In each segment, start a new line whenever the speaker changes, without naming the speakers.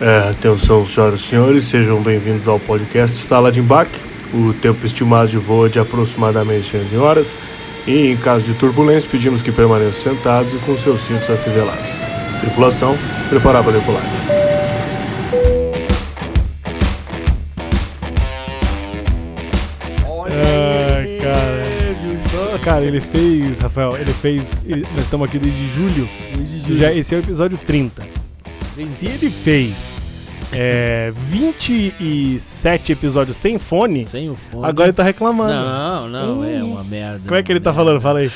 É, atenção, senhoras e senhores, sejam bem-vindos ao podcast Sala de Embarque. O tempo estimado de voo é de aproximadamente 11 horas e, em caso de turbulência, pedimos que permaneçam sentados e com seus cintos afivelados. Tripulação, preparar para decolar. É,
Ai, cara.
cara.
Ah, Cara, ele fez, Rafael, ele fez. ele- nós estamos aqui desde julho. Já, esse é o episódio 30. Se ele fez é, 27 episódios sem fone,
Sem o fone.
agora ele tá reclamando.
Não, não, não, é uma merda.
Como é que ele tá
Merda.
falando? Fala aí.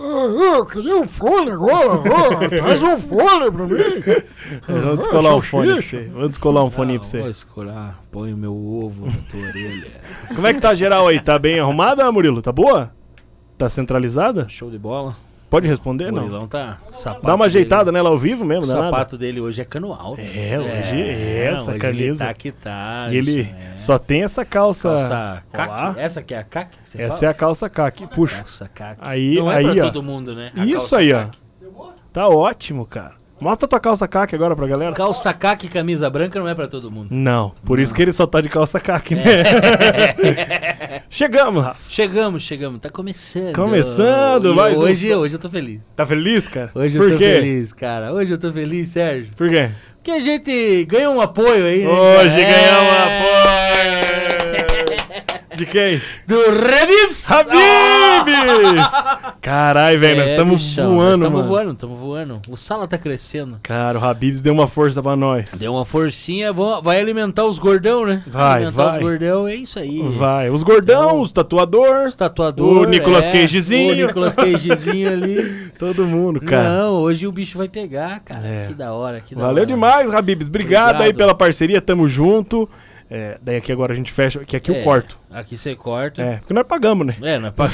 Ah, Eu queria um fone agora, agora. traz um fone pra mim.
Vamos descolar um fone pra você. Vamos descolar um fone
Ah,
pra
Vou
você.
escurar, põe o meu ovo na tua orelha.
Como é que tá a geral aí? Tá bem arrumada, Murilo? Tá boa? Tá centralizada?
Show de bola.
Pode responder,
O
não?
Murilão tá. o sapato
Dá uma ajeitada
dele,
nela ao vivo mesmo,
O
dá nada?
sapato dele hoje é cano alto.
É, hoje é essa
hoje
camisa.
Ele tá que tá.
E ele
é.
só tem essa calça.
Calça
Olá.
caque. Essa que é a caque? que você
Essa é
fala?
a calça caque. Puxa.
Calça caque.
Aí-
não
aí,
é pra
ó.
todo mundo, né? A
Isso
calça
aí, ó.
caque.
Tá ótimo, cara. Mostra tua calça caque agora pra galera.
Calça caque e camisa branca não é pra todo mundo.
Não, por isso que ele só tá de calça caque, né?
É.
Chegamos, Rafa.
Chegamos, chegamos. Tá começando.
Começando,
E
mais um
hoje,
som.
hoje eu tô feliz.
Tá feliz, cara?
Hoje
por
eu tô
quê?
feliz, cara. Hoje eu tô feliz, Sérgio.
Por quê?
Porque a gente ganhou um apoio aí. né,
Hoje
cara?
ganhamos apoio É. de quem?
Do Rabibs!
Habibs! Caralho, velho, nós
É,
estamos
bichão,
voando,
Nós
mano.
estamos voando, estamos voando. O Sala tá crescendo.
Cara, o Habibs deu uma força pra nós.
Deu uma forcinha, vão- vai alimentar os gordão, né?
Vai,
alimentar
vai.
os gordão, é isso aí.
Vai, os gordão,
Então-
os tatuadores,
Os tatuadores.
O Nicolas
é,
Cagezinho.
O Nicolas Cagezinho ali.
todo mundo, cara.
Não, hoje o bicho vai pegar, cara.
É.
Que da hora, que da
Valeu
hora.
demais, Habibs. Obrigado, aí
Obrigado.
pela parceria, tamo junto. É, daí aqui agora a gente fecha, que aqui eu
É,
corto.
Aqui você corta.
É, porque nós pagamos, né?
É, não é pra...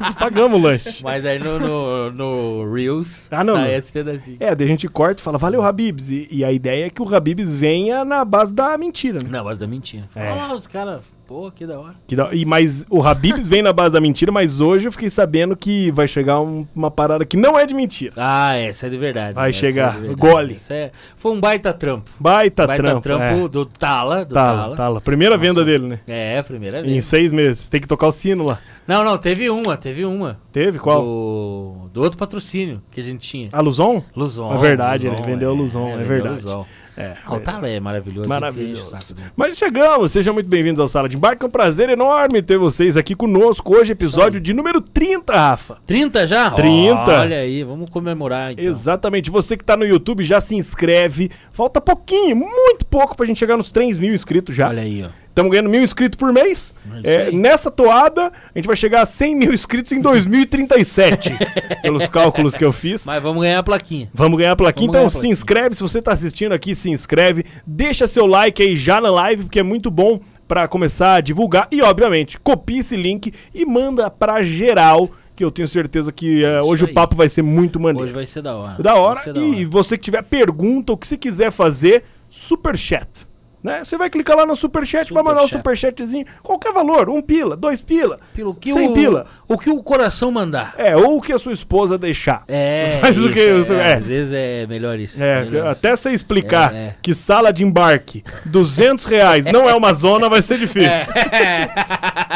Nós pagamos o lanche.
Mas aí no, no, no Reels
Ah, não,
sai
não.
esse pedacinho.
É, daí a gente corta e fala, valeu, Habibs. E, e a ideia é que o Habibs venha na base da mentira, né?
Não, mas da mentira.
É.
Olha lá os caras, pô, que da hora.
Que dá- e, mas o Habibs vem na base da mentira, mas hoje eu fiquei sabendo que vai chegar um- uma parada que não é de mentira.
Ah, essa é de verdade.
Vai
essa
chegar,
de verdade.
gole.
Essa é- Foi um baita trampo.
Baita,
baita
trampo.
tá trampo,
é.
do Tala, do
Tala,
Tala.
tala, Primeira
Nossa.
venda dele, né?
É, primeira
Em
vez.
seis meses. Tem que tocar o sino lá.
Não, não, teve uma, teve uma.
Teve? Qual?
Do, do outro patrocínio que a gente tinha.
A Luzon?
Luzon.
É verdade, ele vendeu o Luzon, é
vendeu
verdade.
Luzon.
É.
Ah, o Tala é maravilhoso.
Maravilhoso. Mas chegamos, sejam muito bem-vindos ao Sala de Embarque. É um prazer enorme ter vocês aqui conosco hoje,
Então.
episódio de número 30, Rafa.
30 já?
30.
Olha aí, vamos comemorar então.
Exatamente. Você que tá no YouTube já se inscreve. Falta pouquinho, muito pouco pra gente chegar nos 3 mil inscritos já.
Olha aí, ó.
Estamos ganhando mil inscritos por mês.
Mas
É,
aí.
nessa toada, a gente vai chegar a 100 mil inscritos em 2037, pelos cálculos que eu fiz.
Mas vamos ganhar a plaquinha.
Vamos ganhar a plaquinha.
Vamos
então
ganhar a
se
plaquinha.
inscreve, se você tá assistindo aqui, se inscreve. Deixa seu like aí já na live, porque é muito bom pra começar a divulgar. E, obviamente, copia esse link e manda pra geral, que eu tenho certeza que eh,
isso
hoje o
aí.
papo vai ser muito maneiro.
Hoje vai ser da hora.
Da
Vai
hora.
ser da
E
hora.
você que tiver pergunta, o que se quiser fazer, superchat. Né? Você vai clicar lá no superchat, vai mandar um
Superchat.
superchatzinho. Qualquer valor, um pila, dois pila,
Pila, o que
cem
o,
pila.
O que o coração mandar.
É, ou o que a sua esposa deixar.
É.
Faz o que
isso,
você-
é,
é.
Às vezes é melhor isso.
É,
melhor isso.
até você explicar
É, é.
que sala de embarque, 200 reais, não é uma zona, vai ser difícil.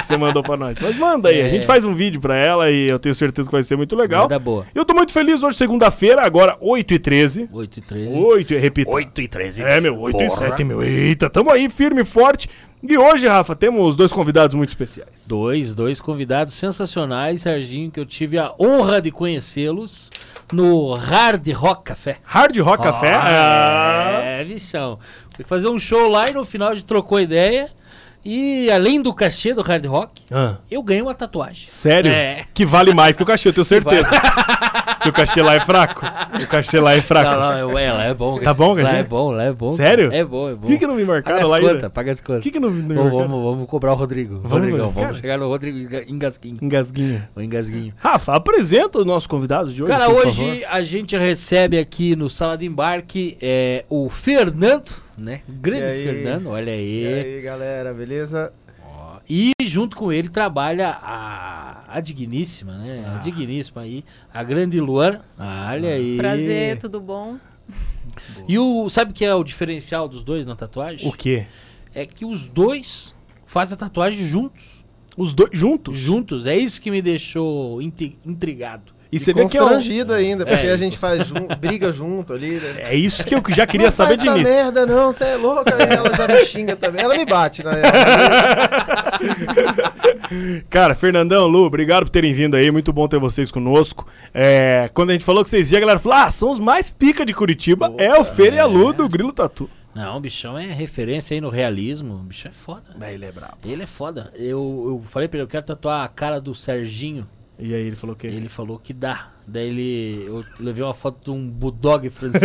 você mandou pra nós. Mas manda aí, a
É.
gente faz um vídeo pra ela e eu tenho certeza que vai ser muito legal.
Manda boa.
Eu tô muito feliz hoje, segunda-feira, agora 8h13.
8 e 13.
8, repito.
8 e 13.
É, meu, 8 e
Porra.
7, meu. Eita, tamo aí, firme e forte. E hoje, Rafa, temos dois convidados muito especiais.
Dois, dois convidados sensacionais, Serginho, que eu tive a honra de conhecê-los no Hard Rock Café.
Hard Rock Café. ah,
É, bichão. Fui fazer um show lá e no final a gente trocou ideia. E além do cachê do Hard Rock,
ah,
eu ganhei uma tatuagem.
Sério?
É.
Que vale mais que o cachê, eu tenho certeza. que o cachê lá é fraco. O cachê lá é fraco.
Não, não, é, lá é bom.
Tá bom,
Lá
cachê?
é bom, lá é bom.
Sério?
É bom, é bom.
Por que, que não me
Paga
marcaram
as
lá
contas,
ainda?
paga as contas.
Por que, que não me
Vamos,
marcaram?
vamos, vamos cobrar o Rodrigo.
Vamos,
Rodrigão,
cara.
vamos chegar no Rodrigo enga- Engasguinho.
Engasguinha.
O Engasguinho.
Rafa, apresenta o nosso convidado de hoje.
Cara,
por
hoje a gente recebe aqui no Sala de Embarque é, o Fernando, né? Grande
E aí?
Fernando, olha aí.
E
E,
aí, galera, beleza?
junto com ele trabalha a, a digníssima, né?
Ah.
A digníssima aí, a grande Luana. Olha aí.
Prazer, tudo bom?
E o. Sabe o que é o diferencial dos dois na tatuagem?
O quê?
É que os dois fazem a tatuagem juntos.
Os dois juntos?
Juntos. É isso que me deixou inti- intrigado.
E
E
você vê que é, o-
constrangido ainda, porque a gente faz jun- briga junto ali, né?
é isso que eu já queria
não
saber
faz
de
essa
início.
merda não, você é louca, ela já me xinga também. Ela me bate, né? na real.
Cara, Fernandão, Lu, obrigado por terem vindo aí. Muito bom ter vocês conosco. É, quando a gente falou que vocês iam, a galera falou: Ah, são os mais pica de Curitiba. é o Fer e a Lu do Grilo Tatu.
Não, o bichão é referência aí no realismo. O bichão é foda.
ele é brabo.
Ele é foda. Eu, eu falei pra ele, eu quero tatuar a cara do Serginho.
E aí ele falou que.
Ele falou que dá. Daí ele. Eu levei uma foto de um bulldog francês.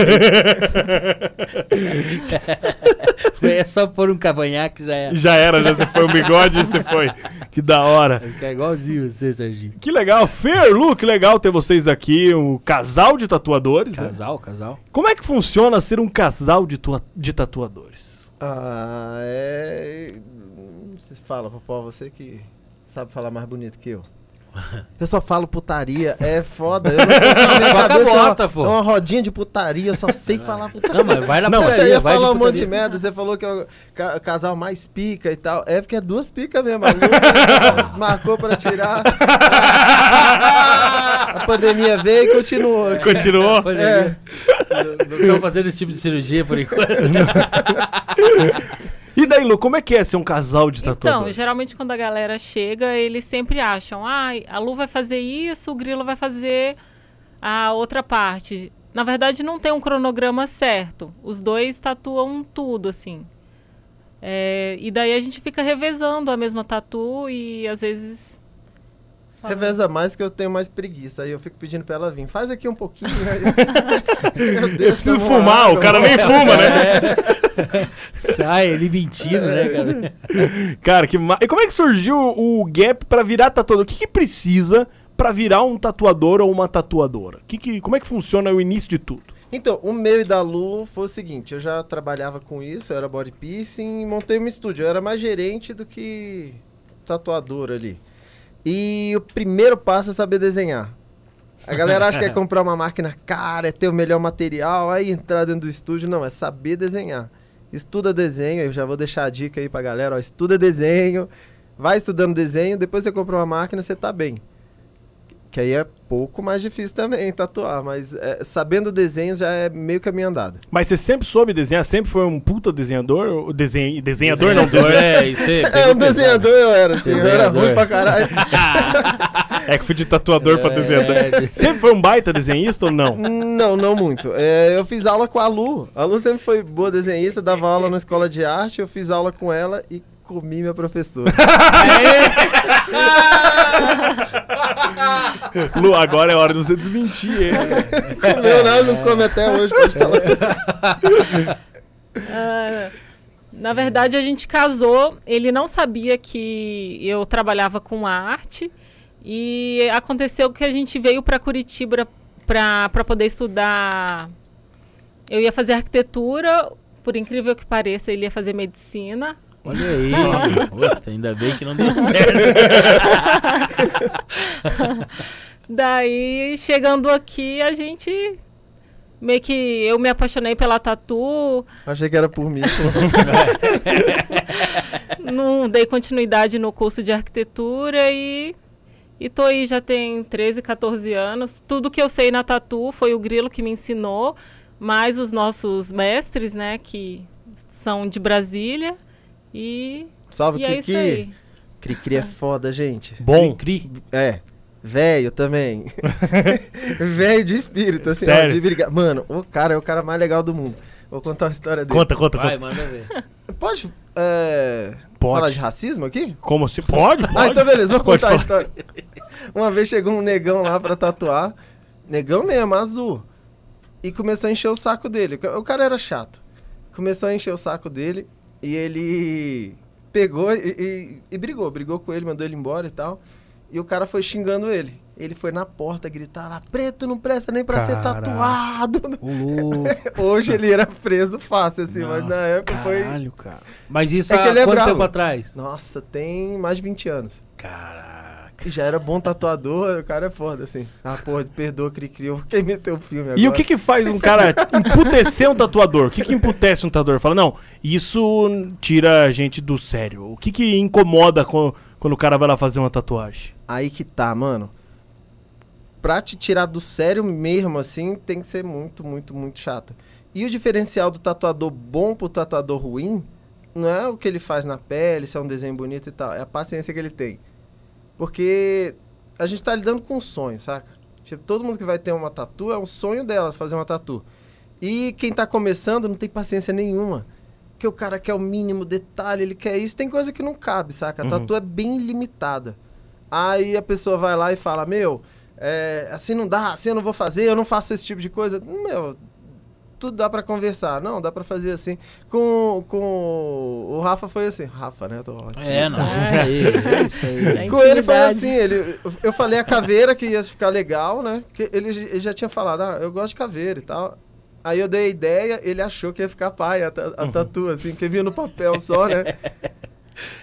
é só pôr um cavanhaque já era.
Já era, já você foi um bigode e você foi. Que da hora.
Ele quer igualzinho você, Serginho.
Que legal, Fer, Lu, que legal ter vocês aqui, o casal de tatuadores. né?
Casal, casal.
Como é que funciona ser um casal de, tua- de tatuadores?
Ah, é. Você fala, Popó, você que sabe falar mais bonito que eu. Eu só falo putaria, é foda. Eu não consigo, minha
Só
cabeça é
cabota,
uma,
pô.
é uma rodinha de putaria, eu só sei falar putaria.
Não, mas vai na
Não,
Poxa, eu
putaria,
ia
vai
falar um
de
monte de
putaria.
merda, você falou que é o ca- casal mais pica e tal. É porque é duas picas mesmo. a Lu marcou pra tirar. A pandemia veio e continuou.
É. Continuou?
Foi, né?
É.
Não estão fazendo esse tipo de cirurgia por enquanto.
E daí, Lu, como é que é ser um casal de
Então,
tatuadores?
geralmente quando a galera chega, eles sempre acham, ah, a Lu vai fazer isso, o Grilo vai fazer a outra parte. Na verdade, não tem um cronograma certo. Os dois tatuam tudo, assim. É, e daí a gente fica revezando a mesma tatu e às vezes. fala-
Reveza mais que eu tenho mais preguiça. Aí eu fico pedindo pra ela vir. Faz aqui um pouquinho. aí- Meu Deus,
Eu preciso
tamo lá,
fumar, o
tamo
cara
lá.
nem fuma, né?
Sai, É. Ah, ele mentindo, né, cara?
Cara, que ma... E como é que surgiu o gap pra virar tatuador? O que, que precisa pra virar um tatuador ou uma tatuadora? Que que... Como é que funciona o início de tudo?
Então, o meu e da Lu foi o seguinte: eu já trabalhava com isso, eu era body piercing e montei um estúdio. Eu era mais gerente do que tatuador ali. E o primeiro passo é saber desenhar. A galera acha que é comprar uma máquina cara, é ter o melhor material, aí entrar dentro do estúdio. Não, é saber desenhar. Estuda desenho, eu já vou deixar a dica aí pra galera: ó, estuda desenho, vai estudando desenho, depois você compra uma máquina, você tá bem. Que aí é pouco mais difícil também tatuar, mas é, sabendo desenho já é meio caminho andado.
Mas você sempre soube desenhar? Sempre foi um puta desenhador? Ou Desenhe... Desenhador não, desenhador.
É, isso aí.
É, um desenhador eu era, assim, eu era
Desenhador.
ruim pra caralho.
É que fui de tatuador pra desenhador.
É.
Sempre foi um baita desenhista ou não?
não, não muito. É, eu fiz aula com a Lu. A Lu sempre foi boa desenhista, dava aula na escola de arte, eu fiz aula com ela e comi minha professora.
Lu, agora é hora de você desmentir ele.
Comeu, não, não come até hoje, pode falar.
Ah, na verdade, a gente casou. Ele não sabia que eu trabalhava com arte. E aconteceu que a gente veio para Curitiba para poder estudar. Eu ia fazer arquitetura, por incrível que pareça, ele ia fazer medicina.
Olha aí. Puta, ainda bem que não deu certo.
Daí, chegando aqui, a gente. Meio que eu me apaixonei pela tatu,
Achei que era por mim.
não dei continuidade no curso de arquitetura e e tô aí já tem 13, 14 anos. Tudo que eu sei na tatu foi o Grilo que me ensinou, mais os nossos mestres, né, que são de Brasília e,
Salve,
e é isso
Kiki.
aí. Ah.
Cri-cri é foda, gente.
Bom,
Cri.
É. Velho também. Velho de espírito, assim, ó,
Sério?
de brigar. Mano, o cara é o cara mais legal do mundo. Vou contar uma história dele.
conta, conta,
Vai,
conta.
manda ver.
Pode, é,
Pode.
falar de racismo aqui?
Como se pode?
Ah,
pode.
então beleza, vou
Pode
contar a
falar.
história. Uma vez chegou um negão lá pra tatuar. Negão mesmo, azul. E começou a encher o saco dele. O cara era chato. Começou a encher o saco dele e ele pegou e, e- e brigou. Brigou com ele, mandou ele embora e tal. E o cara foi xingando ele. Ele foi na porta gritar lá, preto não presta nem pra ser
Caralho.
tatuado.
O Lu.
Hoje ele era preso fácil, assim,
Não,
mas na época foi...
Caralho, cara.
Mas isso
É que
há
ele é
quanto
bravo.
tempo atrás?
Nossa, tem mais de 20 anos.
Caraca.
E já era bom tatuador, o cara é foda, assim. Ah, porra, perdoa, Cri-Cri, eu quem meteu o filme agora.
E o que que faz um cara emputecer um tatuador? O que que emputece um tatuador? Fala, não, isso tira a gente do sério. O que que incomoda co- quando o cara vai lá fazer uma tatuagem?
Aí que tá, mano. Pra te tirar do sério mesmo, assim, tem que ser muito, muito, muito chato. E o diferencial do tatuador bom pro tatuador ruim não é o que ele faz na pele, se é um desenho bonito e tal. É a paciência que ele tem. Porque a gente tá lidando com um sonho, saca? Tipo, todo mundo que vai ter uma tatu é um sonho dela fazer uma tatu. E quem tá começando não tem paciência nenhuma. Porque o cara quer o mínimo detalhe, ele quer isso. Tem coisa que não cabe, saca? A tatu é bem limitada. Aí a pessoa vai lá e fala: Meu, é, assim não dá, assim eu não vou fazer, eu não faço esse tipo de coisa. Meu, tudo dá pra conversar. Não, dá pra fazer assim. Com, com o Rafa foi assim: Rafa, né? Eu tô ótimo.
É, não. Isso aí, é isso aí.
Da
Com ele foi
intimidade.
assim, ele, eu falei a caveira que ia ficar legal, né? Porque ele, j- ele já tinha falado, ah, eu gosto de caveira e tal. Aí eu dei a ideia, ele achou que ia ficar pai a, ta- a
Uhum.
tatu, assim, que vinha no papel só, né?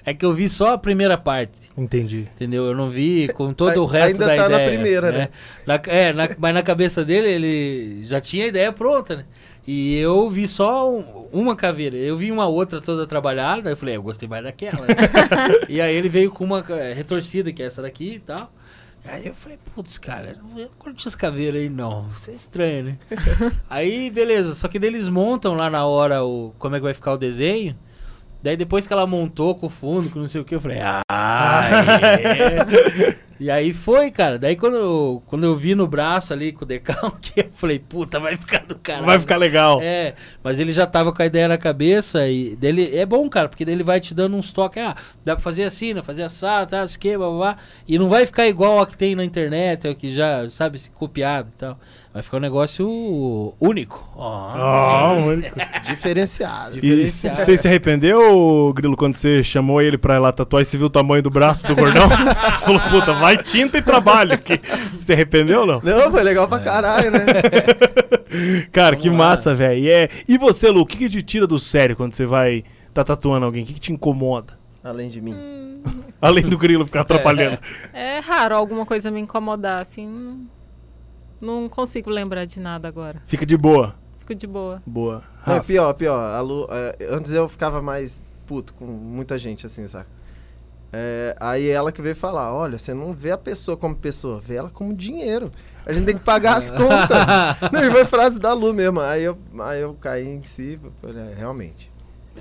É que eu vi só a primeira parte.
Entendi.
Entendeu? Eu não vi com todo o
Ai-
resto
ainda
da
tá na
ideia.
primeira, né?
Na- é, na- mas na cabeça dele, ele já tinha a ideia pronta, né? E eu vi só um- uma caveira. Eu vi uma outra toda trabalhada. Eu falei, "É, eu gostei mais daquela. né? e aí ele veio com uma eh, retorcida, que é essa daqui e tal. Aí eu falei, putz, cara, eu não- eu não curti essa caveira aí, não. Isso é estranho, né? aí, beleza. Só que daí eles montam lá na hora o, como é que vai ficar o desenho. Daí depois que ela montou com o fundo, com não sei o que, eu falei, ah, é. E aí foi, cara. Daí quando eu, quando eu vi no braço ali com o decalque, eu falei, puta, vai ficar do caralho.
Vai ficar legal.
É, mas ele já tava com a ideia na cabeça e dele é bom, cara, porque daí ele vai te dando uns toques, ah, dá pra fazer assim, né? Fazer assado, tá, isso que, blá, blá, blá. E não vai ficar igual a que tem na internet, a que já, sabe, se copiado e tal. Vai ficar um negócio único. Ó.
Ó, único.
Diferenciado.
E c- você se arrependeu, Grilo, quando você chamou ele pra ir lá tatuar e você viu o tamanho do braço do gordão? Falou, puta, vai tinta e trabalho. Que... Você se arrependeu ou não?
Não, foi legal pra
É.
caralho, né?
Cara,
Vamos
que
lá.
massa, velho. E, é... e você, Lu, o que, que te tira do sério quando você vai tá tatuando alguém? O que, que te incomoda?
Além de mim.
Além do grilo ficar atrapalhando.
É raro alguma coisa me incomodar, assim. não- Não consigo lembrar de nada agora.
Fica de boa.
Fico de boa.
Boa.
Não,
Rafa.
pior, pior. A Lu, é, antes eu ficava mais puto com muita gente, assim, saca? É, aí ela que veio falar, olha, você não vê a pessoa como pessoa, vê ela como dinheiro. A gente tem que pagar as contas. não, e foi frase da Lu mesmo. Aí eu, aí eu caí em si, falei, é, realmente.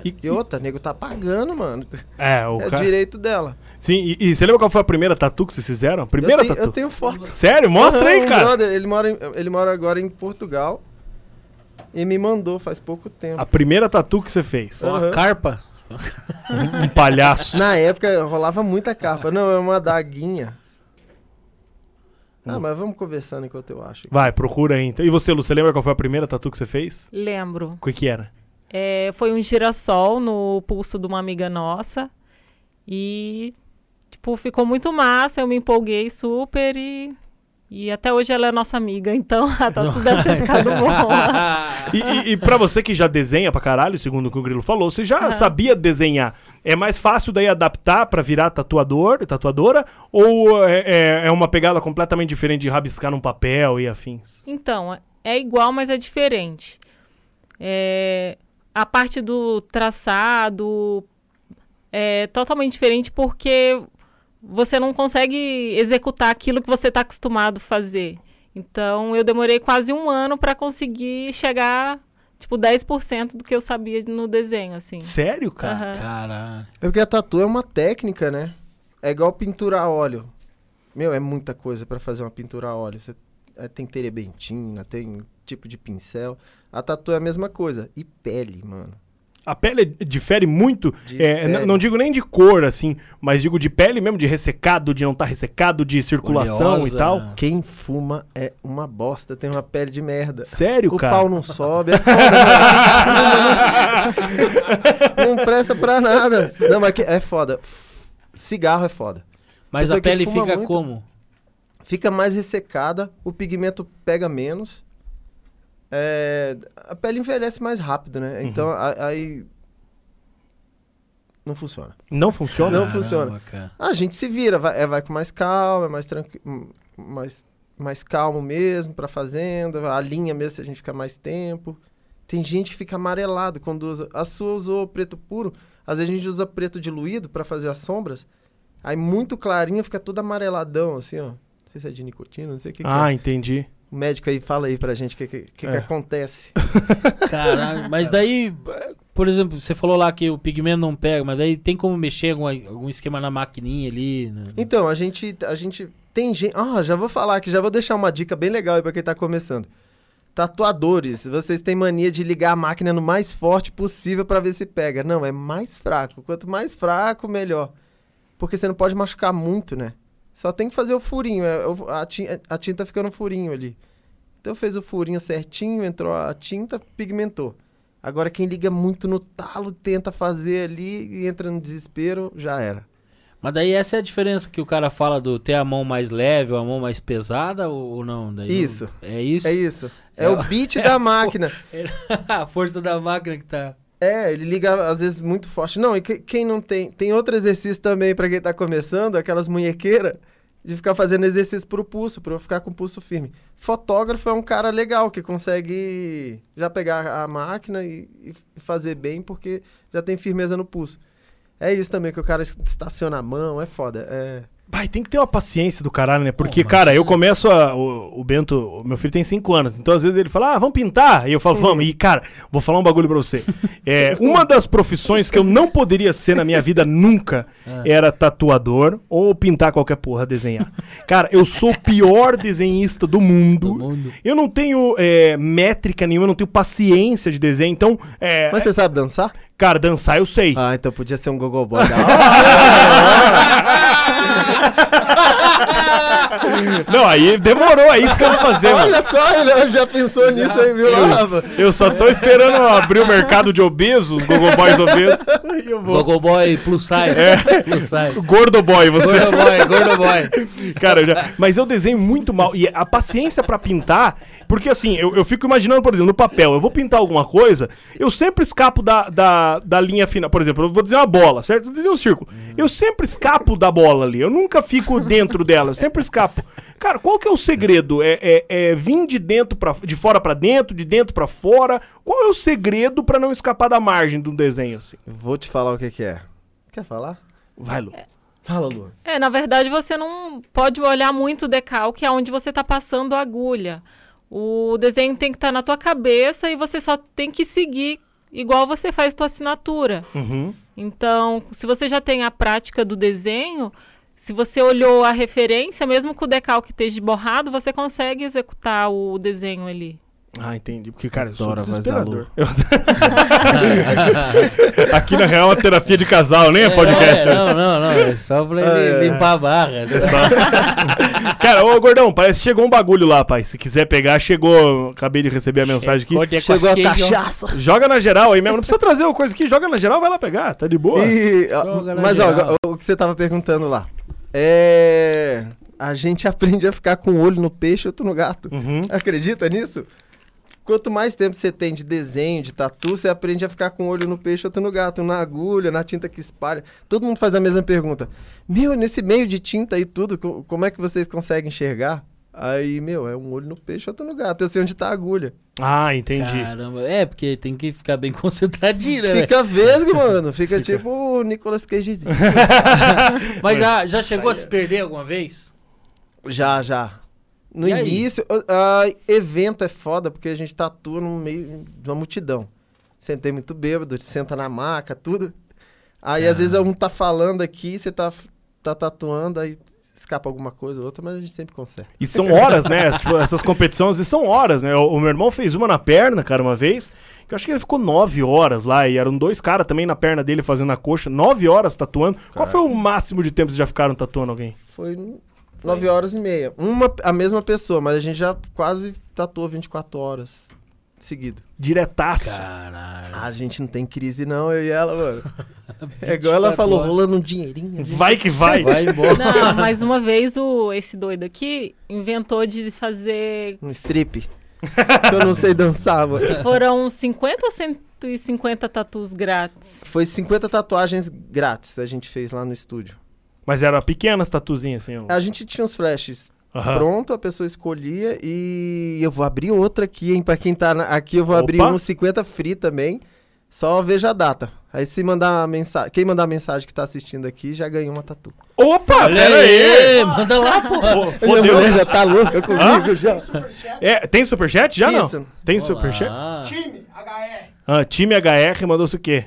E-
E outra, nego tá pagando, mano.
É, o
é
cara.
direito dela.
Sim, e, e você lembra qual foi a primeira tatu que vocês fizeram? A primeira
eu, tenho,
tatu?
eu tenho foto.
Sério? Mostra
Aham,
aí,
um
cara.
brother, ele, mora em- ele mora agora em Portugal e me mandou faz pouco tempo.
A primeira tatu que você fez.
Ah.
Uma
Aham.
carpa.
Um palhaço.
Na época rolava muita carpa. Não, é uma daguinha. Ah, mas vamos conversando enquanto eu acho.
Vai, procura aí. então. E você, Lu, você lembra qual foi a primeira tatu que você fez?
Lembro.
O que, que era?
É, foi um girassol no pulso de uma amiga nossa. E, tipo, ficou muito massa. Eu me empolguei super e. E até hoje ela é nossa amiga, então tá tudo deve ter ficado bom.
E, e, e pra você que já desenha pra caralho, segundo o que o Grilo falou, você já sabia desenhar. É mais fácil daí adaptar pra virar tatuador, tatuadora? Ou é, é- é uma pegada completamente diferente de rabiscar num papel e afins?
Então, é- é igual, mas é diferente. É, a parte do traçado é totalmente diferente porque você não consegue executar aquilo que você está acostumado a fazer. Então, eu demorei quase um ano para conseguir chegar, tipo, 10% do que eu sabia no desenho, assim.
Sério, cara?
Aham.
Caralho.
É porque a tatu é uma técnica, né? É igual pintura a óleo. Meu, é muita coisa pra fazer uma pintura a óleo. Você, é, tem terebentina, tem tipo de pincel. A tatu é a mesma coisa. E pele, mano.
A pele difere muito, é,
Difere.
n- não digo nem de cor, assim, mas digo de pele mesmo, de ressecado, de não estar ressecado, de circulação
Oleosa.
e tal.
Quem fuma é uma bosta, tem uma pele de merda.
Sério,
o
cara?
pau não sobe, é foda, mano. Não presta pra nada. Não, mas que- é foda. F- Cigarro é foda.
Mas a
Pessoa que
pele
fuma
fica
muito.
como?
Fica mais ressecada, o pigmento pega menos. É, a pele envelhece mais rápido, né? Então, a- aí. não funciona.
Não funciona?
Não funciona.
cara.
Ah, A gente se vira, vai, é, vai com mais calma, é mais tranquilo, mais, mais calmo mesmo pra fazenda, a linha mesmo se a gente ficar mais tempo. Tem gente que fica amarelado quando usa. A sua usou preto puro, às vezes a gente usa preto diluído pra fazer as sombras. Aí muito clarinho fica todo amareladão, assim, ó. Não sei se é de nicotina, não sei o que, que
ah,
é.
entendi.
O médico aí fala aí pra gente o que, que, que, que
É.
acontece.
Caralho, mas daí, por exemplo, você falou lá que o pigmento não pega, mas daí tem como mexer algum, algum esquema na maquininha ali? né?
Então, a gente, a gente tem gente. Ah, já vou falar aqui, já vou deixar uma dica bem legal aí pra quem tá começando. Tatuadores, vocês têm mania de ligar a máquina no mais forte possível pra ver se pega. Não, é mais fraco. Quanto mais fraco, melhor. Porque você não pode machucar muito, né? Só tem que fazer o furinho. é, o- A ti- a tinta fica no furinho ali. Então fez o furinho certinho, entrou a tinta, pigmentou. Agora quem liga muito no talo, tenta fazer ali e entra no desespero, já era.
Mas daí essa é a diferença que o cara fala do ter a mão mais leve ou a mão mais pesada ou ou não? Daí eu-
Isso.
É isso?
É isso. É,
É
o
o-
beat da máquina.
a força da máquina que tá...
É, ele liga às vezes muito forte. Não, e que- quem não tem. Tem outro exercício também pra quem tá começando, aquelas munhequeiras, de ficar fazendo exercício pro pulso, pra eu ficar com o pulso firme. Fotógrafo é um cara legal que consegue já pegar a máquina e, e fazer bem porque já tem firmeza no pulso. É isso também, que o cara estaciona a mão, é foda. É.
Pai, tem que ter uma paciência do caralho, né? Porque,
Pô, mas-
cara, eu começo a. O, o Bento, o meu filho tem 5 anos, então às vezes ele fala, ah, vamos pintar. E eu falo, vamos. E, cara, vou falar um bagulho pra você. É, uma das profissões que eu não poderia ser na minha vida nunca era tatuador ou pintar qualquer porra, desenhar. Cara, eu sou o pior desenhista do mundo.
Do mundo.
Eu não tenho é, métrica nenhuma, eu não tenho paciência de desenho. Então, é,
Mas você sabe dançar?
cara, dançar eu sei.
Ah, então podia ser um gogol boy. Ah, da hora.
Ah.
Não, aí demorou, é isso que eu vou fazer, mano.
Olha só, ele já pensou nisso aí, viu, Lava?
Eu só tô esperando abrir o mercado de obesos, Google Boys obesos. e eu vou.
Gogoboy plus size. Plus size.
Gordo boy, você.
Gordoboy, gordoboy.
Cara, eu já... mas eu desenho muito mal. E a paciência pra pintar, porque assim, eu, eu fico imaginando, por exemplo, no papel, eu vou pintar alguma coisa, eu sempre escapo da, da, da linha final. Por exemplo, eu vou desenhar uma bola, certo? Eu desenho um círculo. Eu sempre escapo da bola ali. Eu nunca fico dentro dela, eu sempre escapo. Cara, qual que é o segredo? É, é, é vir de dentro para de fora pra dentro, de dentro pra fora? Qual é o segredo pra não escapar da margem de um desenho assim?
Vou te falar o que, que é. Quer falar?
Vai, Lu.
Fala, Lu.
É, na verdade, você não pode olhar muito o decalque aonde você está passando a agulha. O desenho tem que estar na tua cabeça e você só tem que seguir igual você faz tua assinatura.
Uhum.
Então, se você já tem a prática do desenho, se você olhou a referência, mesmo que o decalque esteja borrado, você consegue executar o desenho ali.
Ah, entendi. Porque, cara, eu sou
Adoro a voz da
desesperador.
Lu.
Eu- Aqui na real é uma terapia de casal, né? podcast. É
É, não, não, não. É só pra ele limpar a barra. né?
Cara, ô gordão, parece que chegou um bagulho lá, pai. Se quiser pegar, chegou. Acabei de receber a mensagem aqui.
Chegou a cachaça.
Joga na geral aí mesmo. Não precisa trazer uma coisa aqui, joga na geral, vai lá pegar. Tá de boa.
E, ó,
Joga na
mas ó,
geral.
o que você tava perguntando lá. É. A gente aprende a ficar com um olho no peixe e outro no gato.
Uhum.
Acredita nisso? Quanto mais tempo você tem de desenho, de tatu, você aprende a ficar com um olho no peixe e outro no gato, na agulha, na tinta que espalha. Todo mundo faz a mesma pergunta. Meu, nesse meio de tinta e tudo, co- como é que vocês conseguem enxergar? Aí, meu, é um olho no peixe e outro no gato. Eu sei onde tá a agulha.
Ah, entendi.
Caramba. É, porque tem que ficar bem concentradinho, né? velho?
Fica vesgo, mano. Fica, tipo o Nicolas Cagezinho.
Mas já, já chegou a se perder alguma vez?
Já, já. No
E aí?
início, ah, ah, evento é foda porque a gente tatua no meio de uma multidão. Sentei muito bêbado, senta na maca, tudo. Aí às vezes um tá falando aqui, você tá, tá tatuando, aí escapa alguma coisa ou outra, mas a gente sempre consegue.
E são horas, né? Tipo, essas competições e são horas, né? O, o meu irmão fez uma na perna, cara, uma vez. que Eu acho que ele ficou nove horas lá e eram dois caras também na perna dele fazendo a coxa, nove horas tatuando. Qual foi o máximo de tempo que vocês já ficaram tatuando alguém?
Foi nove horas e meia. Uma, a mesma pessoa, mas a gente já quase tatuou 24 horas seguido.
Diretaço.
Caralho.
Ah, a gente não tem crise não, eu e ela, mano. É igual ela
24
falou,
horas.
rolando um dinheirinho.
Vai que vai.
Vai embora.
Não, mais uma vez, o, esse doido aqui inventou de fazer.
Um strip. que eu não sei dançar, mano.
Foram 50 ou 100 150 tatus grátis.
Foi 50 tatuagens grátis a gente fez lá no estúdio.
Mas eram pequenas tatuzinhas, assim. ó.
A gente tinha uns flashes
Aham.
pronto, a pessoa escolhia e eu vou abrir outra aqui, hein? Pra quem tá na- aqui, eu vou
Opa!
abrir uns 50 free também. Só veja a data. Aí se mandar mensagem, quem mandar mensagem que tá assistindo aqui já ganhou uma tatu.
Opa, pera aí!
Ê, manda lá, porra.
Pô, Fodeu. né?
Minha mulher já tá louca comigo já.
É, tem superchat já não?
Isso.
Tem superchat?
Ah,
Time, HR,
Ah, time HR mandou-se o quê?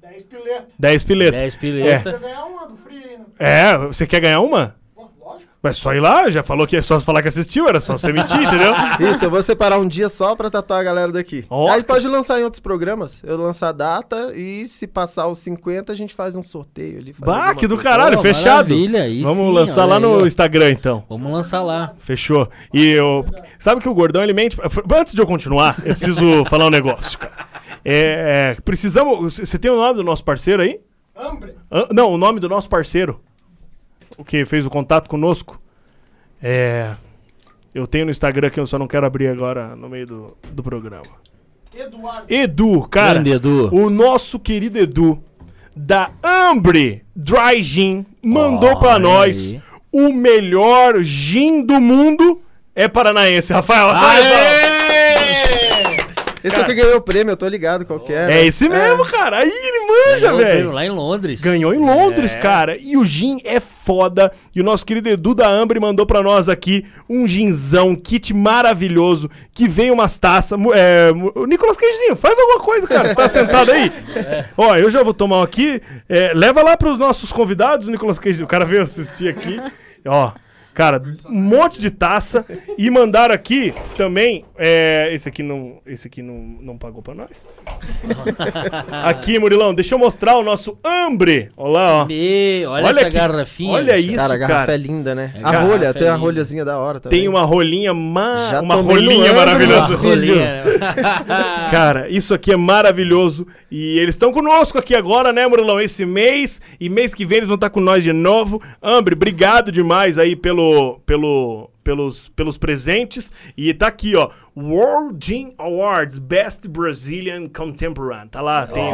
10 pileta.
10 piletas.
10 pileta.
Você ganhar uma do Free
né?
ainda.
É, você quer ganhar uma?
Pô, lógico.
Mas só ir lá, já falou que é só falar que assistiu, era só você mentir, entendeu?
Isso, eu vou separar um dia só pra tatuar a galera daqui.
Ó.
Aí pode lançar em outros programas. Eu lançar a data e se passar os 50, a gente faz um sorteio ali. faz
Bah,
alguma
que do
coisa.
caralho,
Pô,
fechado.
maravilha, aí
Vamos
sim,
lançar
olha
lá
aí,
no
ó.
Instagram então.
Vamos lançar lá.
Fechou. E eu. Sabe que o gordão ele mente. Antes de eu continuar, eu preciso falar um negócio, cara. É, é, precisamos. Você tem o nome do nosso parceiro aí?
Hambre.
Tá
Hã? não, o nome do nosso parceiro. O que fez o contato conosco. É. Eu tenho no Instagram que eu só não quero abrir agora no meio do, do programa.
Eduardo.
Edu, cara.
Grande Edu.
O nosso querido Edu, da Ambre Dry Gin, mandou
Olha
pra nós
aí.
o melhor gin do mundo. É paranaense, Rafael. Rafael, Rafael.
Esse aqui ganhou o prêmio, eu tô ligado qualquer.
É esse mesmo, cara. Aí ele manja,
Ganhou o prêmio
velho.
Lá em Londres.
Ganhou em Londres, cara. E o gin é foda. E o nosso querido Edu da Ambre mandou pra nós aqui um ginzão, um kit maravilhoso, que vem umas taças. mu- É, mu- o Nicolas Cagezinho, faz alguma coisa, cara. Tá sentado aí. Ó, eu já vou tomar um aqui. É, leva lá pros nossos convidados, o Nicolas Cagezinho. O cara veio assistir aqui. Ó. Cara, um monte de taça. E mandaram aqui também. é, esse aqui, não, esse aqui não, não pagou pra nós. Aqui, Murilão, deixa eu mostrar o nosso Ambre. Olha lá, ó.
Ê, olha,
Olha
essa
que-
garrafinha.
Olha
bicho.
isso,
Cara, a
cara.
garrafa é linda, né?
É,
a
garrafa
rolha,
é
tem uma
linda.
rolhazinha da hora também.
Tem uma rolinha, ma...
Já
uma
tomei no
rolinha
Ambre,
maravilhosa.
Uma rolinha, né?
Cara, isso aqui é maravilhoso. E eles estão conosco aqui agora, né, Murilão? Esse mês e mês que vem eles vão estar com nós de novo. Ambre, obrigado demais aí pelo, pelo, pelos, pelos presentes. E tá aqui, ó. World Gin Awards Best Brazilian Contemporary. Tá lá, tem.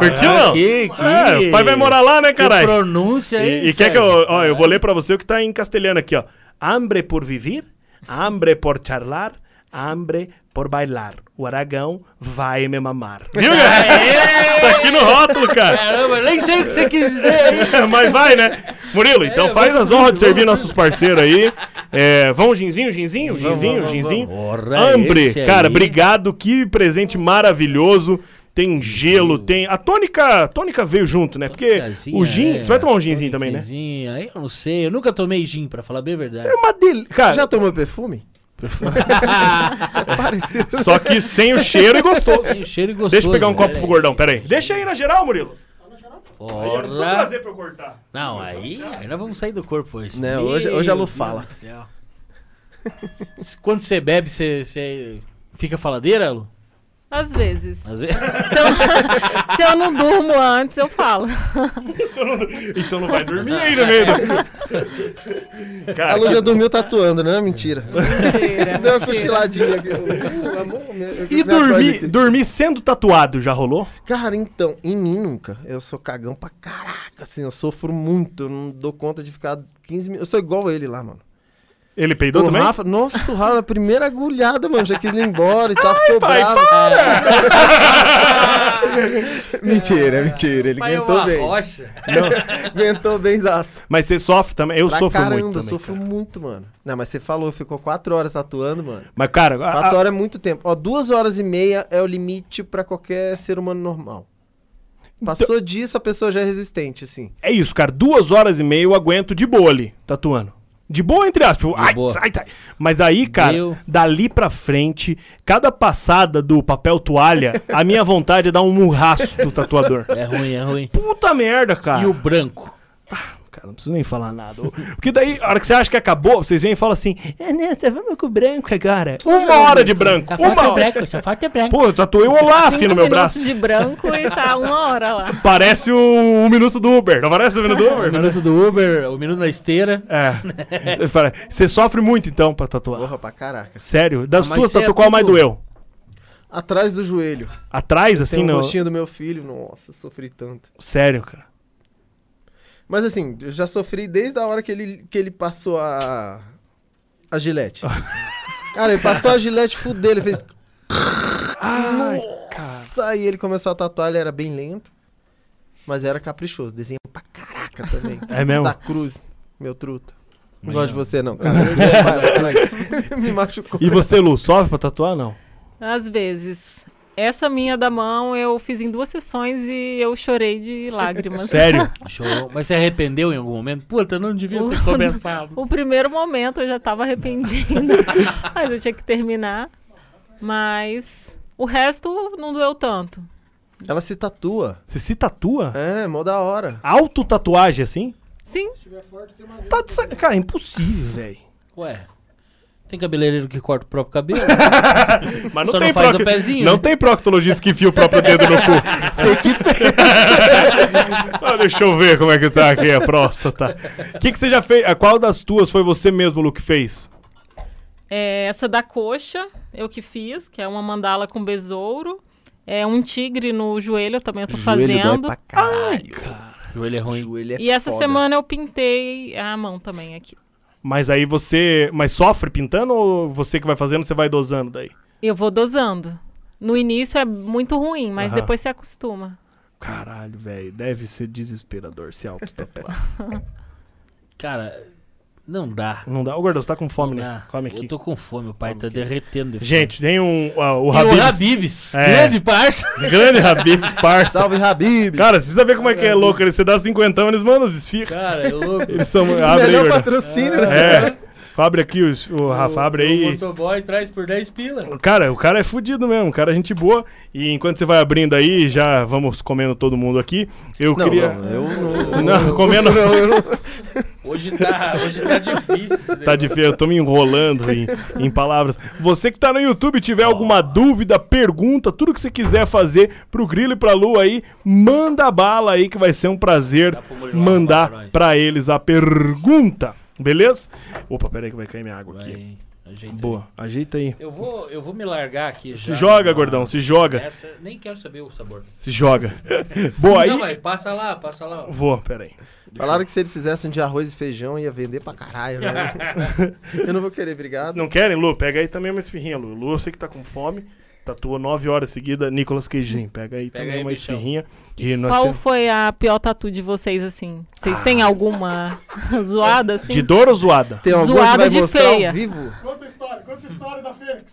Curtiu, não?
que- que-
É, o pai vai morar lá, né,
Que
caralho?
pronúncia É aí. É.
E, e quer que eu, ó, eu vou ler pra você o que tá em castelhano aqui, ó. Hambre por viver, hambre por charlar, hambre por bailar. O Aragão vai me mamar. Viu, cara? tá aqui no rótulo, cara.
Caramba, nem sei o que você quis dizer aí.
Mas vai, né? Murilo,
É,
então faz as honras de servir nossos parceiros aí. É, vão ginzinho, ginzinho, ginzinho, ginzinho.
Porra,
Hambre,
esse
cara,
aí.
obrigado. Que presente maravilhoso. Tem gelo, tem. A tônica, a tônica veio junto, né? Porque
Tônicazinha,
o gin.
é,
Você vai tomar um ginzinho também, né?
Ginzinho, aí eu não sei. Eu nunca tomei gin, pra falar bem a verdade.
É uma delícia. Cara,
Já tomou perfume? é parecido.
só que sem o cheiro e gostoso.
Tem o cheiro gostoso.
Deixa eu pegar um copo
né?
pro gordão, peraí. Deixa aí na geral, Murilo. Aí eu não preciso
Porra.
trazer pra eu cortar.
Não, aí, aí nós vamos sair do corpo hoje.
Não, hoje- hoje a Lu
Meu
fala.
Deus do céu. Quando você bebe, você, você fica faladeira, Lu?
Às vezes.
Às vezes.
Se eu, se eu não durmo antes, eu falo.
Isso eu não- Então não vai dormir aí no meio do...
A
Ah, Cara,
Lu já dormiu tatuando, né? Mentira.
Mentira,
Deu uma
mentira.
cochiladinha aqui. Eu-
e
eu-
dormir, dormir sendo tatuado já rolou?
Cara, então, em mim nunca. Eu sou cagão pra caraca, assim, eu sofro muito, eu não dou conta de ficar 15 minutos. Eu sou igual ele lá, mano.
Ele peidou
o
também?
Rafa, nossa, o Rafa, a primeira agulhada, mano, já quis ir embora e tal, ficou
pai,
bravo. mentira, mentira, ele aguentou bem. Aguentou bem, zaço.
Mas você sofre também? Eu
Pra
sofro
caramba,
muito
eu
também,
sofro
cara.
muito, mano. Não, mas você falou, ficou quatro horas tatuando, mano.
Mas, cara... a-
Quatro
a-
horas é muito tempo. Ó, duas horas e meia é o limite pra qualquer ser humano normal.
Então
Passou disso, a pessoa já é resistente, assim.
É isso, cara. Duas horas e meia eu aguento de boa ali, tatuando. De boa, entre aspas. Tipo, ai,
boa.
sai, sai. Mas aí, cara,
Deu.
dali pra frente, cada passada do papel toalha, a minha vontade é dar um murraço do tatuador.
É ruim, é ruim.
Puta merda, cara.
E o branco?
Cara, não preciso nem falar nada. Porque daí, a hora que você acha que acabou, vocês vêm e falam assim: É, né? Tá vendo com o branco agora? Uma hora de branco.
Tá é
Uma hora.
só falta branco.
Pô, eu tatuei o Olaf
Cinco
no meu
minutos
braço.
de branco e tá uma hora lá.
Parece o, o minuto do Uber. Não parece o minuto do
O
Uber?
minuto do Uber, o minuto da esteira.
É. Eu falo, Você sofre muito então pra tatuar.
Porra, pra caraca.
Sério? Das
Ah, mas
tuas,
você é
tatu qual mais
tudo-
doeu?
atrás do joelho.
Atrás, assim,
Tem o
não.
rostinho do meu filho. Nossa, sofri tanto.
Sério, cara.
Mas assim, eu já sofri desde a hora que ele, que ele passou a. a gilete. Cara, ele passou a gilete, fudeu, ele fez.
Ai,
Nossa! E ele começou a tatuar, ele era bem lento. Mas era caprichoso, desenho pra caraca também.
É mesmo?
Da cruz, meu truta. Não
Mas
gosto de
não.
você, não, cara. Para, Me machucou.
E você, Lu, sofre pra tatuar? Não.
Às vezes. Essa minha da mão eu fiz em duas sessões e eu chorei de lágrimas.
Sério?
Chorou. Mas se arrependeu em algum momento? Puta, eu não devia ter
Puta.
começado.
O primeiro momento eu já estava arrependida, mas eu tinha que terminar. Mas o resto não doeu tanto.
Ela se tatua.
Você se tatua?
É, mó da hora.
Auto-tatuagem, assim?
Sim,
Tá de sac... Cara, é impossível, velho.
Ué. Tem cabeleireiro que corta o próprio cabelo?
Mas
Só não faz o pezinho,
Não
né?
tem proctologista que enfia o próprio dedo no cu. Sei que Deixa eu ver como é que tá aqui a próstata. O que, que você já fez? Ah, Qual das tuas foi você mesmo, Lu, que fez?
é, essa da coxa eu que fiz, que é uma mandala com besouro. É um tigre no joelho eu também estou
Joelho
fazendo.
dói pra caralho.
Joelho é ruim.
Joelho é
E essa
foda.
semana eu pintei a mão também aqui.
Mas aí você. Mas sofre pintando ou você que vai fazendo, você vai dosando daí?
Eu vou dosando. No início é muito ruim, mas
Aham.
depois se acostuma.
Caralho, velho. Deve ser desesperador se auto-tatuar.
Cara, não dá.
Não dá. Ô, Gordão, você tá com fome,
Não
né?
dá.
Come
Eu
aqui.
tô com fome, o pai tá derretendo. de
Gente, tem um. ah, o
fome. E
Habibs.
o Habibs.
É.
Grande parça.
Grande Habibs, parça.
Salve, Habib!
Cara, você precisa ver como é que é louco. Eles- Você dá 50 eles mandam os esfirra.
Cara, é louco.
Eles são. Abre aí,
Melhor
Gordão.
patrocínio, né?
É. Abre aqui, os- o Rafa, abre
O
aí.
motoboy traz por 10 pila.
Cara, o cara é fudido mesmo, o cara é gente boa. E enquanto você vai abrindo aí, já vamos comendo todo mundo aqui. Eu
Não,
queria.
não, eu não.
Não, comendo.
Não, eu não.
Hoje tá, hoje tá difícil. esse
Tá
negócio.
difícil, eu tô me enrolando em, em palavras. Você que tá no YouTube, tiver alguma dúvida, pergunta, tudo que você quiser fazer pro Grilo e pra Lu aí, manda bala aí que vai ser um prazer
pro Murilo
mandar
falar pra nós.
pra eles a pergunta, beleza? Opa, pera aí que vai cair minha água aqui.
Vai, ajeita aí.
Boa, ajeita aí.
Eu vou, eu vou me largar aqui.
Se
já,
joga,
numa-
gordão, se joga,
Essa, nem quero saber o sabor.
se joga. Boa
Não,
aí.
vai, passa lá, passa lá.
Vou, pera aí.
Falaram que se eles fizessem de arroz e feijão ia vender pra caralho, né? eu não vou querer, obrigado.
Não querem, Lu? Pega aí também uma esfirrinha, Lu. Lu, eu sei que tá com fome. Tatuou 9 horas seguida, Nicolas Queijinho. Pega aí
Pega
também
aí,
uma
bichão.
esfirrinha. Que nós
Qual
temos-
foi a pior tatu de vocês, assim? Vocês têm alguma zoada, assim?
De dor ou zoada?
Tem algum que
Zoada
vai
de
mostrar
feia.
ao vivo?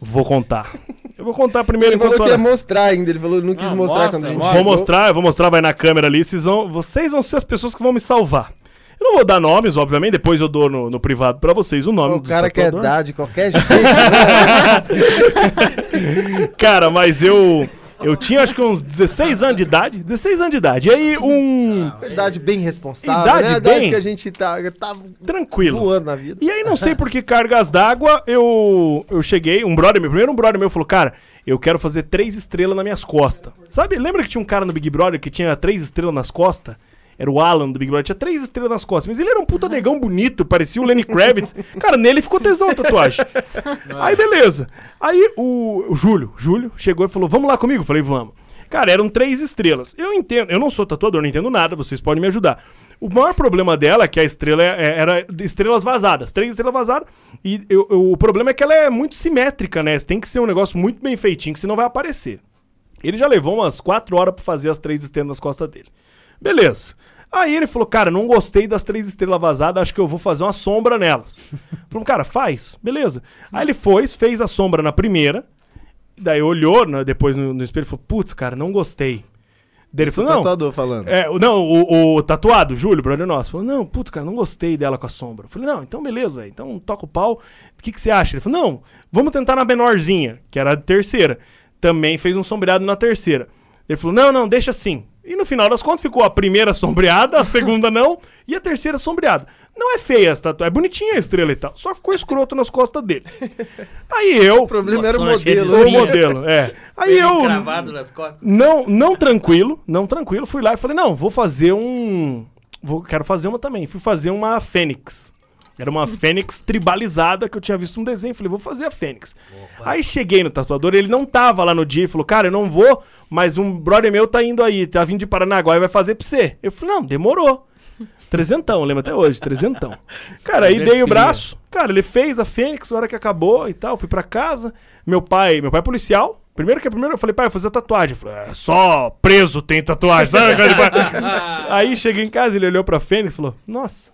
Vou contar. Eu vou contar primeiro
Ele falou
enquanto...
que é ia mostrar ainda, ele falou não quis
Ah,
mostrar
mostra,
quando a gente
mostra.
Vou
chegou.
mostrar, eu vou mostrar, vai na câmera ali. Vocês vão, vocês vão ser as pessoas que vão me salvar. Eu não vou dar nomes, obviamente, depois eu dou no, no privado pra um vocês o nome
O
do
cara quer
tatuador.
dar de qualquer jeito. né?
Cara, mas eu... Eu tinha acho que uns 16 anos de idade. 16 anos de idade. E aí um...
idade bem responsável,
Idade
né? A
bem-
idade que a gente tá, tá
Tranquilo.
voando na vida.
E aí, não sei por que cargas d'água, eu, eu cheguei, um brother meu, primeiro um brother meu falou, cara, eu quero fazer três estrelas nas minhas costas. Sabe, lembra que tinha um cara no Big Brother que tinha três estrelas nas costas? Era o Alan do Big Brother, tinha três estrelas nas costas. Mas ele era um puta negão bonito, parecia o Lenny Kravitz. Cara, nele ficou tesão a tatuagem. Aí, beleza. Aí o, o Júlio, Júlio chegou e falou, vamos lá comigo? Eu Falei, vamos. Cara, eram três estrelas. Eu entendo, eu não sou tatuador, não entendo nada, vocês podem me ajudar. O maior problema dela é que a estrela é- é- era de estrelas vazadas, três estrelas vazadas. E eu- eu- o problema é que ela é muito simétrica, né? Tem que ser um negócio muito bem feitinho, que senão vai aparecer. Ele já levou umas quatro horas pra fazer as três estrelas nas costas dele. Beleza. Aí ele falou, cara, não gostei das três estrelas vazadas, acho que eu vou fazer uma sombra nelas. Falou, cara, faz, beleza. Aí ele foi, fez a sombra na primeira, daí olhou né, depois no, no espelho e falou, putz, cara, não gostei. Daí ele
Isso tá o
falou, não,
tatuador falando.
é, o- não, o, o tatuado, Júlio, brother nosso, falou: Não, puta, cara, não gostei dela com a sombra. Eu falei: Não, então beleza, velho. Então toca o pau. O que, que você acha? Ele falou: Não, vamos tentar na menorzinha, que era a terceira. Também fez um sombreado na terceira. Ele falou: Não, não, deixa assim. E no final das contas ficou a primeira sombreada, a segunda não, e a terceira sombreada. Não é feia essa tatuagem, é bonitinha a estrela e tal. Só ficou escroto nas costas dele. Aí eu.
O problema era o
Nossa, cheio de
modelo.
O
né?
espinha.
modelo, é. Aí eu.
Cravado nas costas.
Não, não tranquilo, não tranquilo. Fui lá e falei, não, vou fazer um. Vou, quero fazer uma também. Fui fazer uma Fênix. Era uma fênix tribalizada que eu tinha visto um desenho. Falei, vou fazer a fênix. Aí cheguei no tatuador, ele não tava lá no dia. Ele falou, cara, eu não vou, mas um brother meu tá indo aí, tá vindo de Paranaguá e vai fazer pra você. Eu falei, não, demorou. Trezentão, lembro até hoje, trezentão. Cara, aí
Mas
dei o
respira.
braço. Cara, ele fez a Fênix na hora que acabou e tal. Fui pra casa. Meu pai, meu pai é policial. Primeiro que primeiro eu falei, pai, eu vou fazer tatuagem. Ele falou, é, só preso tem tatuagem. sabe, cara? Tipo, aí cheguei em casa, ele olhou pra Fênix e falou, nossa.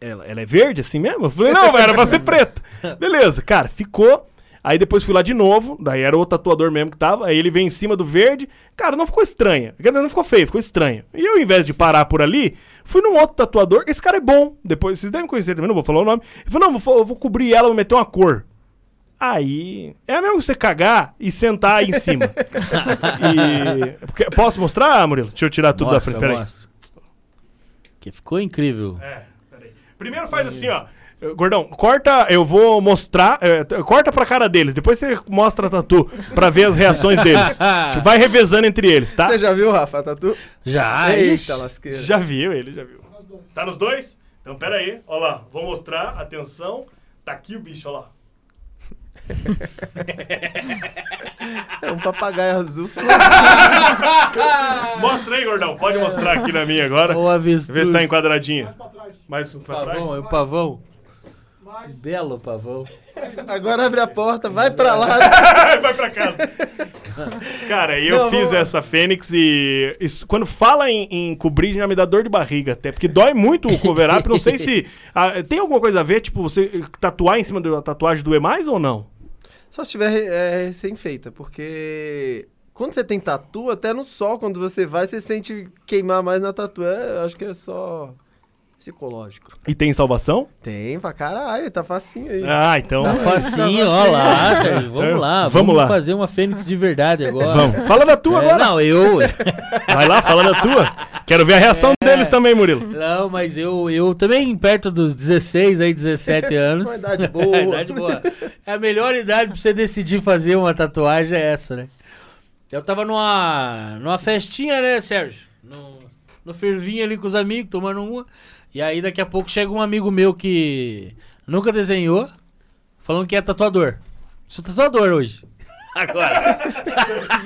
Ela, ela é verde assim mesmo? Eu falei, não, velho, era pra ser preta. Beleza, cara, ficou. Aí depois fui lá de novo, daí era o tatuador mesmo que tava, aí ele veio em cima do verde. Cara, não ficou estranha. Quer dizer, Não ficou feio, ficou estranho. E eu, ao invés de parar por ali, fui num outro tatuador. Esse cara é bom. Depois, vocês devem conhecer também, não vou falar o nome. Ele falou, não, vou, fa- eu vou cobrir ela, vou meter uma cor. Aí. É mesmo você cagar e sentar aí em cima. E- porque- posso mostrar, Murilo? Deixa eu tirar tudo
Mostra,
da frente. Peraí.
mostra. Que ficou incrível.
É, Primeiro faz assim, ó. Eh, Gordão, corta, eu vou mostrar. eh, t- corta pra cara deles, depois você mostra a tatu pra ver as reações deles. Tipo, Vai revezando entre eles, tá?
Você já viu, Rafa, a tatu?
Já, ixi.
Eita, lasqueira.
Ah, Já viu ele, já viu. Tá nos dois? Então pera aí, ó lá, vou mostrar, atenção. Tá aqui o bicho, ó lá.
É um papagaio azul.
Mostra aí, gordão, pode mostrar aqui na minha agora.
Ô, avestruz.
Vê se tá enquadradinha. Mais pra trás.
Pavão, é o pavão. Belo pavão.
Agora abre a porta, vai pra lá.
Vai pra casa. Cara, eu
Não,
fiz
vamos-
essa Fênix e. isso- quando fala em, em cobrir, já me dá dor de barriga até. Porque dói muito o cover-up. não sei se. ah, tem alguma coisa a ver, tipo, você tatuar em cima da tatuagem doer mais ou não?
Só se tiver é, recém-feita, porque quando você tem tatu, até no sol, quando você vai, você sente queimar mais na tatu. É, eu acho que é só psicológico.
E tem salvação?
Tem pra caralho, tá facinho aí.
Ah, então.
Tá facinho, ó lá. Sérgio. Vamos lá.
Vamos
Vamos,
lá.
fazer uma fênix de verdade é agora.
Vamos. Fala da tua
É,
agora.
Não, eu.
Vai lá, fala da tua. Quero ver a reação deles também, Murilo.
É. Não, mas eu, eu também, perto dos 16, aí 17 anos.
Uma idade boa.
É idade boa. É a melhor idade pra você decidir fazer uma tatuagem é essa, né? Eu tava numa, numa festinha, né, Sérgio? No, no fervinho ali com os amigos, tomando uma. E aí daqui a pouco chega um amigo meu que nunca desenhou, falando que é tatuador. Sou tatuador hoje. Agora.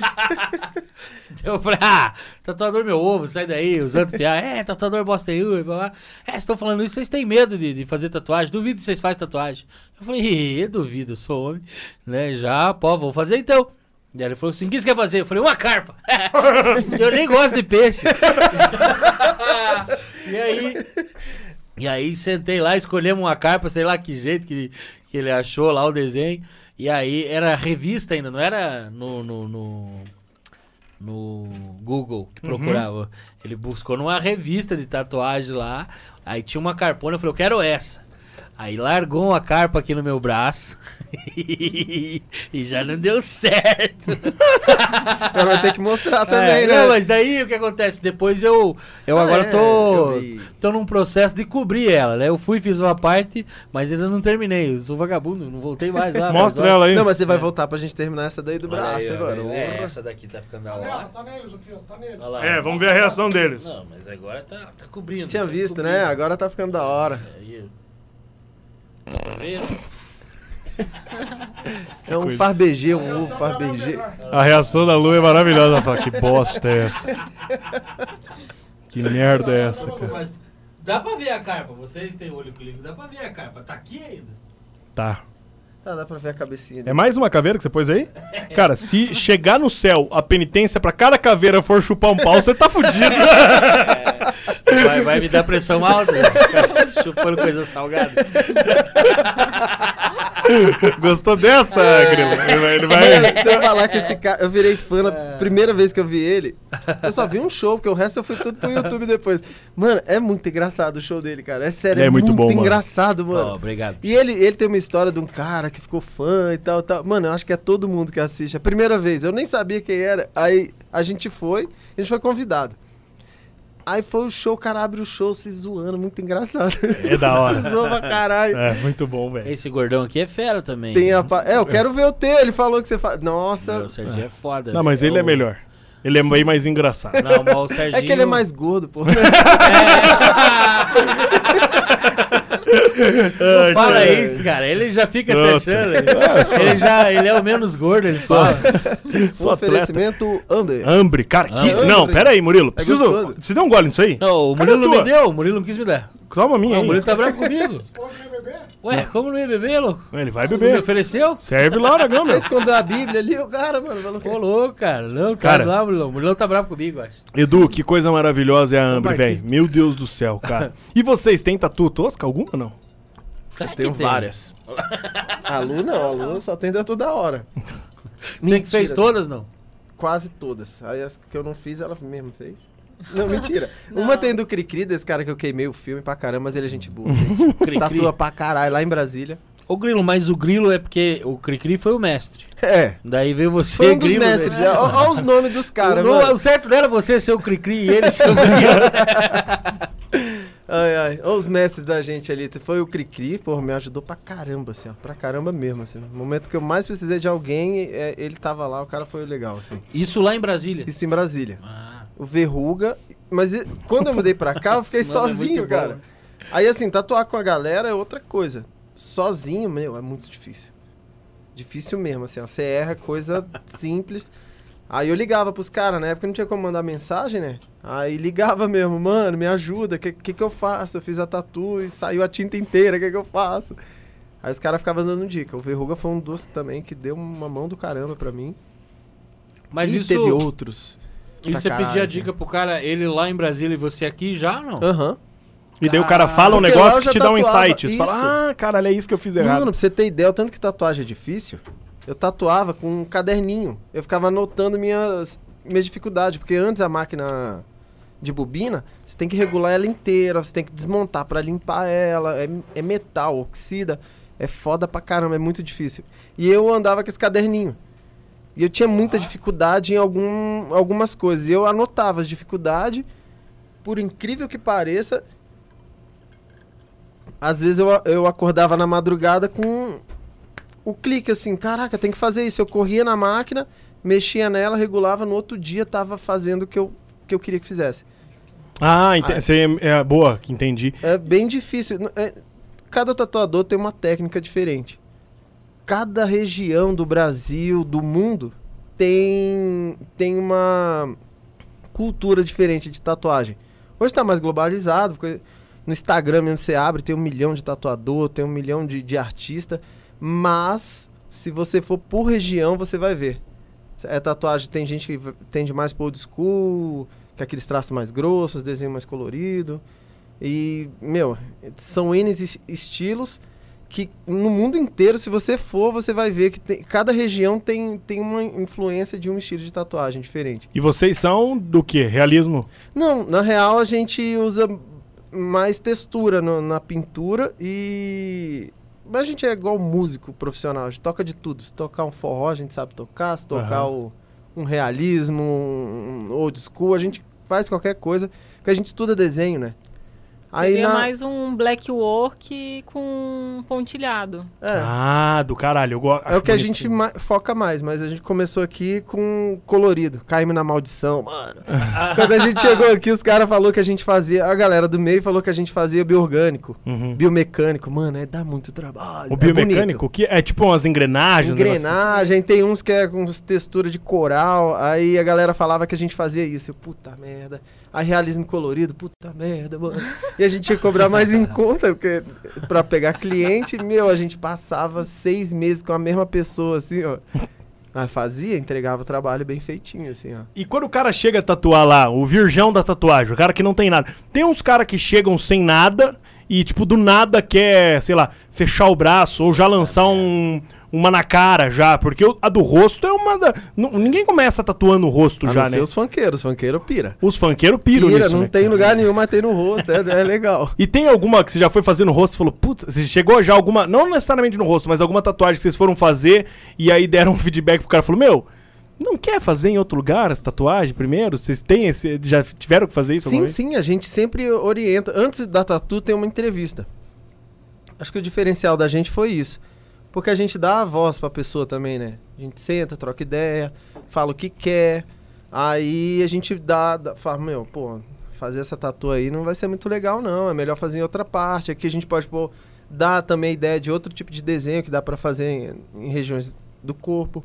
Eu falei, ah, tatuador meu ovo, sai daí, os outros piá, é, tatuador bosta aí, blá, blá. é, vocês estão falando isso, vocês têm medo de, de fazer tatuagem, duvido que vocês fazem tatuagem. Eu falei, "Ih, duvido, eu sou homem, né, já, pô, vou fazer então. E aí ele falou assim, o que você quer fazer? Eu falei, uma carpa. eu nem gosto de peixe. e aí, e aí sentei lá, escolhemos uma carpa, sei lá que jeito que, que ele achou lá o desenho. E aí era revista ainda, não era no, no, no, no Google que procurava. Ele buscou numa revista de tatuagem lá, aí tinha uma carpona, eu falei, eu quero essa. Aí largou uma carpa aqui no meu braço e já não deu certo.
Ela vai ter que mostrar também,
É,
né?
Não, mas daí o que acontece? Depois eu, eu
Ah,
agora
é,
tô,
eu vi.
tô num processo de cobrir ela, né? Eu fui, fiz uma parte, mas ainda não terminei. Eu sou vagabundo, não voltei mais lá.
Mostra
mas, ó,
ela aí.
Não, mas você vai voltar pra gente terminar essa daí do
é. olha
braço
aí, ó,
agora.
É, essa daqui tá ficando da hora.
Tá neles aqui, ó. Tá neles.
Olha lá.
É, vamos ver a reação deles.
Não, mas agora tá, tá cobrindo.
Tinha
tá
visto,
cobrindo. É,
né? Agora tá ficando da hora.
Aí. Tá vendo?
É um
coisa.
farbegê, um ovo
é
farbegê.
A reação da Lu é maravilhosa. Ela fala, que bosta é essa? Que merda é essa, cara?
Mas dá pra ver a carpa, vocês têm olho clínico, dá pra ver a carpa. Tá aqui ainda?
Tá.
Tá, dá pra ver a cabecinha
É
dele.
mais uma caveira que você pôs aí? Cara, se chegar no céu a penitência pra cada caveira for chupar um pau, você tá fudido.
Vai, vai me dar pressão alta. né? Chupando coisa salgada.
Gostou dessa,
É.
Grilo? Ele vai- Ele vai...
Você falar que esse cara. Eu virei fã na primeira vez que eu vi ele. Eu só vi um show, porque o resto eu fui tudo pro YouTube depois. Mano, é muito engraçado o show dele, cara. É sério,
Ele é muito bom, mano.
engraçado, mano.
obrigado.
E ele, ele tem uma história de um cara que ficou fã e tal, tal. Mano, eu acho que é todo mundo que assiste. A primeira vez, eu nem sabia quem era. Aí a gente foi, a gente foi convidado. Aí foi o show, o cara abre o show se zoando, muito engraçado.
É da
se
hora.
zoa pra caralho.
É, muito bom, velho.
Esse gordão aqui é fera também.
Tem a pa- É, eu quero ver o teu. Ele falou que você faz.
Meu,
Nossa.
o Serginho é foda.
Não, mas ele é
o-
melhor. Ele é bem mais engraçado.
Não, mas o Serginho...
É que ele é mais gordo, pô.
Não fala
cara.
isso, cara. Ele já fica
Puta.
se achando. Ele, já, ele é o menos gordo, ele fala.
Um
Sou Ah. atleta.
oferecimento Amber.
Hambre, cara, que.
Hambre.
Não, pera aí, Murilo. Preciso.
gostoso.
Você deu um gole nisso aí?
É Não, o
Cadê a
Murilo
tua?
não me deu, o Murilo não quis me dar.
Toma a minha.
Ah, o
Aí.
Murilo tá bravo comigo. Ué, como não ia beber, louco?
Ele vai
Você não me
beber.
ofereceu?
Serve lá, Aragão, meu.
Mas esconder a Bíblia ali, o cara, mano, falou
Ô, louco, cara. Não,
Cara.
cara. lá, Murilão. O Murilão tá bravo comigo, eu acho.
Edu, que coisa maravilhosa é a Ambre, velho.
Marquinhos.
Meu Deus do céu, cara. E vocês têm tatu tosca alguma não?
Claro que
Tenho
tem.
várias. A Lu não, a Lu só tem da toda hora.
Você que fez
Mentira.
todas, não?
Quase todas. Aí as que eu não fiz, ela mesmo fez. Não, mentira. Uma tem do Cricri, desse cara que eu queimei o filme pra caramba, mas ele é gente boa. Gente.
Cri-cri.
Tatua pra caralho, lá em Brasília.
Ô, Grilo, mas o Grilo é porque o Cricri foi o mestre.
É.
Daí veio você,
Foi um dos
Grilo, né?
mestres. Olha os nomes dos caras,
o, no-
mano.
o certo não era você ser o Cricri e ele ser o Grilo.
Ai, ai. Olha os mestres da gente ali. Foi o Cricri, porra, me ajudou pra caramba, assim, ó. Pra caramba mesmo, assim. No momento que eu mais precisei de alguém, é, ele tava lá, o cara foi legal, assim.
Isso lá em Brasília.
Isso em Brasília.
Ah,
o Verruga. Mas e- quando eu mudei pra cá, eu fiquei
Esse nome é
sozinho,
muito bom.
cara. Aí, assim, tatuar com a galera é outra coisa. Sozinho, meu, é muito difícil. Difícil mesmo, assim, ó. Você erra coisa simples. Aí eu ligava pros caras, na época não tinha como mandar mensagem, né? Aí ligava mesmo, mano, me ajuda, o que, que que eu faço? Eu fiz a tatu e saiu a tinta inteira, o que que eu faço? Aí os caras ficavam dando dica. O Verruga foi um doce também que deu uma mão do caramba pra mim.
mas
e
isso,
teve outros.
isso
pra
você pedir a
caralho. né?
dica pro cara, ele lá em Brasília e você aqui já, não?
Aham.
E daí o cara fala um
Ah, Porque lá
negócio
eu
que
já
te dá um
tatuava.
insight. Você fala,
Isso.
ah, caralho, é isso que eu fiz errado.
Mano, pra você ter ideia, o tanto que tatuagem é difícil, eu tatuava com um caderninho. Eu ficava anotando minhas, minhas dificuldades, porque antes a máquina de bobina, você tem que regular ela inteira, você tem que desmontar pra limpar ela, é, é metal, oxida, é foda pra caramba, é muito difícil. E eu andava com esse caderninho. E eu tinha muita
Ah.
dificuldade em algum, algumas coisas. E eu anotava as dificuldades, por incrível que pareça, às vezes eu, a- eu acordava na madrugada com o clique assim, caraca, tem que fazer isso. Eu corria na máquina, mexia nela, regulava, no outro dia tava fazendo o que eu, que eu queria que fizesse.
Ah, ente- você é, é boa, que entendi.
É bem difícil. N- é- cada tatuador tem uma técnica diferente. Cada região do Brasil, do mundo, tem, tem uma cultura diferente de tatuagem. Hoje tá mais globalizado, porque no Instagram mesmo você abre, tem um milhão de tatuador, tem um milhão de, de artista, mas se você for por região, você vai ver. É tatuagem, tem gente que v- tende mais pro old school, que é aqueles traços mais grossos, desenho mais colorido. E, meu, são N es- estilos que no mundo inteiro, se você for, você vai ver que tem- cada região tem, tem uma influência de um estilo de tatuagem diferente.
E vocês são do quê? Realismo?
Não, na real a gente usa mais textura no- na pintura e. Mas a gente é igual músico profissional, a gente toca de tudo. Se tocar um forró, a gente sabe tocar, se tocar o- um realismo, um um old school, a gente faz qualquer coisa, porque a gente estuda desenho, né?
Seria mais um black work com pontilhado.
é.
Ah, do caralho. Eu gosto.
É o que a gente ma- foca mais, mas a gente começou aqui com colorido. Caímos na maldição, mano. Quando a gente chegou aqui, os caras falaram que a gente fazia. A galera do meio falou que a gente fazia bioorgânico,
Uhum.
biomecânico. Mano, é dá muito trabalho.
O
é
biomecânico,
bonito.
que é tipo umas engrenagens. um negócio
Engrenagem, tem uns que é com textura de coral. Aí a galera falava que a gente fazia isso. Eu, Puta merda. Aí realismo colorido, puta merda, mano. E a gente ia cobrar mais em conta, porque pra pegar cliente, meu, a gente passava seis meses com a mesma pessoa, assim, ó. Mas fazia, entregava o trabalho bem feitinho, assim, ó.
assim. E quando o cara chega a tatuar lá, o virgão da tatuagem, o cara que não tem nada. Tem uns caras que chegam sem nada e, tipo, do nada quer, sei lá, fechar o braço ou já lançar um. Uma na cara já, porque o- a do rosto é uma da. nu- Ninguém começa tatuando o rosto
A
já,
não ser
né?
os funkeiros, funkeiro pira.
Os funkeiros piram
Pira,
nisso.
não
né,
tem
cara?
lugar nenhum, mas tem no rosto, é, é legal.
E tem alguma que você já foi fazer no rosto e falou, putz, você chegou já alguma, não necessariamente no rosto, mas alguma tatuagem que vocês foram fazer e aí deram um feedback pro cara e falou, meu, não quer fazer em outro lugar essa tatuagem primeiro? Vocês têm esse, já tiveram que fazer isso
Sim,
alguma vez?
sim, a gente sempre orienta. Antes da tatu tem uma entrevista. Acho que o diferencial da gente foi isso. Porque a gente dá a voz pra pessoa também, né? A gente senta, troca ideia, fala o que quer. Aí a gente dá, dá fala, meu, pô, fazer essa tatu aí não vai ser muito legal, não. É melhor fazer em outra parte. Aqui a gente pode pôr, dar também ideia de outro tipo de desenho que dá pra fazer em, em regiões do corpo.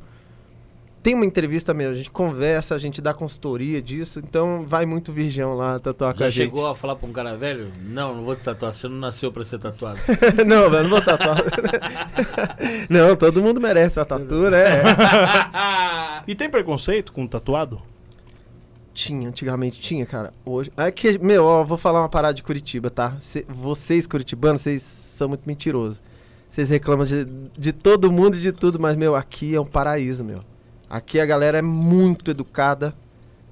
Tem uma entrevista mesmo, a gente conversa, a gente dá consultoria disso. Então vai muito virgão lá tatuar com
Ah, Já
a gente.
chegou a falar pra um cara velho? Não, não vou te tatuar, você não nasceu pra ser tatuado.
não, velho, não vou tatuar. não, todo mundo merece uma tatu, né?
Ah.
E tem preconceito com tatuado?
tinha, antigamente tinha, cara. Hoje. É que, meu, ó, vou falar uma parada de Curitiba, tá? Cê- vocês, curitibanos, vocês são muito mentirosos. Vocês reclamam de, de todo mundo e de tudo, mas, meu, aqui é um paraíso, meu. Aqui a galera é muito educada.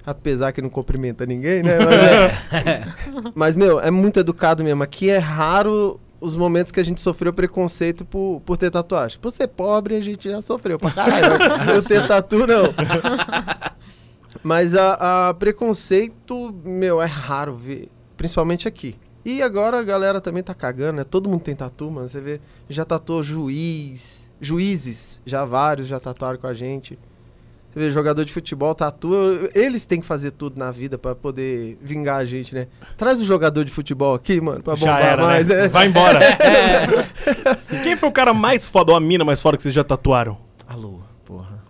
Apesar que não cumprimenta ninguém, né? Mas, é. Mas, meu, é muito educado mesmo. Aqui é raro os momentos que a gente sofreu preconceito por, por ter tatuagem. Por ser pobre, a gente já sofreu. Pra caralho, eu ter tatu, não. Mas a, a preconceito, meu, é raro ver. Principalmente aqui. E agora a galera também tá cagando, né? Todo mundo tem tatu, mano. Você vê, já tatuou juiz, juízes, já vários já tatuaram com a gente. Você vê, jogador de futebol tatua, eles têm que fazer tudo na vida pra poder vingar a gente, né? Traz o jogador de futebol aqui, mano, pra
Já
bombar
era,
mais,
né?
né?
Vai embora. É. Quem foi o cara mais foda, ou a mina mais foda que vocês já tatuaram?
Alô, porra.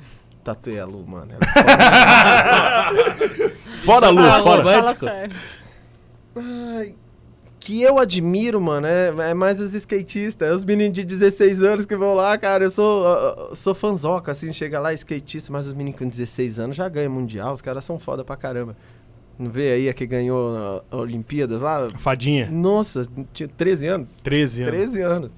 Tatuei a Lu, mano.
Fora, Lu,
Fala,
fora.
fala sério.
Ai, que eu admiro, mano, é, é mais os skatistas, é os meninos de 16 anos que vão lá, cara. Eu sou, ah, ah, sou fanzoca, assim, chega lá, skatista, mas os meninos com 16 anos já ganham mundial, os caras são foda pra caramba. Não vê aí a que ganhou ah, a Olimpíadas lá?
Fadinha.
Nossa, tinha 13 anos?
13 anos.
13 anos.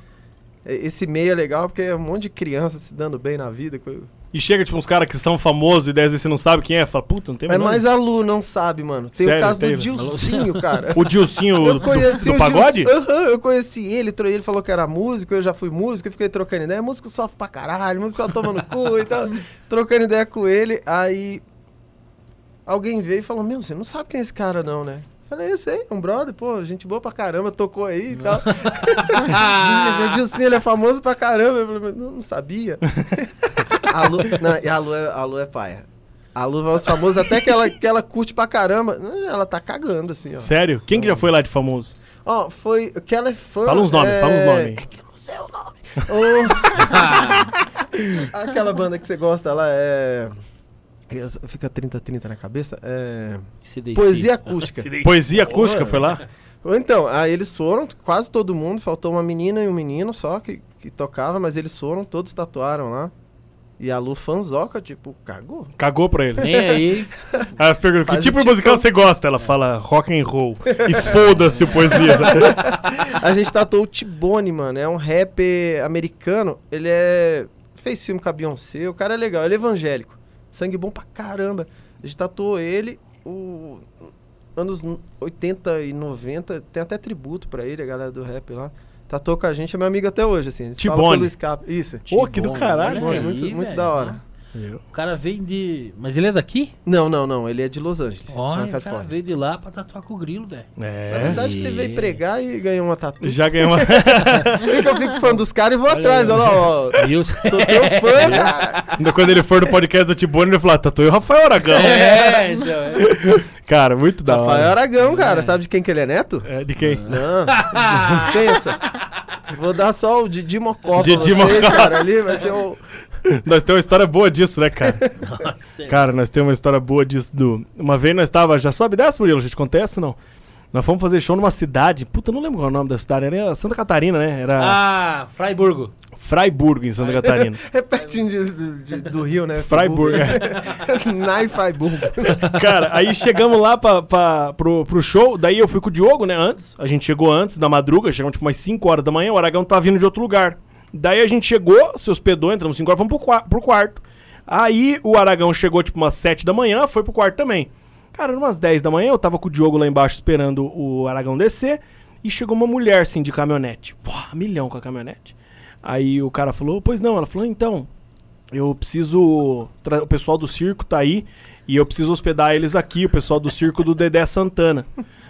E- Esse meio é legal porque é um monte de criança se dando bem na vida. co-
E chega, tipo, uns caras que são famosos e 10 vezes você não sabe quem é. Fala, puta, não tem
É
menor-
mais a Lu, não sabe, mano. Tem
Sério,
o caso
teve?
do Dilcinho, cara.
O Dilcinho do,
Eu conheci
do
o
pagode?
Gilson- Aham, eu conheci ele, tro- ele falou que era músico, eu já fui músico, eu fiquei trocando ideia. Músico sofre pra caralho, músico só toma no cu e tal. Trocando ideia com ele, aí alguém veio e falou: Meu, você não sabe quem é esse cara, não, né? Falei, eu sei, é um brother, pô, gente boa pra caramba, tocou aí e tal. Meu Deus, sim, ele é famoso pra caramba. Eu falei, "Mas não, não sabia. a, Lu, não, e a, Lu é, a Lu é paia. A Lu é os famosos, até que ela, que ela curte pra caramba. Ela tá cagando, assim, ó.
Sério? Quem que já foi lá de famoso?
Ó, foi. Que ela é fã.
Fala uns nomes,
é...
fala uns nomes aí.
Ô, Aquela banda que você gosta lá é. Fica 30-30 na cabeça? É.
CDC.
Poesia acústica.
Poesia acústica foi lá?
Ou Então, aí eles foram, quase todo mundo, faltou uma menina e um menino só que, que tocava, mas eles foram, todos tatuaram lá. E a Lu fanzoca, tipo, cagou.
Cagou pra ele.
Nem aí.
Aí você pergunta, que
Faz
tipo
o
de musical
tipo-
você gosta? Ela fala rock and roll. E foda-se o poesia. sabe?
A gente tatuou o Tibone, mano. É um rapper americano. Ele é. Fez filme com a Beyoncé. O cara é legal, ele é evangélico. Sangue bom pra caramba. A gente tatuou ele. O... Anos 80 e 90. Tem até tributo pra ele, a galera do rap lá. Tatuou com a gente, é meu amigo até hoje, assim. eles falam
T-Bone.
pelo escape. Isso.
Pô, que do caralho,
olha
T-Bone, é muito-
aí,
muito
velho.
da hora.
tipo, né? O cara veio de. Mas ele é daqui?
Não, não, não. Ele é tá de Los Angeles.
Olha,
na
o cara
Califórnia.
veio de lá pra tatuar com o grilo, velho.
Na
É.
verdade, ele veio pregar e ganhou uma tatu.
Já ganhou uma.
Por que eu fico fã dos caras e vou
Olha
atrás.
aí.
Olha lá, ó.
Viu?
Sou teu fã, cara.
Ainda Quando ele for no podcast do Tibone, ele vai falar, tatuei o Rafael Aragão.
É, então. é.
Cara, muito da
Rafael
hora.
Aragão, cara. Sabe de quem que ele é neto?
É, de quem?
Não. Pensa. Vou dar só o Didi Mocó pra
Didi
vocês,
Mocó.
cara. Ali vai ser o...
Nós temos uma história boa disso, né, cara?
Nossa, é.
Cara, nós temos uma história boa disso. Do... Uma vez nós tava. Já sobe dessa, Murilo? Já te contei essa ou não? Nós fomos fazer show numa cidade. Puta, eu não lembro qual é o nome da cidade. Era Santa Catarina, né? Era
Ah, Freiburgo.
Freiburgo, em Santa Catarina.
É pertinho de- de- do Rio, né?
Freiburg. é.
Nai Freiburg.
Cara, aí chegamos lá pra, pra- pro, pro show, daí eu fui com o Diogo, né, antes. A gente chegou antes, da madruga, chegamos tipo umas 5 horas da manhã, o Aragão tava vindo de outro lugar. Daí a gente chegou, se hospedou, entramos 5 horas, fomos pro, qua- pro quarto. Aí o Aragão chegou tipo umas 7 da manhã, foi pro quarto também. Cara, era umas 10 da manhã, eu tava com o Diogo lá embaixo esperando o Aragão descer. E chegou uma mulher, assim, de caminhonete. Pô, milhão com a caminhonete. Aí o cara falou, pois não. Ela falou, então, eu preciso. tra- O pessoal do circo tá aí e eu preciso hospedar eles aqui, o pessoal do circo do Dedé Santana.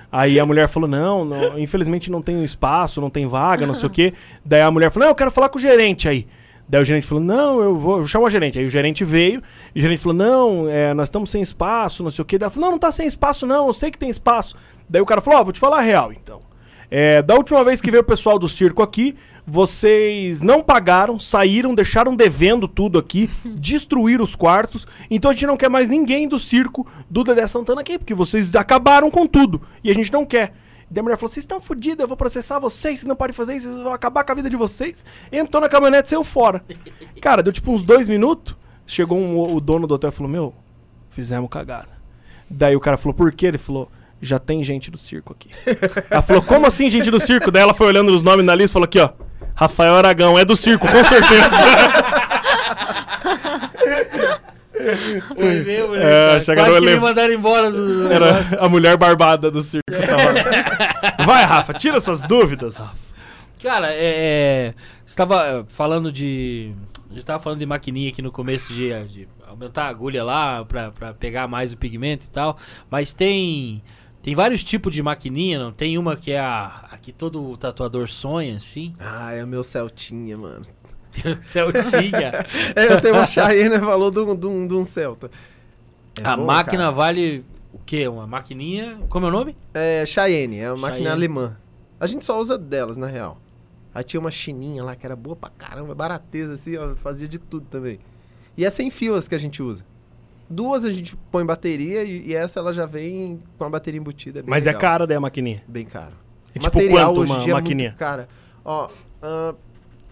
Aí a mulher falou: não, não, infelizmente não tem espaço, não tem vaga, não sei o quê. Daí a mulher falou: não, eu quero falar com o gerente aí. Daí o gerente falou: Não, eu vou chamar o gerente. Aí o gerente veio e o gerente falou: Não, é, nós estamos sem espaço, não sei o quê. Daí ela falou: Não, não tá sem espaço, não, eu sei que tem espaço. Daí o cara falou: Ó, vou te falar a real então. É, da última vez que veio o pessoal do circo aqui, vocês não pagaram, saíram, deixaram devendo tudo aqui, destruíram os quartos. Então a gente não quer mais ninguém do circo do Dedé Santana aqui, porque vocês acabaram com tudo e a gente não quer. Daí a mulher falou: assim, vocês estão fodidos, eu vou processar vocês, vocês não podem fazer isso, vocês vão acabar com a vida de vocês. Entrou na caminhonete e saiu fora. Cara, deu tipo uns dois minutos, chegou um- o dono do hotel e falou: Meu, fizemos cagada. Daí o cara falou, por quê? Ele falou, já tem gente do circo aqui. Ela falou, como assim gente do circo? Daí ela foi olhando os nomes na lista e falou aqui, ó. Rafael Aragão, é do circo, com certeza.
Foi mesmo, né,
É,
cara?
chegaram
Quase
a
que
lev-
me mandaram embora do...
Era a mulher barbada do circo. Vai, Rafa, tira suas dúvidas, Rafa.
Cara, é, é, você tava é, falando de. A gente tava falando de maquininha aqui no começo de, eh, de aumentar a agulha lá pra, pra pegar mais o pigmento e tal. Mas tem. Tem vários tipos de maquininha, não? Tem uma que é a, a que todo tatuador sonha, assim.
Ah, é o meu Celtinha, mano.
Tem o Celtinha.
É, eu tenho uma Cheyenne, falou de um, de um, de um Celta. É
a
bom,
máquina
cara.
vale o quê? Uma maquininha. Como é o nome?
É Cheyenne, é uma máquina
Cheyenne.
alemã. A gente só usa delas, na real. Aí tinha uma chininha lá que era boa pra caramba, barateza assim, ó, fazia de tudo também. E é sem fio as que a gente usa. Duas a gente põe bateria e, e essa ela já vem com a bateria embutida. bem
Mas é
legal.
cara daí a maquininha.
Bem caro.
É tipo quanto uma maquininha?
cara. Ó, ah,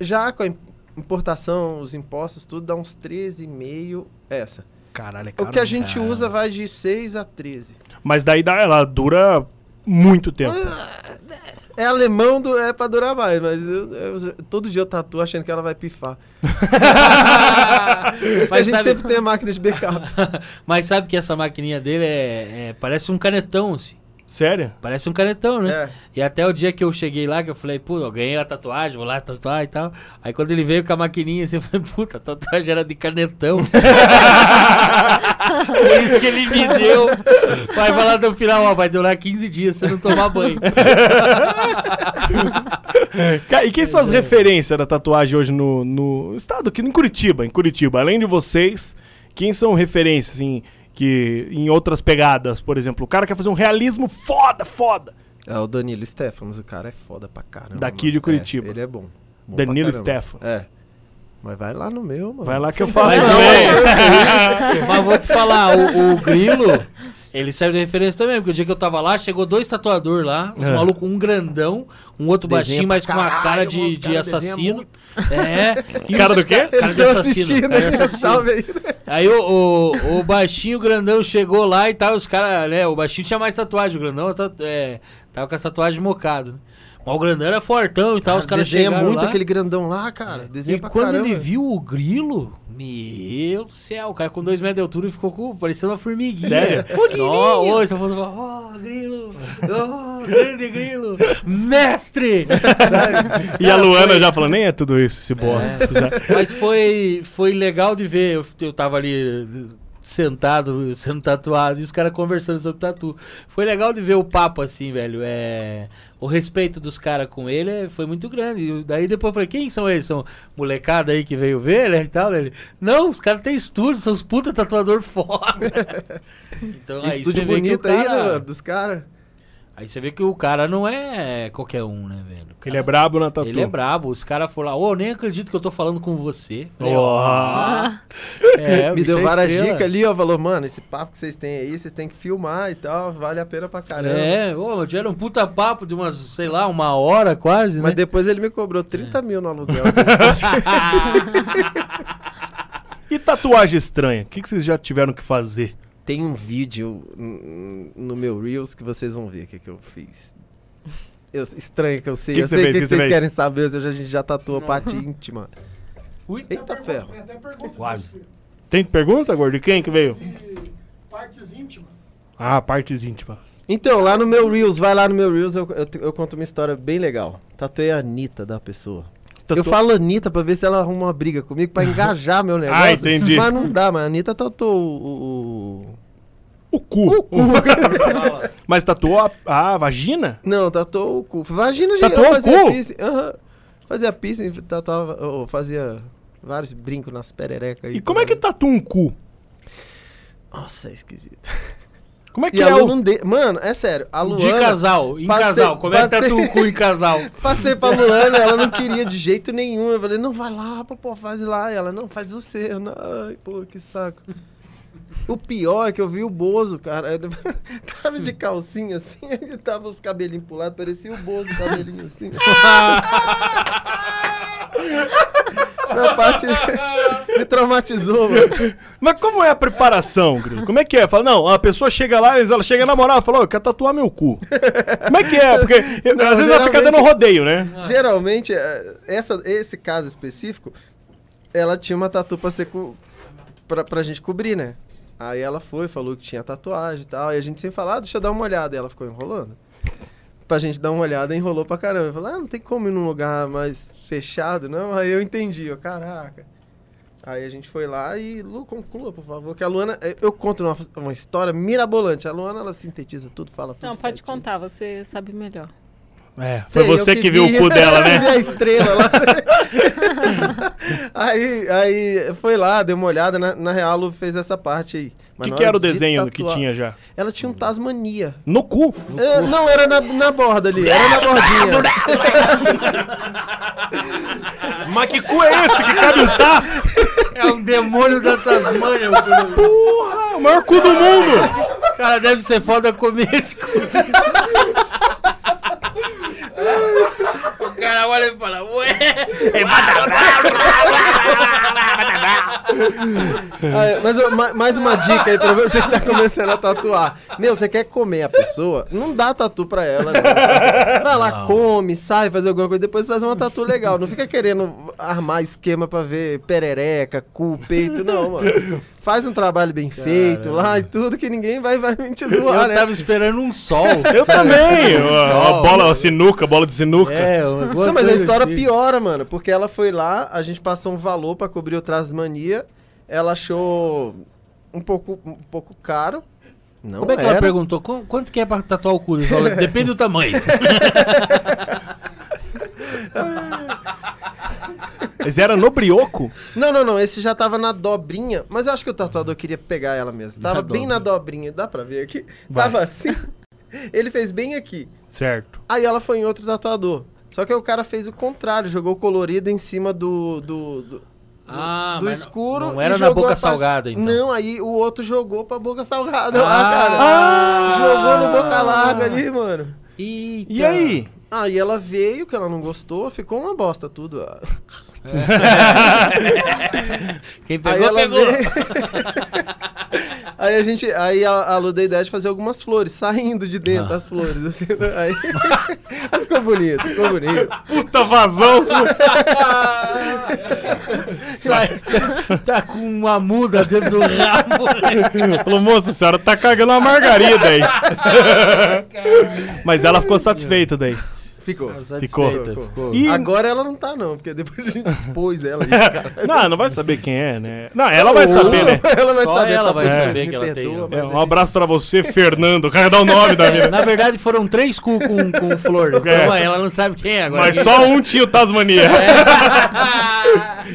já com a im- importação, os impostos, tudo dá uns 13,5 essa.
Caralho, é
O que a gente usa vai de 6 a 13.
Mas daí dá- ela dura muito tempo.
É alemão, do, é pra durar mais, mas eu- eu- todo dia eu tatuo achando que ela vai pifar. Por isso que a
Mas
gente
sabe-
sempre tem a máquina de backup.
Mas sabe que essa maquininha dele é, é- Parece um canetão, assim.
Sério?
Parece um canetão, né?
É.
E até o dia que eu cheguei lá, que eu falei, pô, eu ganhei a tatuagem, vou lá tatuar e tal. Aí quando ele veio com a maquininha, assim, eu falei, puta, a tatuagem era de canetão. Por isso que ele me deu. Vai falar no final, ó, vai durar 15 dias se eu não tomar banho.
Ca- E quem são as referências da tatuagem hoje no, no estado aqui, em Curitiba, em Curitiba? Além de vocês, quem são referências assim, que em outras pegadas, por exemplo, o cara quer fazer um realismo foda, foda.
É o Danilo Stefanos, o cara é foda pra caramba.
Daqui de
mano.
Curitiba.
É, ele é bom. Bom pra
Danilo
caramba.
Stefanos.
É. Mas vai lá no meu, mano.
Vai lá que eu faço
Mas não,
também.
Mas vou te falar, o, o Grilo, ele serve de referência também, porque o dia que eu tava lá, chegou dois tatuador lá, os
É.
malucos, um grandão, um outro baixinho,
Desenha pra
mas com uma
caralho,
cara
mano,
de,
os
de
cara desenha
assassino. É. E
Cara
os
do quê?
Cara
Eles
de assassino.
estão assistindo,
Cara de
né?
assassino.
Salve aí.
Aí o, o, o baixinho, o grandão chegou lá e tal, os caras, né? O baixinho tinha mais tatuagem, o grandão ta- é, tava com as tatuagens mocado. né? Mas o grandão era fortão e tal, os caras
Desenha
chegaram
muito
lá.
aquele grandão lá, cara. Desenha
E
pra
quando
caramba.
ele viu o grilo, meu do céu, o cara com dois metros de altura ficou com, parecendo uma formiguinha.
Sério?
Ó, oi, só falou, ó, grilo, ó, grande grilo, mestre!
E a Luana já falou, nem é tudo isso, esse bosta.
É.
Já-
Mas foi, foi legal de ver. Eu, eu tava ali sentado, sendo tatuado, e os caras conversando sobre tatu. Foi legal de ver o papo assim, velho. É, o respeito dos caras com ele é- foi muito grande. E daí depois eu falei, quem são eles? São molecada aí que veio ver, né, e tal? Ele, não, os caras têm estúdio, são os puta tatuador foda. então aí você
Estúdio
vê que o
bonito aí, né,
cara...
mano? Dos caras.
Aí você vê que o cara não é qualquer um, né, velho? O
Ele é
cara-
brabo
Tá
na tatu.
ele é brabo, os caras foram lá, ô, nem acredito que eu tô falando com você. Falei,
Ó.
"Ah." É, o
Me
bicho
deu
é
várias
estrela.
dicas ali, ó. Falou, mano, esse papo que vocês têm aí, vocês têm que filmar e tal. Vale a pena pra caramba.
É, ô, mas era um puta papo de umas, sei lá, uma hora quase,
Mas
né?
depois ele me
É.
cobrou 30 mil no aluguel.
E tatuagem estranha? O que, que vocês já tiveram que fazer?
Tem um vídeo hum, no meu Reels que vocês vão ver o que, que eu fiz. Eu, estranho que eu sei.
Que que
eu
você
sei o
fez?
que,
Que que você
vocês
fez?
querem saber. se A gente já tatuou a parte íntima.
Ui,
Eita ferro.
Quase. Tem pergunta, Gordo? E quem que veio?
Partes íntimas.
Ah, partes íntimas.
Então, lá no meu Reels, vai lá no meu Reels, eu, eu, eu conto uma história bem legal. Tatuei a Anitta da pessoa.
Tatu-
Eu falo Anitta pra ver se ela arruma uma briga comigo pra engajar meu negócio.
Ah, entendi.
Mas não dá, mas a Anitta tatuou o. o- o-
O cu. Mas tatuou a, a vagina?
Não, tatuou o cu. Vagina
Tatuou o
fazia
cu?
piercing. Aham. Fazia piercing, tatuava. Ou fazia Vários brincos nas pererecas aí.
E como é que tatua um cu?
Nossa, é esquisito.
Como é que
E
é
a Lu
o...
não de... Mano, é sério. A Luana...
De casal, em
passei-
casal. Como é que tá
passei-
tu cu em casal?
Passei pra Luana, ela não queria de jeito nenhum. Eu falei, não, vai lá, pô, faz lá. E ela, não, faz você. Eu, não, ai, pô, que saco. O pior é que eu vi o Bozo, cara. Ele tava de calcinha assim, ele tava os cabelinhos pro lado, parecia o Bozo, o cabelinho assim. Na parte. Me traumatizou, mano.
Mas como é a preparação, Grilo? Como é que é? Fala, não, a pessoa chega lá, ela chega na moral e fala, ó, eu quero tatuar meu cu. Como é que é? Porque eu-
Não,
às vezes ela fica
geralmente-
dando rodeio, né?
Geralmente, eh, essa, esse caso específico, ela tinha uma tatu pra, ser co- pra, pra gente cobrir, né? Aí ela foi, falou que tinha tatuagem e tal. E a gente sem falar, ah, deixa eu dar uma olhada. E ela ficou enrolando. Pra gente dar uma olhada, enrolou pra caramba. Eu falei, ah, não tem como ir num lugar mais fechado, não? Aí eu entendi, ó, caraca. Aí a gente foi lá e, Lu, conclua, por favor, que a Luana... eh, Eu conto uma, uma história mirabolante. A Luana, ela sintetiza tudo, fala tudo
Não, pode
certinho.
contar, você sabe melhor.
É, foi
Sei, eu
você que, viu
vi-
o cu dela,
eu vi
né?
a estrela lá. aí, aí foi lá, deu uma olhada. Na, na real, a Lu fez essa parte aí.
O
Mas
que,
na
que
hora
era o
de
desenho que
tatuar-
tinha já?
Ela tinha um Tasmania.
No cu.
É, não, era na, na borda ali. Era na bordinha.
Mas que cu é esse que cabe um taço?
É um demônio da Tasmânia. o cu.
Ah, o maior cu do mundo.
Cara, deve ser foda comer esse cu. O cara olha e fala, ué!
Ah, mas eu- ma- mais uma dica aí pra você que tá começando a tatuar. Meu, você quer comer a pessoa? Não dá tatu pra ela. né? Vai lá, come, sai, faz alguma coisa, depois faz uma tatu legal. Não fica querendo armar esquema pra ver perereca, cu, peito, não, mano. Faz um trabalho bem feito lá e tudo que ninguém vai, vai te zoar,
Eu
né?
tava esperando um sol.
Eu também. Uma
Sol.
bola, uma sinuca, bola de sinuca.
É, eu
Não, mas a história piora, mano, porque ela foi lá, a gente passou um valor pra cobrir o Trasmania, ela achou um pouco, um pouco caro. Não
Como é que
era.
ela perguntou? "Qu- Quanto que é pra tatuar o cu? Ele falou, depende do tamanho.
Mas era no brioco?
Não, não, não. Esse já tava na dobrinha, mas eu acho que o tatuador queria pegar ela mesmo. Tava
Na
bem
dobra.
na dobrinha, dá pra ver aqui?
Vai.
Tava assim. Ele fez bem aqui.
Certo.
Aí ela foi em outro tatuador. Só que o cara fez o contrário, jogou o colorido em cima do. do, do,
Ah,
do
mas não-
escuro.
Não
e
era na
jogou
boca
a parte-
salgada, então.
Não, aí o outro jogou pra boca salgada. lá,
Ah!
cara.
Ah!
Jogou no boca larga ali, mano.
Eita.
E aí?
Aí ela veio, que ela não gostou, ficou uma bosta tudo.
Quem
Aí
pegou,
ela
pegou.
veio- aí a gente. Aí a, a Lu deu a ideia de fazer algumas flores, saindo de dentro as flores, assim. né? Aí, mas ficou bonito, ficou bonito.
Puta vazão.
Sai, tá, tá com uma muda dentro do rabo.
Falou, moça, a senhora tá cagando uma margarida aí. Mas ela ficou satisfeita daí.
Ficou.
Ficou.
Satisfeita.
E-
Agora ela não tá, não, porque depois a gente expôs ela. aí, cara.
Não, não vai saber quem é, né? Não, ela vai saber, né?
Ela vai
Só
saber,
ela
tá
vai
bom,
saber
me
que ela tem.
perdoa,
É,
mas
um abraço pra você, Fernando. O cara dá o nome da mina.
É, Na verdade, foram três cu com, com flor. Então,
É.
ela não sabe quem é agora.
Mas só um tio Tasmania.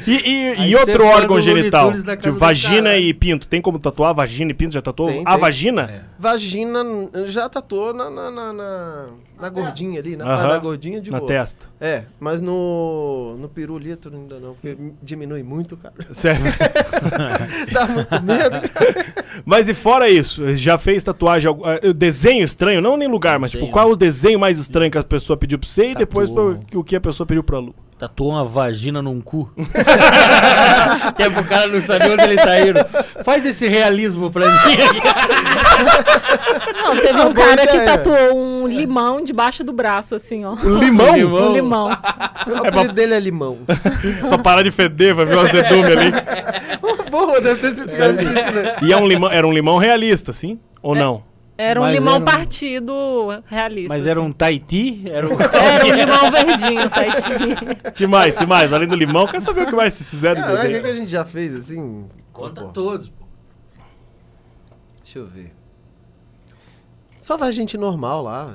E, e- e
Aí você
outro
foi
órgão
no
genital?
Looney Tunes na
Tipo,
casa do
vagina
cara. É.
e pinto. Tem como tatuar vagina e pinto? Já tatuou?
Tem,
a
tem.
vagina?
Vagina já tatuou na, na, na, na- na gordinha ali, na parte
Aham.
da gordinha de
Na
boa.
testa.
É, mas no, no pirulito ainda não, porque diminui muito, cara.
Serve.
Dá muito medo, cara.
Mas e fora isso, já fez tatuagem? algu- ah, Desenho estranho? Não nem lugar, mas tipo,
Desenho.
qual o desenho mais estranho que a pessoa pediu pra você e depois
Tatuou.
pra- o que a pessoa pediu pra Lu?
Tatuou uma vagina num cu. que é pro cara não saber onde ele tá indo. Faz esse realismo pra mim.
Não, teve um
boa
cara que
ideia.
tatuou um limão debaixo do braço, assim, ó.
O limão?
Um limão.
O apelido dele é limão.
pra parar de feder, pra ver o azedume ali.
Porra, deve ter sido difícil, né?
E é um limão, era um limão realista, sim? Ou não?
Era um
Mas
limão
era um-
partido realista.
Mas era
assim.
um Tahiti? Era um...
Era um limão verdinho, Taiti.
Que mais, que mais? Além do limão, quero saber o que mais vocês fizeram de
Caraca, o que,
desenho.
É, que a gente já fez assim?
Conta
Pô,
todos, pô.
Deixa eu ver. Só vai gente normal lá.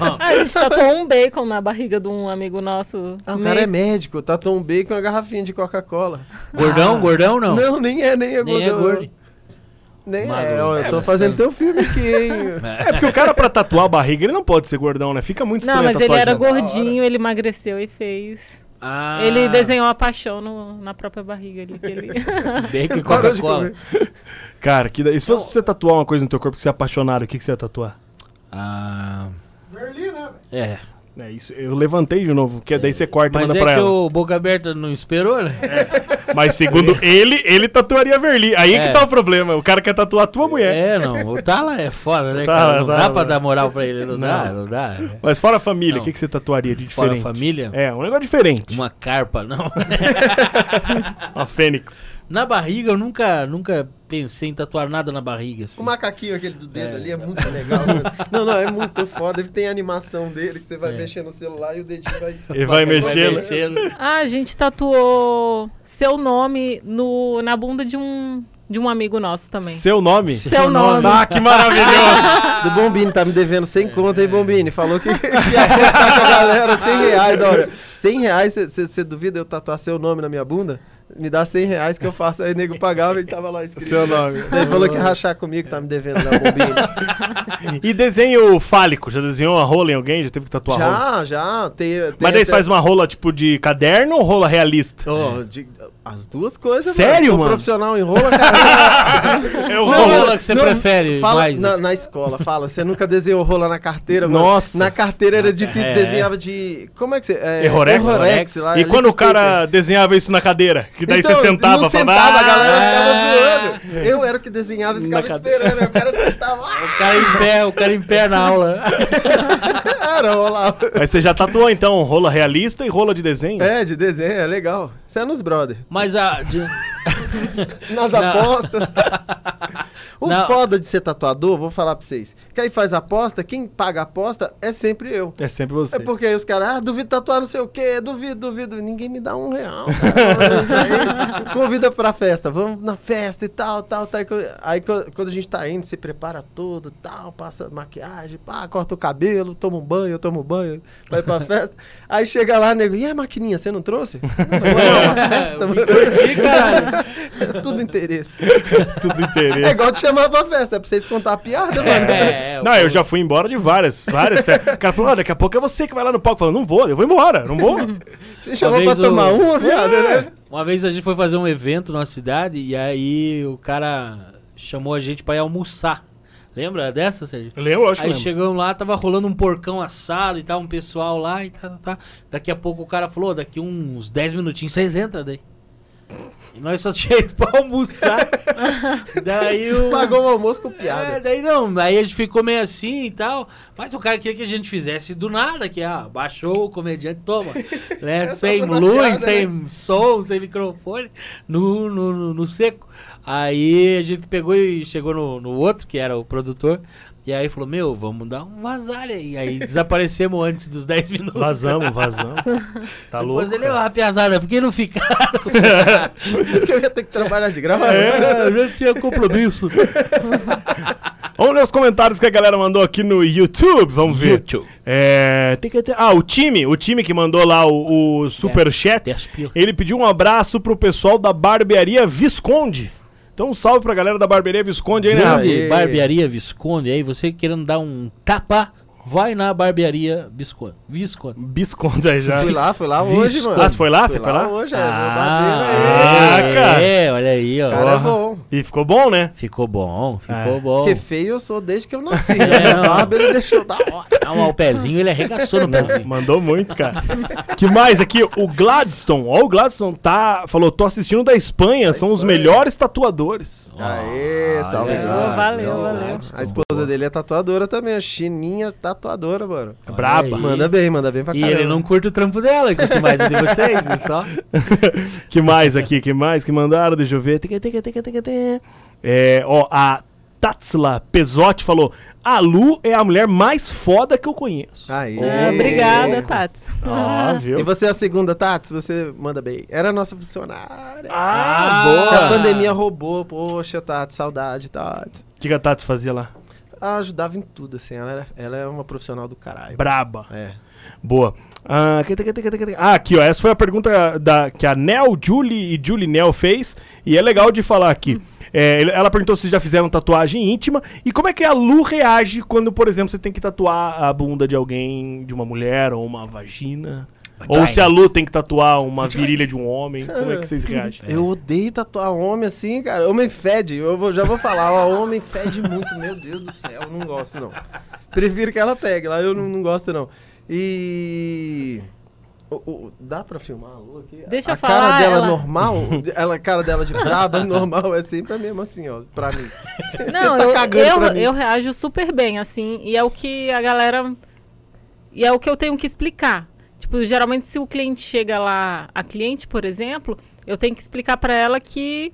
Ah, a gente tatuou um bacon na barriga de um amigo nosso.
Ah, o cara é
Meio-
médico, tatuou um bacon e uma garrafinha de Coca-Cola.
Ah.
Gordão, gordão não.
Não. nem é, nem é
Nem é
gordão,
gordo.
Nem é,
Magro.
ó,
É,
eu tô
mas
fazendo
tá-
teu filme aqui, hein?
É porque o cara pra tatuar a barriga, ele não pode ser gordão, né? Fica muito
Não,
estranho
mas
a
ele
tatuagem
era
dele.
gordinho, ele emagreceu e fez.
Ah,
Ele desenhou a paixão no- na própria barriga ali. que ele-
Bacon e
Parou de
Coca-Cola.
Cara, que da... e se fosse pra você tatuar uma coisa no teu corpo que você é apaixonado, o que, que você ia tatuar?
Ah. É.
É isso, eu levantei de novo, que daí você corta e
Mas
manda
é
pra
que
ela. É
o Boca Aberta não esperou, né?
Mas segundo
É.
ele, ele tatuaria a Verli. Aí
É.
que tá o problema. O cara quer tatuar a tua mulher.
É, não. O Tala é foda, né,
O
cara?
Tala,
Não
Tala,
dá pra
né?
dar moral pra ele. Não,
Não.
dá, não dá. né?
Mas fora a família,
Não.
o que, que você tatuaria de
Fora a
diferente?
família,
É, um negócio diferente.
uma carpa, não.
Uma fênix.
na barriga, eu nunca, nunca pensei em tatuar nada na barriga. assim.
O macaquinho aquele do dedo
É.
ali é muito legal. mano. Não, não, é muito foda. Ele tem a animação dele que você vai
É.
mexer no celular e o dedinho vai.
Ele vai mexer. né?
mexendo.
ah, a gente tatuou seu nome no, na bunda de um, de um amigo nosso também.
Seu nome?
Seu nome.
Ah, que maravilhoso.
Do Bombini, tá me devendo 100 conto, hein, Bombini? Falou que, que ia apostar com a galera 100 reais. Olha, 100 reais, você duvida eu tatuar seu nome na minha bunda? Me dá 100 reais que eu faço. Aí o nego pagava e tava lá escrito.
Seu nome.
Ele falou que ia rachar comigo, tá me devendo na Bombini.
E desenho fálico? Já desenhou uma rola em alguém? Já teve que tatuar rola?
já, já. Tem, tem
Mas daí você
até-
faz uma rola tipo de caderno ou rola realista?
Ó, de- as duas coisas.
Sério,
Sou
mano?
profissional enrola, cara.
É o
Qual
rola.
rola que você prefere
Fala
mais?
na, na escola, fala. Você nunca desenhou rola na carteira, mano?
assim? Nossa. Ah,
Na carteira era difícil,
é.
desenhava de. Como é que você. É,
Errorex?
lá,
E
ali
quando o
que tem,
cara desenhava isso na cadeira? Que daí
Então,
você sentava
não
e falava. é."
sentava, a galera
"Ah".
ficava assim. zoando. Eu era o que desenhava e
Na
ficava
cadeira.
esperando. aí O cara sentava "Ah!" lá,
O cara em pé, o cara em pé na aula.
cara, rolava.
Aí você já tatuou então rola realista e rola de desenho?
É, de desenho, é legal. Você é nos brother.
Mas a. de-
Nas
Não.
apostas. o
Não.
foda de ser tatuador, vou falar pra vocês. Que aí faz aposta, quem paga a aposta é sempre eu.
É sempre você.
É porque aí os caras, ah, duvido tatuar não sei o quê, duvido, duvido. Ninguém me dá um real. cara. aí, convida pra festa, vamos na festa e tal, tal, tal. Aí co- Aí co- quando a gente tá indo, se prepara tudo, tal, passa maquiagem, pá, corta o cabelo, toma um banho, eu tomo um banho, vai pra festa. Aí chega lá, nego, e a maquininha, você não é trouxe?
Eu me perdi, caralho.
É tudo interesse.
Tudo
É
interesse.
igual te chamar pra festa, é pra vocês contar a piada, mano.
É,
Não, eu
o-
já fui embora de várias, várias festas. O cara falou, "Ah, daqui a pouco é você que vai lá no palco. Eu falei, não vou, eu vou embora, não vou.
Você chamou pra
Talvez o- É.
tomar uma, viado, né?
Uma vez a gente foi fazer um evento na cidade e aí o cara chamou a gente pra ir almoçar. Lembra dessa, Sérgio?
Eu lembro, acho que
Aí
lembro.
chegamos lá, tava rolando um porcão assado e tal, um pessoal lá e tá, tá, tá. Daqui a pouco o cara falou, "Ó, daqui uns 10 minutinhos vocês entram daí. E nós só tinha ido pra almoçar. daí o...
Pagou o almoço com
É,
piada.
daí não, aí a gente ficou meio assim e tal. Mas o cara queria que a gente fizesse do nada, que ah, baixou o comediante, toma. né? Sem
foi na
luz,
piada, né?
sem som, sem microfone, no, no, no- no seco. Aí a gente pegou e chegou no, no outro, que era o produtor. E aí falou, meu, vamos dar um vazar aí. Aí desaparecemos antes dos 10 minutos.
Vazamos, vazamos. Tá louco.
Depois ele,
cara.
ah, piazada, por que não ficar?
Porque eu ia ter que trabalhar de graça.
É, eu já tinha compromisso.
Vamos ler os comentários que a galera mandou aqui no YouTube. Vamos ver. É, tem que ter... Ah, o time, o time que mandou lá o, o superchat.
Dez pila.
Ele pediu um abraço pro pessoal da barbearia Visconde. Então, um salve pra galera da barbearia Visconde aí, né? Rafa?
Grande
Aê.
barbearia Visconde aí, você querendo dar um tapa, vai na barbearia Visconde. Visconde.
Visconde aí já.
Fui lá, fui lá
É. Vixe,
hoje, mano.
Ah, você foi lá? Você
Fui
foi lá?
hoje, é.
Ah,
Ah,
cara.
Ah, É, olha aí, ó.
cara é
porra.
bom.
E ficou bom, né?
Ficou bom, ficou
É.
bom.
Porque feio eu sou desde que eu nasci. né? Então,
É, não.
A barba ele deixou da hora.
Dá um ao pezinho, ele arregaçou no pezinho.
Mandou muito, cara. que mais aqui? O Gladstone. Ó, o Gladstone tá, falou, tô assistindo da Espanha, são os melhores tatuadores.
Aê,
Ah,
salve.
olha,
Gladstone.
valeu, valeu.
A esposa dele é tatuadora também, a chininha tatuadora, mano.
Olha
Braba.
aí.
Manda bem, manda bem pra
E
caramba.
ele não curte o trampo dela, que curte mais o de vocês, viu só?
que mais aqui? Que mais que mandaram? Deixa eu ver. Tica, tica, tica, tica, tica. É, ó, a Tatsla Pesotti falou, a Lu é a mulher mais foda que Ah, eu conheço.
Aí.
É,
Ah, obrigada, Tati.
Ó,
E
viu?
você é a segunda, Tats? Você manda bem. Era nossa funcionária.
Ah,
Que
boa!
A pandemia roubou. Poxa, Tati, saudade, Tati.
O que que a Tati fazia lá?
Ela ajudava em tudo, assim. Ela, era- ela é uma profissional do caralho.
Braba.
É.
Boa. Ah, que- que- que- que- que- ah, aqui, ó. Essa foi a pergunta da, que a Nel, Julie e Julie Nel fez. E é legal de falar aqui. É, ele- ela perguntou se já fizeram tatuagem íntima. E como é que a Lu reage quando, por exemplo, você tem que tatuar a bunda de alguém, de uma mulher ou uma vagina? Ou se a Lu tem que tatuar uma virilha de um homem. Como é que vocês reagem?
Eu odeio tatuar homem assim, cara. Homem fede. Eu vou- já vou falar, ó, homem fede muito. Meu Deus do céu, eu não gosto, não. Prefiro que ela pegue lá, eu não, não gosto, não. E. o- o- dá pra filmar a Lu aqui?
Deixa
a
eu falar,
cara dela
ela-
normal, ela, a cara dela de braba, normal, é sempre a mesma assim, ó, pra mim. Você
Não,
tá
eu,
cagando
eu,
pra mim.
eu reajo super bem, assim, e é o que a galera. E é o que eu tenho que explicar. Tipo, geralmente se o cliente chega lá, a cliente, por exemplo, eu tenho que explicar pra ela que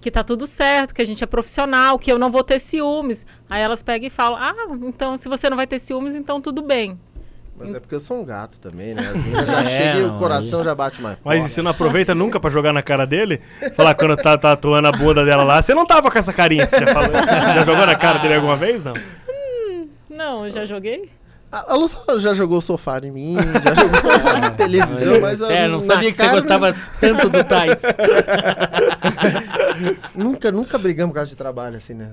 que tá tudo certo, que a gente é profissional, que eu não vou ter ciúmes. Aí elas pegam e falam: "Ah, então se você não vai ter ciúmes, então tudo bem".
Mas é porque eu sou um gato também, né? As meninas já
É,
chega e
não,
o coração já bate mais forte.
Mas você não aproveita nunca pra jogar na cara dele? Falar quando tá tatuando a bunda dela lá. Você não tava com essa carinha, você já falou. né? Já jogou na cara dele alguma vez? Não.
Não,
Ah.
eu já joguei.
A a Lu só já jogou sofá em mim, já jogou na televisão, mas...
Sério, É, não
na
sabia que você
cara, né?
gostava tanto do Thais.
Nunca, nunca brigamos por causa de trabalho, assim, né?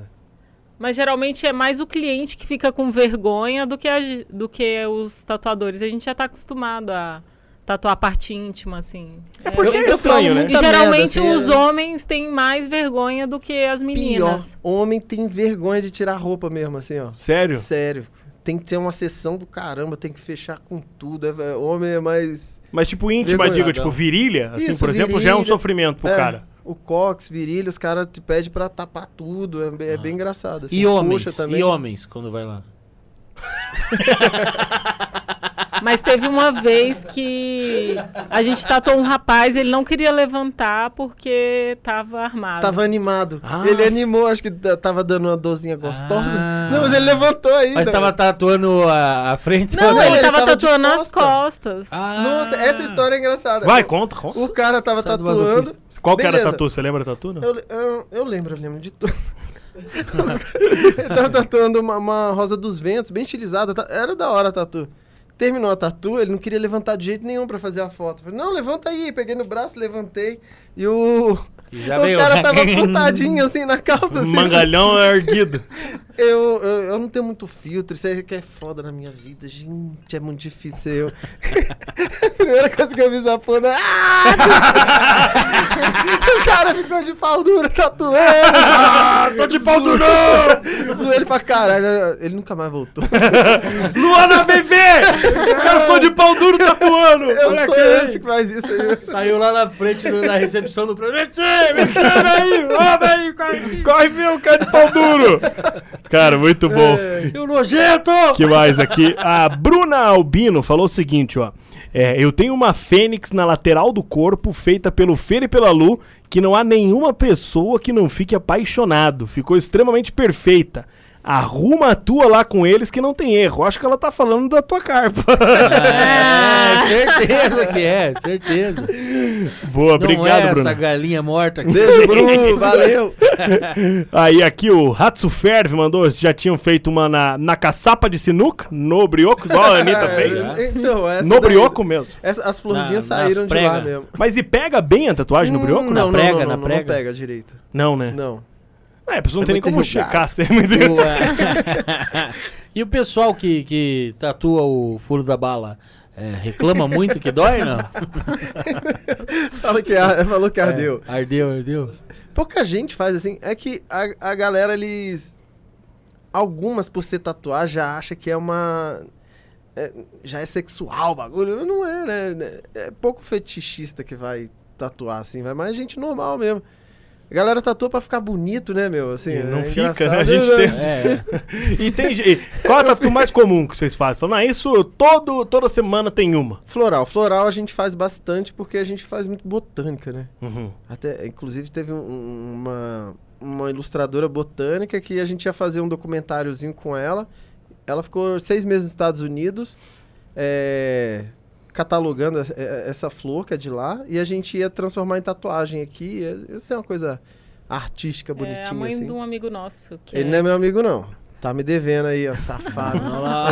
Mas geralmente é mais o cliente que fica com vergonha do que, a ge- do que os tatuadores. A gente já tá acostumado a tatuar a parte íntima, assim. É
porque é estranho, né?
E
Muita
geralmente
merda, assim,
os
é.
homens têm mais vergonha do que as meninas.
Pior, homem tem vergonha de tirar roupa mesmo, assim, ó.
Sério?
Sério. Tem que ter uma sessão do caramba, tem que fechar com tudo. É, é, homem é mais...
Mas tipo íntima,
Vergonhadão.
digo, tipo virilha, assim,
Isso,
por exemplo, já é um
virilha.
sofrimento pro
é,
cara.
O cox, virilha, os caras te pedem pra tapar tudo. É, bem- é bem engraçado. assim.
Ah. E
Coxa
homens,
também.
e homens, quando vai lá.
Mas teve uma vez que a gente tatuou um rapaz, ele não queria levantar porque tava
Ah,
armado.
Tava animado.
Ah.
Ele animou, acho que t- tava dando uma dorzinha
Ah.
gostosa. Não, mas ele levantou aí.
Mas tava tatuando a, a frente.
né?
Não,
Não,
ele,
ele
tava,
tava de
tatuando as costas.
Ah.
Nossa, essa história é engraçada.
Vai,
Eu-
conta, conta.
O cara tava
Sado
tatuando.
masoquista.
Qual que era a
Beleza.
tatu? Você lembra a tatu? Não?
Eu, eu, eu lembro, eu lembro de tudo. Eu tava tatuando uma, uma rosa dos ventos, bem estilizada. ta- Era da hora a tatu. Terminou a tatu, ele não queria levantar de jeito nenhum pra fazer a foto. Eu Falei, não, levanta aí. Peguei no braço, levantei. E o,
E já
o
veio.
cara tava apontadinho assim na calça. Assim.
Mangalhão é erguido.
Eu, eu, eu não tenho muito filtro, isso aí que é foda na minha vida, gente, é muito difícil eu. Primeira coisa que eu vi essa porra, ah! o cara ficou de pau tá duro tatuando. Ah,
tô de pau duro!
Zoei ele pra caralho, ele nunca mais voltou.
Luana BV! O cara ficou de pau duro tatuando!
Eu
Olha
sou
aqui.
esse que faz isso aí.
Saiu lá na frente do- da recepção do programa.
Olha aí, olha aí, corre, corre meu, cara de pau duro! Cara, muito bom.
Seu nojento!
que mais aqui? A Bruna Albino falou o seguinte, ó. É, eu tenho uma fênix na lateral do corpo, feita pelo Fer e pela Lu, que não há nenhuma pessoa que não fique apaixonado. Ficou extremamente perfeita. Arruma a tua lá com eles que não tem erro. Acho que ela tá falando da tua carpa.
Ah! É, certeza que é, certeza.
Boa,
Não é
obrigado,
essa
Bruna.
galinha morta aqui.
Beijo, Bruno, valeu.
Aí aqui o Ratsu Ferve mandou, já tinham feito uma na, na caçapa de sinuca, no brioco, igual a
Tá
Anitta fez.
É, Então, essa
No
daí-
brioco mesmo.
essa- as florzinhas
Na- né? nas
saíram de
prega.
lá mesmo.
Mas e pega bem a tatuagem no brioco?
Hum,
Não,
não,
prega,
não, não,
na
não,
prega?
Não pega direito.
não né?
Não.
É, a pessoa não
É
tem nem
muito
como
enrugado.
checar se é muito...
O, é. e o pessoal que, que tatua o furo da bala é, reclama muito que dói, não?
Fala que ar- falou que ardeu.
É, ardeu, ardeu.
Pouca gente faz assim. É que a, a galera, eles. Algumas, por ser tatuagem, já acha que é uma. é- já é sexual o bagulho. Não é, né? É pouco fetichista que vai tatuar assim. Vai mais gente normal mesmo. A galera tatua pra ficar bonito, né, meu? Assim,
E não
é
fica, né?
engraçado.
A gente tem-
É.
E tem... ge- e Qual é a tatu mais comum que vocês fazem? Falando, ah, isso todo, toda semana tem uma.
Floral. Floral a gente faz bastante porque a gente faz muito botânica, né?
Uhum.
Até, inclusive, teve um- um- uma, uma ilustradora botânica que a gente ia fazer um documentáriozinho com ela. Ela ficou seis meses nos Estados Unidos é, catalogando é, é, essa flor que é de lá e a gente ia transformar em tatuagem aqui. Ia, ia ser uma coisa artística,
É
bonitinha,
a mãe
assim.
de um amigo nosso. Que
Ele
é-
não é meu amigo, não. Tá me devendo aí, ó, safado.
Olha lá.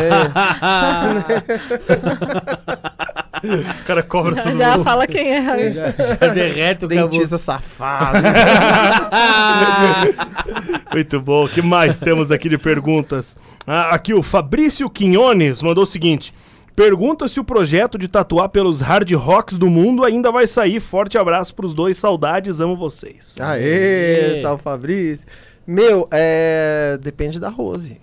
É,
O cara cobra
Já,
tudo.
já fala quem é.
já, já derrete o cabelo.
dentista safado.
Muito bom. O que mais temos aqui de perguntas? Ah, aqui o Fabrício Quinones mandou o seguinte. Pergunta se o projeto de tatuar pelos hard rocks do mundo ainda vai sair. Forte abraço pros dois, saudades, amo vocês.
Ah.
Aê,
Aê.
salve Fabrício. Meu, é. Depende da Rose.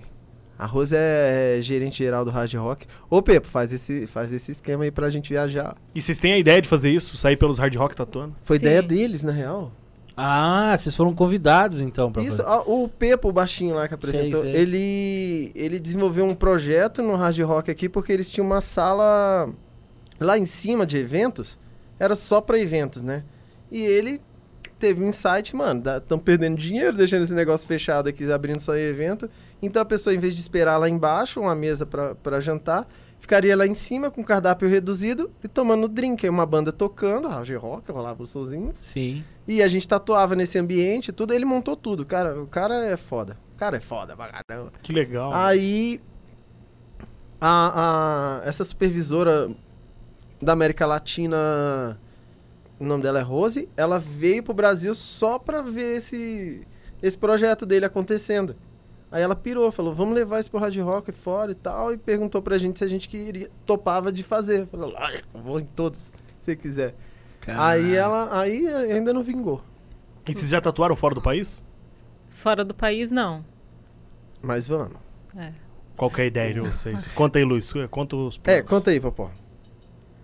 A Rose é gerente geral do Hard Rock. Ô, Pepo, faz esse, faz esse esquema aí pra gente viajar.
E vocês têm a ideia de fazer isso? Sair pelos hard rock tatuando?
Foi
Sim.
ideia deles, na real.
Ah, vocês foram convidados então pra
Isso,
fazer.
ó, o Pepo, o baixinho lá que apresentou,
sei.
Ele, ele desenvolveu um projeto no Hard Rock aqui, porque eles tinham uma sala lá em cima de eventos, era só pra eventos, né? E ele teve um insight, mano, estão perdendo dinheiro deixando esse negócio fechado aqui, abrindo só evento. Então a pessoa, em vez de esperar lá embaixo, uma mesa pra- pra jantar, ficaria lá em cima com cardápio reduzido e tomando drink. Aí uma banda tocando, Hard Rock, rolava os sozinhos.
Sim.
E a gente tatuava nesse ambiente, tudo, ele montou tudo. Cara, o cara é foda. O cara é foda pra caramba.
Que legal.
Aí a, a- essa supervisora da América Latina, o nome dela é Rose, ela veio pro Brasil só pra ver esse, esse projeto dele acontecendo. Aí ela pirou, falou, vamos levar isso pro Hard Rock fora e tal, e perguntou pra gente se a gente queria, topava de fazer. Falou, lógico, vou em todos, se quiser. Aí ela, aí ainda não vingou.
E vocês já tatuaram fora do país?
Fora do país, não.
Mas vamos.
Qual que é a ideia de vocês? Conta aí, Luiz. Conta os planos.
É, conta aí, Popó.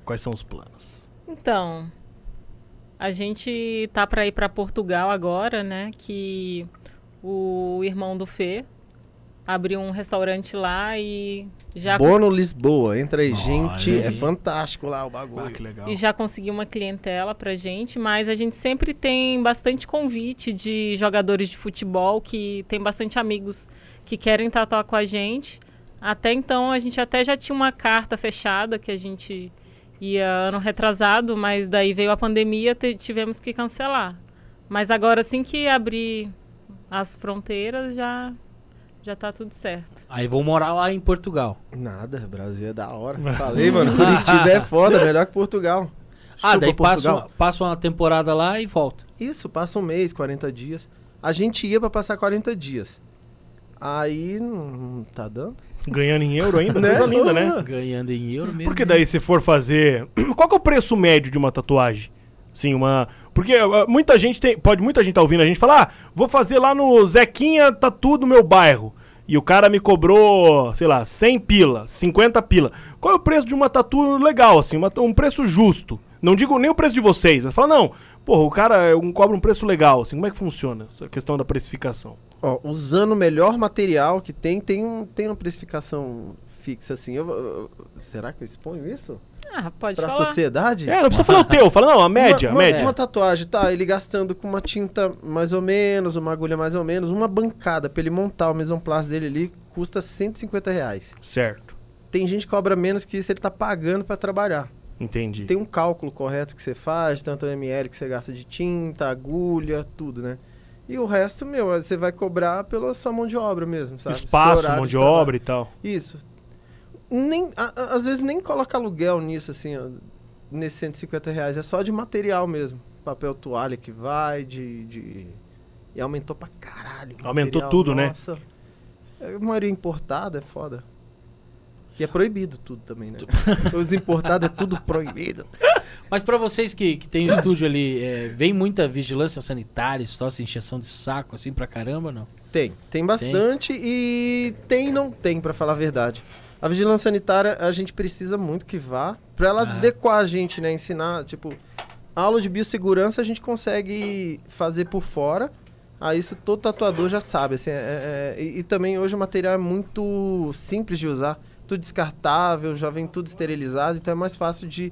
Quais são os planos?
Então, a gente tá para ir para Portugal agora, né? Que o irmão do Fê abriu um restaurante lá e já,
Bono Lisboa, entra aí,
Olha
gente. É
aí.
fantástico lá o bagulho.
Ah, que legal.
e já conseguiu uma clientela pra gente, mas a gente sempre tem bastante convite de jogadores de futebol que tem bastante amigos que querem tatuar com a gente. Até então a gente até já tinha uma carta fechada que a gente ia ano retrasado, mas daí veio a pandemia, te- tivemos que cancelar. Mas agora assim que abrir as fronteiras já já tá tudo certo.
Aí vão morar lá em Portugal.
Nada, Brasil é da hora. Falei, mano, Curitiba é foda, melhor que Portugal.
Ah,
Chupa
daí passa
Portugal.
uma, passa uma temporada lá e volta.
Isso, passa um mês, 40 dias. A gente ia pra passar 40 dias. Aí, não tá dando?
Ganhando em euro ainda?
Né?
Coisa linda, né?
Ah, Ganhando em euro mesmo.
Porque daí se for fazer... Qual que é o preço médio de uma tatuagem? Sim, uma... Porque ah, muita gente tem... Pode muita gente tá ouvindo a gente falar ah, vou fazer lá no Zequinha Tatu do meu bairro. E o cara me cobrou, sei lá, 100 pila, 50 pila. Qual é o preço de uma tatu legal, assim? uma- um preço justo. Não digo nem o preço de vocês. Mas fala, não, porra, o cara eh, um- cobra um preço legal, assim. Como é que funciona essa questão da precificação?
Ó, usando o melhor material que tem, tem, um, tem uma precificação fixa assim. Eu- eu- eu- será que eu exponho isso?
Ah, pode
Pra
falar.
sociedade?
É, não precisa falar o teu. Fala, não, a média,
uma,
a
uma-
média.
Uma tatuagem, tá? Ele gastando com uma tinta mais ou menos, uma agulha mais ou menos, uma bancada pra ele montar o mesomplace dele ali, custa 150 reais.
Certo.
Tem gente que cobra menos que isso, ele tá pagando pra trabalhar.
Entendi.
Tem um cálculo correto que você faz, tanto ml que você gasta de tinta, agulha, tudo, né? E o resto, meu, você vai cobrar pela sua mão de obra mesmo, sabe? Seu
Espaço,
um horário
mão de
trabalho.
obra e tal.
Isso. Nem, a- a- às vezes nem coloca aluguel nisso, assim, ó, nesses 150 reais. É só de material mesmo. Papel toalha que vai, de. de... E aumentou pra caralho. o
Aumentou
material,
tudo, né?
nossa. né? É, a maioria importada é foda. E é proibido tudo também, né? Os importados é tudo proibido.
Mas pra vocês que, que tem o estúdio ali, é, vem muita vigilância sanitária, tosse, injeção de saco, assim, pra caramba, não?
Tem, tem bastante e tem e não tem, pra falar a verdade. A vigilância sanitária, a gente precisa muito que vá pra ela
Ah.
adequar a gente, né? Ensinar, tipo, a aula de biossegurança a gente consegue fazer por fora. Aí isso todo tatuador já sabe, assim. é- é- é- e, e também hoje o material é muito simples de usar. Tudo descartável, já vem tudo esterilizado, então é mais fácil de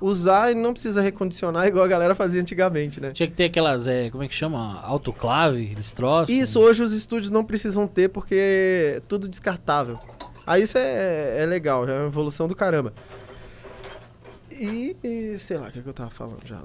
usar e não precisa recondicionar igual a galera fazia antigamente, né?
Tinha que ter aquelas, é, como é que chama? Autoclave, eles troçam.
Isso, hoje os estúdios não precisam ter porque é tudo descartável. Aí isso é, é legal, é uma evolução do caramba. E, e sei lá, o que, que eu tava falando já?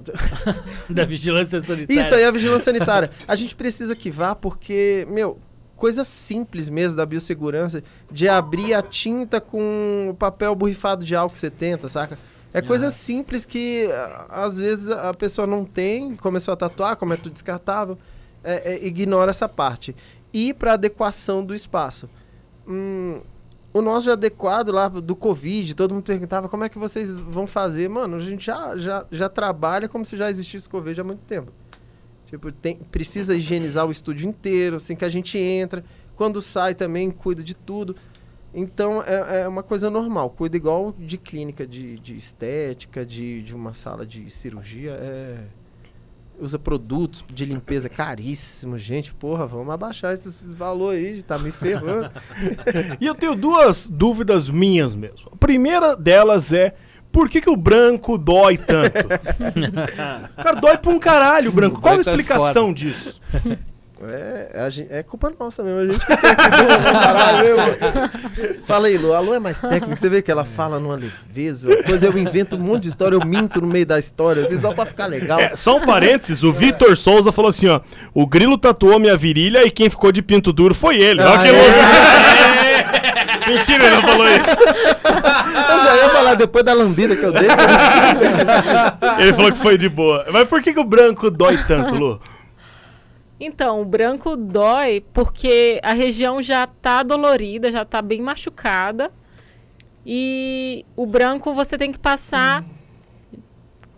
Da vigilância sanitária.
é Isso aí é a vigilância sanitária. A gente precisa que vá porque, meu, coisa simples mesmo da biossegurança, de abrir a tinta com o papel borrifado de álcool 70, saca? É coisa simples que a- às vezes a pessoa não tem, começou a tatuar, como é tudo descartável, é, é, ignora essa parte. E para adequação do espaço. Hum, o nosso já adequado lá do Covid, todo mundo perguntava como é que vocês vão fazer. Mano, a gente já, já, já trabalha como se já existisse Covid há muito tempo. Tipo, tem, precisa higienizar o estúdio inteiro, assim que a gente entra. Quando sai também, cuida de tudo. Então, é, é uma coisa normal. Cuida igual de clínica, de, de estética, de, de uma sala de cirurgia. é, Usa produtos de limpeza caríssimos. Gente, porra, vamos abaixar esses valores aí. Tá me ferrando.
E eu tenho duas dúvidas minhas mesmo. A primeira delas é. Por que, que o branco dói tanto? Cara, dói pra um caralho o branco.
O
Qual a
branco é
explicação disso?
É, a gen- é culpa nossa mesmo. A gente que tem que ver pra caralho mesmo. Fala aí, Lu. A Lu é mais técnica. Você vê que ela fala numa leveza. Depois eu invento um monte de história. Eu minto no meio da história. Assim, só pra ficar legal.
É, só um parênteses, o Vitor Souza falou assim, ó. O grilo tatuou minha virilha e quem ficou de pinto duro foi ele. Olha que louco. Mentira, ele não falou isso.
Eu já ia falar depois da lambida que eu dei.
Ele falou que foi de boa. Mas por que, que o branco dói tanto, Lu?
Então, o branco dói porque a região já tá dolorida, já tá bem machucada. E o branco você tem que passar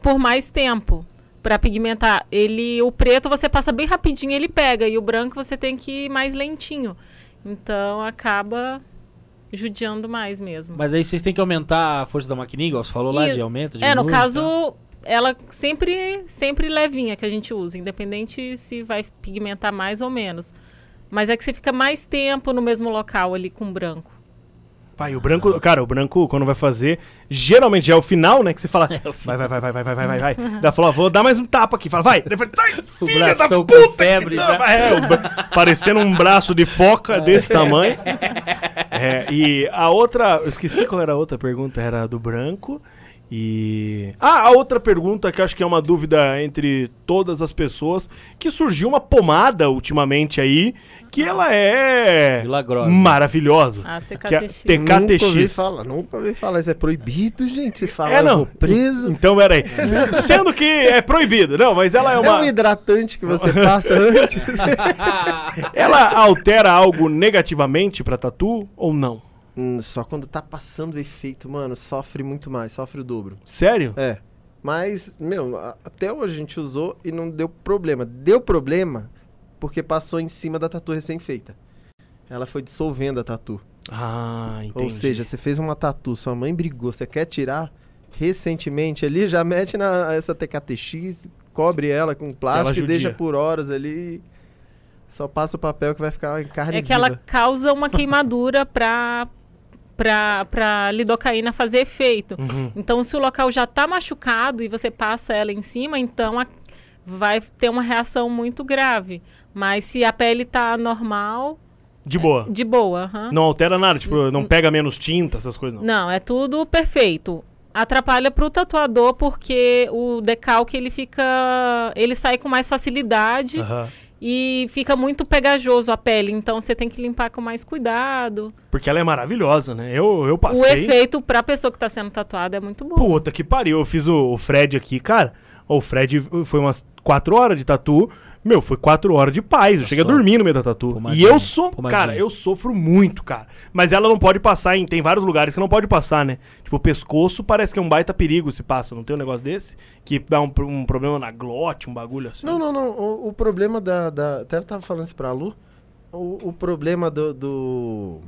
por mais tempo para pigmentar. Ele, o preto você passa bem rapidinho, ele pega, e o branco você tem que ir mais lentinho. Então acaba judiando mais mesmo.
Mas aí vocês têm que aumentar a força da maquininha, igual você falou lá,
E-
de aumento.
É, no
diminui, tá?
caso, ela sempre, sempre levinha que a gente usa, independente se vai pigmentar mais ou menos. Mas é que você fica mais tempo no mesmo local ali com branco.
Pai, o branco, cara, o branco quando vai fazer, geralmente já é o final, né? Que você fala, vai, vai, vai, vai, vai, vai, vai, vai, vai. Daí fala, vou dar mais um tapa aqui. Fala, vai. Depois, sai,
O
filha da
bração
puta.
com febre né?
que
já.
tapa." É, o bra- parecendo um braço de foca desse tamanho. É, e a outra, eu esqueci qual era a outra pergunta, era a do branco. E. Ah, a outra pergunta que eu acho que é uma dúvida entre todas as pessoas: que surgiu uma pomada ultimamente aí, que ela é.
Milagrosa.
Maravilhosa.
A
Que é
TKTX.
Nunca ouvi
TKTX.
falar. Nunca ouvi falar. Isso é proibido, gente. Se falar,
É,
eu
não.
vou preso.
Então, peraí. Sendo que é proibido. Não, mas ela é
É um
uma.
hidratante que você passa antes.
Ela altera algo negativamente pra tatu ou não?
Hum, só quando tá passando o efeito, mano, sofre muito mais. Sofre o dobro.
Sério?
É. Mas, meu, a- até hoje a gente usou e não deu problema. Deu problema porque passou em cima da tatu recém-feita. Ela foi dissolvendo a tatu.
Ah, entendi.
Ou seja, você fez uma tatu, sua mãe brigou, você quer tirar recentemente ali, já mete na essa TKTX, cobre ela com plástico
judia.
e deixa por horas ali. Só passa o papel que vai ficar em carne
É que ela
viva.
causa uma queimadura pra, pra, pra lidocaína fazer efeito. Então, se o local já tá machucado e você passa ela em cima, então a- vai ter uma reação muito grave. Mas se a pele tá normal,
De boa.
de boa.
é.
aham.
Não altera nada, tipo, não pega menos tinta, essas coisas, não.
Não, é tudo perfeito. Atrapalha pro tatuador porque o decalque ele fica, ele sai com mais facilidade
Aham.
e fica muito pegajoso a pele, então você tem que limpar com mais cuidado.
Porque ela é maravilhosa, né? Eu, eu passei.
O efeito pra pessoa que tá sendo tatuada é muito bom.
Puta que pariu, eu fiz o, o Fred aqui, cara. O Fred foi umas 4 horas de tatu. Meu, foi 4 horas de paz. Eu cheguei a
só.
dormir no meio da tatu.
Pomadinha,
e eu sou.
pomadinha.
Cara, eu sofro muito, cara. Mas ela não pode passar em. Tem vários lugares que não pode passar, né? Tipo, o pescoço parece que é um baita perigo se passa. Não tem um negócio desse? Que dá um, pro- um problema na glote, um bagulho assim.
Não, não, não. O, o problema da, da. Até eu tava falando isso pra Lu. O, o problema do. do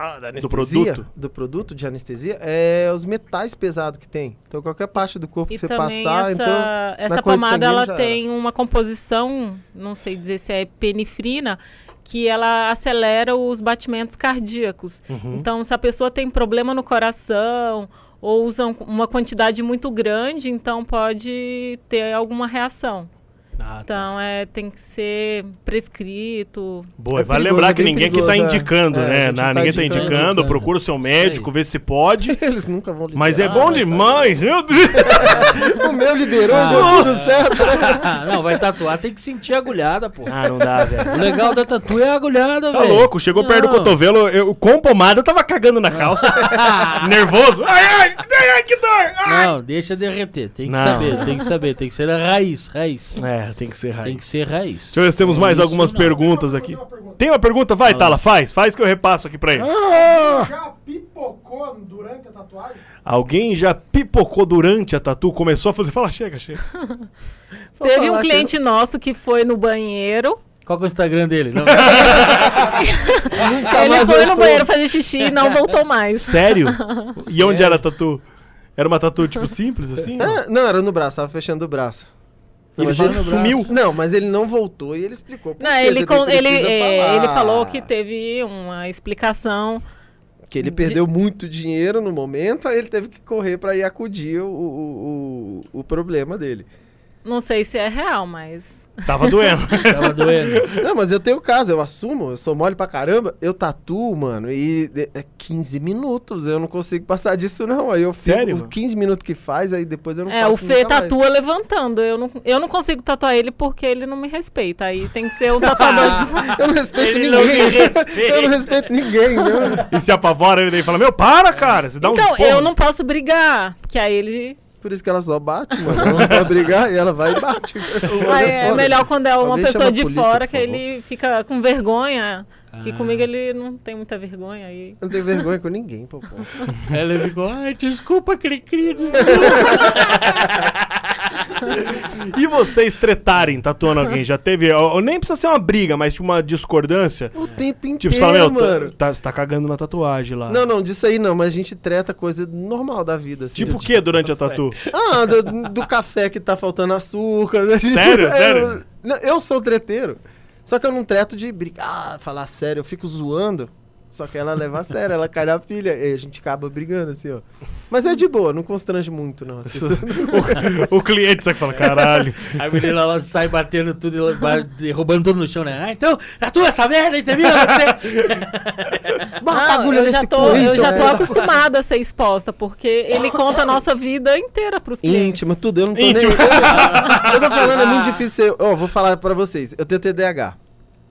Ah, da do
anestesia,
produto.
Do produto de anestesia é os metais pesados que tem. Então qualquer parte do corpo
E
que você
também
passar.
essa,
Então,
essa
corrente
pomada
sanguínea
ela
já era.
tem uma composição, não sei dizer se é penifrina, que ela acelera os batimentos cardíacos.
Uhum.
Então, se a pessoa tem problema no coração ou usa um- uma quantidade muito grande, então pode ter alguma reação.
Ah, tá.
Então, é, tem que ser prescrito.
Boa,
É
vale
perigoso,
lembrar
é
que
bem
ninguém aqui tá
perigoso, é.
indicando,
É, a
né?
gente
Na-
tá
ninguém tá
indicando,
indicando,
indicando.
procura o seu médico,
Isso aí.
vê se pode.
então, Eles nunca vão liberar.
Mas é bom demais, meu Deus!
O meu liberou,
Ah,
deu tudo
nossa.
certo.
não, vai tatuar, tem que sentir a agulhada, pô.
Ah, não dá, velho.
O legal da tatu é a agulhada,
Tá
velho.
louco, chegou perto do
Não.
cotovelo, eu com pomada eu tava cagando na calça. Nervoso. Ai, ai, ai, ai, que dor! ai.
Não, deixa derreter. Tem que
Não.
saber, tem que saber. Tem que ser a raiz, raiz.
É, tem que ser raiz.
Tem que ser raiz.
Deixa eu ver se temos mais
Isso
algumas
não.
perguntas aqui. Tem uma pergunta? Vai, Tala, faz. Faz que eu repasso aqui pra ele.
Ah.
Já pipocou durante a tatuagem?
Alguém já pipocou durante a tatu, começou a fazer... Fala, chega, chega.
Vou
Teve um
falar que-
cliente nosso que foi no banheiro.
Qual que é o Instagram dele? Não,
Nunca
ele
mais
foi no
voltou.
banheiro fazer xixi e não voltou mais.
Sério? E onde era a tatu? Era uma tatu, tipo,
É,
simples, assim?
Ah, não, era no braço, tava fechando o braço.
E ele
mas
já
ele
sumiu.
Não, mas ele não voltou e ele explicou. por
Não,
quê,
ele,
você
con-
precisa
ele, é,
falar.
ele falou que teve uma explicação.
Que ele
de-
perdeu muito dinheiro no momento, aí ele teve que correr pra ir acudir o, o, o, o problema dele.
Não sei se é real, mas.
Tava doendo.
tava doendo.
Não, mas eu tenho caso, eu assumo, eu sou mole pra caramba, eu tatuo, mano, e é é 15 minutos, eu não consigo passar disso não. Aí eu fico
Sério,
os
mano?
15 minutos que faz, aí depois eu não
É,
faço
o Fê
nunca mais.
tatua levantando. Eu não, eu não consigo tatuar ele porque ele não me respeita. Aí tem que ser um tatuador.
Eu não respeito
Ele não me
ninguém.
respeita.
eu não respeito ninguém, né?
E se apavora, ele fala, meu, para, cara. Você dá um
então,
esporro.
eu não posso brigar. Porque aí ele.
Por isso que ela só bate, mano. Ela não vai brigar e ela vai e bate.
Aí é
foda.
melhor quando é uma
Alguém chama
pessoa
a
de
polícia,
fora
por
que ele fica com vergonha. Que comigo ele não tem muita vergonha. Aí.
Eu não tenho vergonha com ninguém, pô. pô.
Ela ficou, ai, desculpa, Cricri.
E vocês tretarem tatuando alguém? Já teve. Ou, ou nem precisa ser uma briga, mas tipo, uma discordância?
O tempo
Tipo,
inteiro,
você fala, meu, tá-
mano.
tá, você tá cagando na tatuagem lá.
Não, não, disso aí não, mas a gente treta coisa normal da vida. Assim,
Tipo o que durante a tatu?
Ah, do, do café que tá faltando açúcar. né?
Sério?
É,
Sério?
não, eu sou treteiro. Só que eu não treto de brigar, falar sério. Eu fico zoando. Só que ela leva a sério, ela cai na pilha. E a gente acaba brigando, assim, ó. Mas é de boa, não constrange muito, não. Assim,
o cliente só que fala, caralho.
A menina lá sai batendo tudo, e ela vai derrubando tudo no chão, né? Ah, então, tatua essa merda, entendeu? Você...
Bota
Não,
agulha
Ah, eu já
nesse né?
tô,
cu, hein,
eu
seu
já tô
filho da
acostumada a ser exposta, porque ele conta a nossa vida inteira pros clientes.
Íntima, tudo. Eu não tô
Íntimo.
nem. Eu tô falando, é muito difícil. ser- Ó, vou falar pra vocês. Eu tenho TDAH.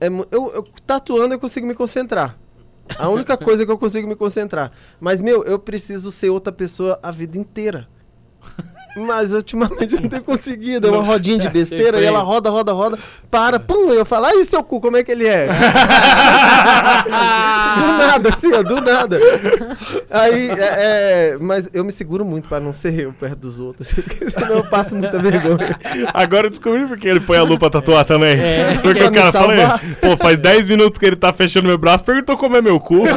É, mu- eu, eu tatuando eu consigo me concentrar. A única coisa que eu consigo me concentrar. Mas, meu, eu preciso ser outra pessoa a vida inteira. Mas ultimamente eu não tenho conseguido. É uma rodinha de
sei,
besteira
foi.
e ela roda, roda, roda. Para, pum, eu falo, ai, seu cu, como é que ele é? do nada, assim, ó, do nada. Aí, é, é, mas eu me seguro muito pra não ser eu perto dos outros, assim, porque senão eu passo muita vergonha.
Agora eu descobri porque ele põe a lupa pra tatuar também. Porque
É, Pra
o
me
cara fala,
salvar.
pô, faz 10 minutos que ele tá fechando meu braço, perguntou como é meu cu. a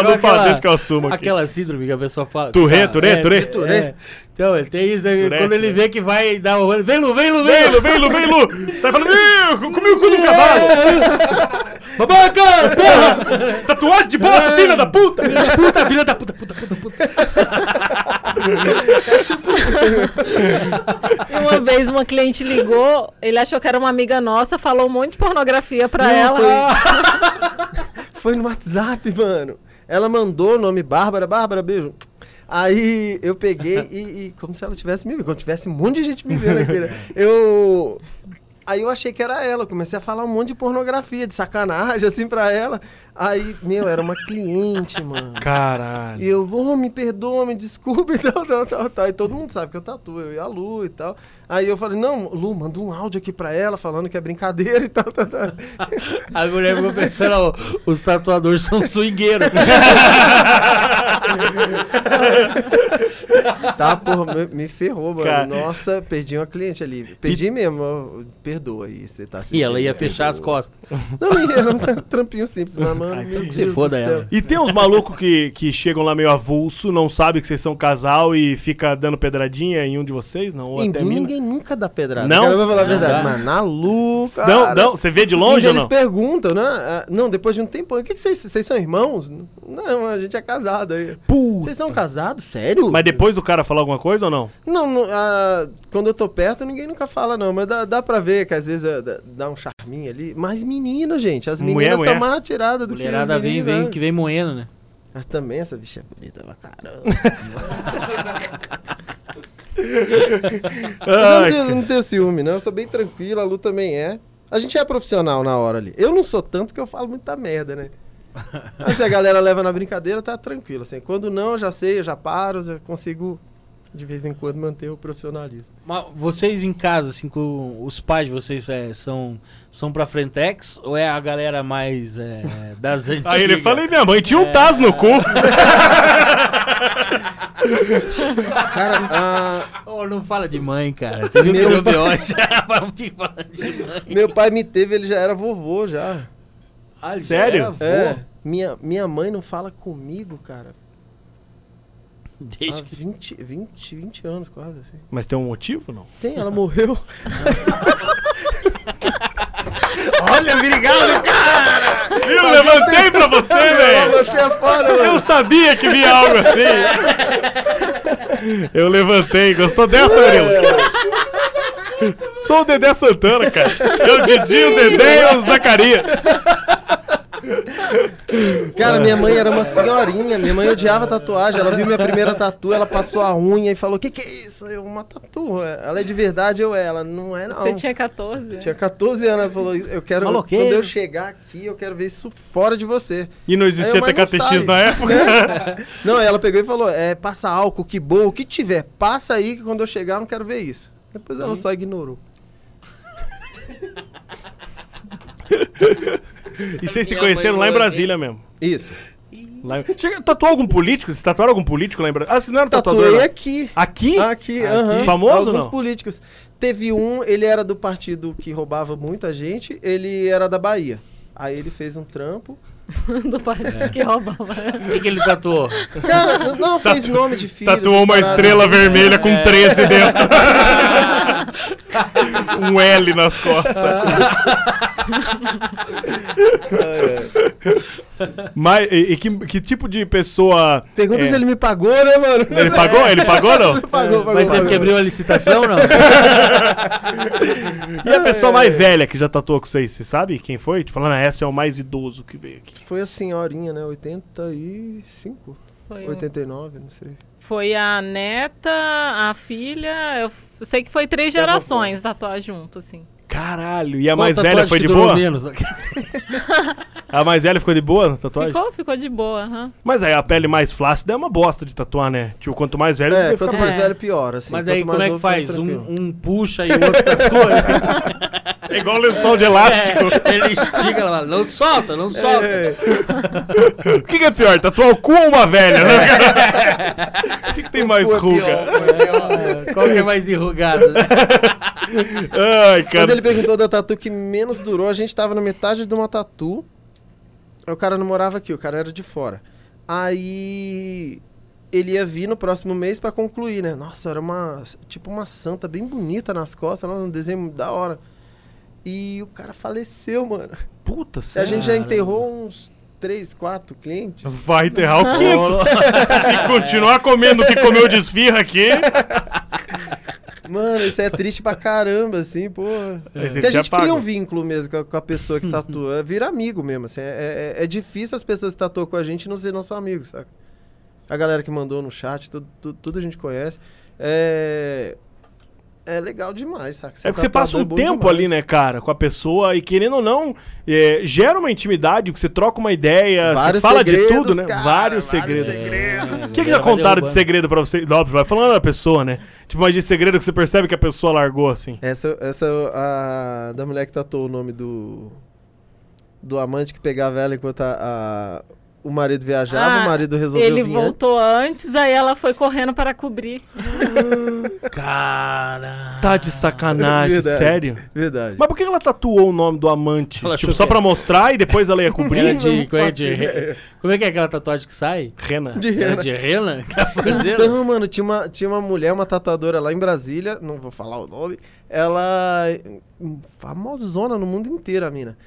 lupa,
aquela-
deixa que eu assumo aqui.
Aquela síndrome que a pessoa fala.
Tourette,
Ah,
Tourette,
é,
Tourette.
Tourette. É. Então, ele tem isso, né?
Tourette,
quando ele
né?
vê que vai dar o olho. Vem, Lu, vem, Lu,
Vem,
vem!
Lu, vem, Lu, vem, Lu. Sai falando, meu, comi o cu
É.
do cavalo.
Babaca!
Tatuagem de bosta, filha da puta.
Puta, filha da puta, puta, puta, puta.
E uma vez uma cliente ligou, ele achou que era uma amiga nossa, falou um monte de pornografia pra
Não,
ela.
Foi no WhatsApp, mano. Ela mandou o nome Bárbara, Bárbara, beijo. Aí eu peguei e, e como se ela tivesse me vendo, como tivesse um monte de gente me vendo aqui, né? Eu Aí eu achei que era ela, eu comecei a falar um monte de pornografia, de sacanagem assim pra ela. Aí, meu, era uma cliente, mano.
Caralho.
E eu, oh, me perdoa, me desculpa e tal, tal, tal, tal. E todo mundo sabe que eu tatuo, eu e a Lu e tal. Aí eu falei, não, Lu, manda um áudio aqui pra ela falando que é brincadeira e tal, tal, tal.
A mulher ficou pensando, ó, os tatuadores são swingueiros.
Tá, porra, me, me ferrou, mano.
Cara.
Nossa, perdi uma cliente ali. Perdi mesmo, ó, perdoa aí, você tá assistindo.
E ela ia
né?
fechar as costas.
Não, não ia, era um tra- trampinho simples, mas mano.
Ah, então
meu
que
Deus
se
do
foda
céu.
ela.
E tem uns malucos que, que chegam lá meio avulso, não sabem que vocês são um casal e fica dando pedradinha em um de vocês, não? Ou
Em
até
mim,
mina.
ninguém nunca dá pedrada.
Não?
Cara, eu vou falar a
Não,
verdade.
dá.
Mas na Lu, cara,
Não, não, você vê de longe
ainda
ou
eles
não?
perguntam, né? Ah, Não, depois de um tempo, o que, que vocês, vocês são irmãos? Não, a gente é casado aí.
Puta.
Vocês são casados? Sério?
Mas depois do cara falar alguma coisa ou não?
Não, não, ah, quando eu tô perto, ninguém nunca fala, não. Mas dá, dá pra ver que às vezes ah, dá, dá um charminho ali. Mas menina, gente, as
Mulher,
meninas
mulher.
são mais atiradas do
Mulherada
que os
vem,
meninos,
vem,
né?
que vem moendo, né?
Mas também essa bicha é bonita pra caramba. Mas eu não
Ai,
tenho, não tenho ciúme, não. Eu sou bem tranquilo, a Lu também é. A gente é profissional na hora ali. Eu não sou tanto que eu falo muita merda, né? Mas se a galera leva na brincadeira, tá tranquilo. Assim. Quando não, eu já sei, eu já paro, eu consigo de vez em quando manter o profissionalismo.
Mas vocês em casa, assim, com os pais de vocês é, são, são pra Frentex ou é a galera mais é, das antigas?
Aí ele fala, e minha mãe tinha um taso no cu.
Cara, ah,
Oh, não fala de mãe, cara. Você viu que
Meu-
eu deu hoje? Não fica falando de mãe.
meu pai me teve, ele já era vovô já.
Ah, já
Sério?
era avô?
É. Minha, minha mãe não fala comigo, cara, há
Desde-
20, 20, 20 anos quase. Assim.
Mas tem um motivo, não?
Tem, ela morreu.
Olha, obrigado, cara! Eu levantei pra você, velho!
Você é foda, mano.
Eu sabia que vinha algo assim! Eu levantei, gostou dessa, Murilo? Sou o Dedé Santana, cara. Eu, Didi, o Dedé e o Zacarias.
Cara, minha mãe era uma senhorinha, minha mãe odiava tatuagem. Ela viu minha primeira tatu, ela passou a unha e falou: Que que é isso? Eu, uma tatu. Ela é de verdade, eu é. Ela não é, não.
Você tinha 14?
Tinha 14 anos, ela falou: Eu quero.
Maloqueiro.
Quando eu chegar aqui, eu quero ver isso fora de você.
E não existia
Aí, É, mas não
TKTX
sai. É.
na época.
Não, ela pegou e falou: É, passa álcool, que bom, o que tiver, passa aí que quando eu chegar, eu não quero ver isso. Depois ela só ignorou.
E vocês se
Minha mãe
conheceram lá em
morreu.
Brasília mesmo.
Isso.
Lá em- Chega, tatuou algum político? Vocês tatuaram algum político lá em Brasília? Ah, você não era tatuador?
Tatuei
não?
aqui.
Aqui? Aqui.
Aqui, aham.
Famoso ou
Alguns
não?
políticos. Teve um, ele era do partido que roubava muita gente, ele era da Bahia. Aí ele fez um trampo.
Do partido
É.
que roubava.
O que, que ele tatuou?
Cara, não,
Tá
fez nome de filho.
Tatuou uma
essas paradas.
estrela vermelha
É.
com 13 dentro. um L nas costas. Mas, e, e que, que tipo de pessoa.
Pergunta
É.
se ele me pagou, né, mano?
Ele pagou? Ele pagou não?
pagou, pagou.
Mas teve
pagou.
que abrir uma licitação, não?
E a pessoa mais
É.
velha que já tatuou com vocês, você sabe quem foi? Te falando, ah, essa é o mais idoso que veio aqui.
Foi a senhorinha, né? 85?
Foi, um-
89, não sei.
foi a neta, a filha. Eu f- eu sei que foi três gerações tatuar junto, assim.
Caralho, e a
Qual
mais
tatuagem
velha foi
que
de
durou
boa?
menos?
A mais velha ficou de boa na tatuagem?
Ficou, ficou de boa, aham.
Mas aí a pele mais flácida é uma bosta de tatuar, né? Tipo, quanto mais velho,
É,
fica
quanto
mais-
mais
É.
velho, pior, assim.
Mas
quanto
daí
mais
como é que
novo, mais
faz?
tranquilo.
Um, um puxa e o outro tatua? né?
é igual lençol de elástico.
É, ele estica ela fala, não solta, não solta.
O que, que é pior, tatuar o cu ou uma velha, né? O que, que tem mais
um-
ruga?
É, Qual que é mais enrugado? né?
Ai,
Mas
cara.
ele perguntou da tatu que menos durou. A gente tava na metade de uma tatu. Aí O cara não morava aqui, o cara era de fora. Aí ele ia vir no próximo mês pra concluir, né? Nossa, era uma tipo uma santa bem bonita nas costas, nossa, um desenho da hora. E o cara faleceu, mano.
Puta,
A
sério.
gente já enterrou uns três, quatro clientes.
Vai enterrar o quinto. Se continuar comendo o que comeu de esfirra aqui,
Mano, isso é triste pra caramba, assim, porra.
Aí você
Porque a
já
gente cria
paga.
um vínculo mesmo com a, com a pessoa que tatua. Vira amigo mesmo, assim. É, é- é difícil as pessoas que tatuam com a gente não serem nossos amigos, saca? A galera que mandou no chat, tudo, tudo, tudo a gente conhece. É... É legal demais, saca? Ser
é que você passa um
tatuador é bom
tempo
demais.
ali, né, cara, com a pessoa e querendo ou não, é, gera uma intimidade, porque você troca uma ideia,
Vários
você fala de
segredos,
tudo, né?
cara,
vários segredos. O que, que já
É, Vai
contaram
derrubando.
de segredo pra você? Óbvio, vai falando da pessoa, né? Tipo, mas de segredo que você percebe que a pessoa largou, assim.
Essa, essa a, da mulher que tatuou o nome do. Do amante que pegava ela enquanto a, a- o marido viajava,
Ah,
o marido resolveu
Ele
vir
voltou
antes.
antes. aí ela foi correndo para cobrir.
Cara.
Tá de sacanagem,
Ah, é Verdade.
sério?
Verdade.
Mas por que ela tatuou o nome do amante?
Ela
tipo,
achou
só
que
pra
era-
mostrar e depois ela ia
Era
cobrir?
de, como, é
faço
de- como é que é aquela tatuagem que sai?
Rena.
De
Era
rena.
de rena? Que ela fazia?
Então, mano, tinha uma, tinha uma mulher, uma tatuadora lá em Brasília, não vou falar o nome, ela. famosona no mundo inteiro, a mina.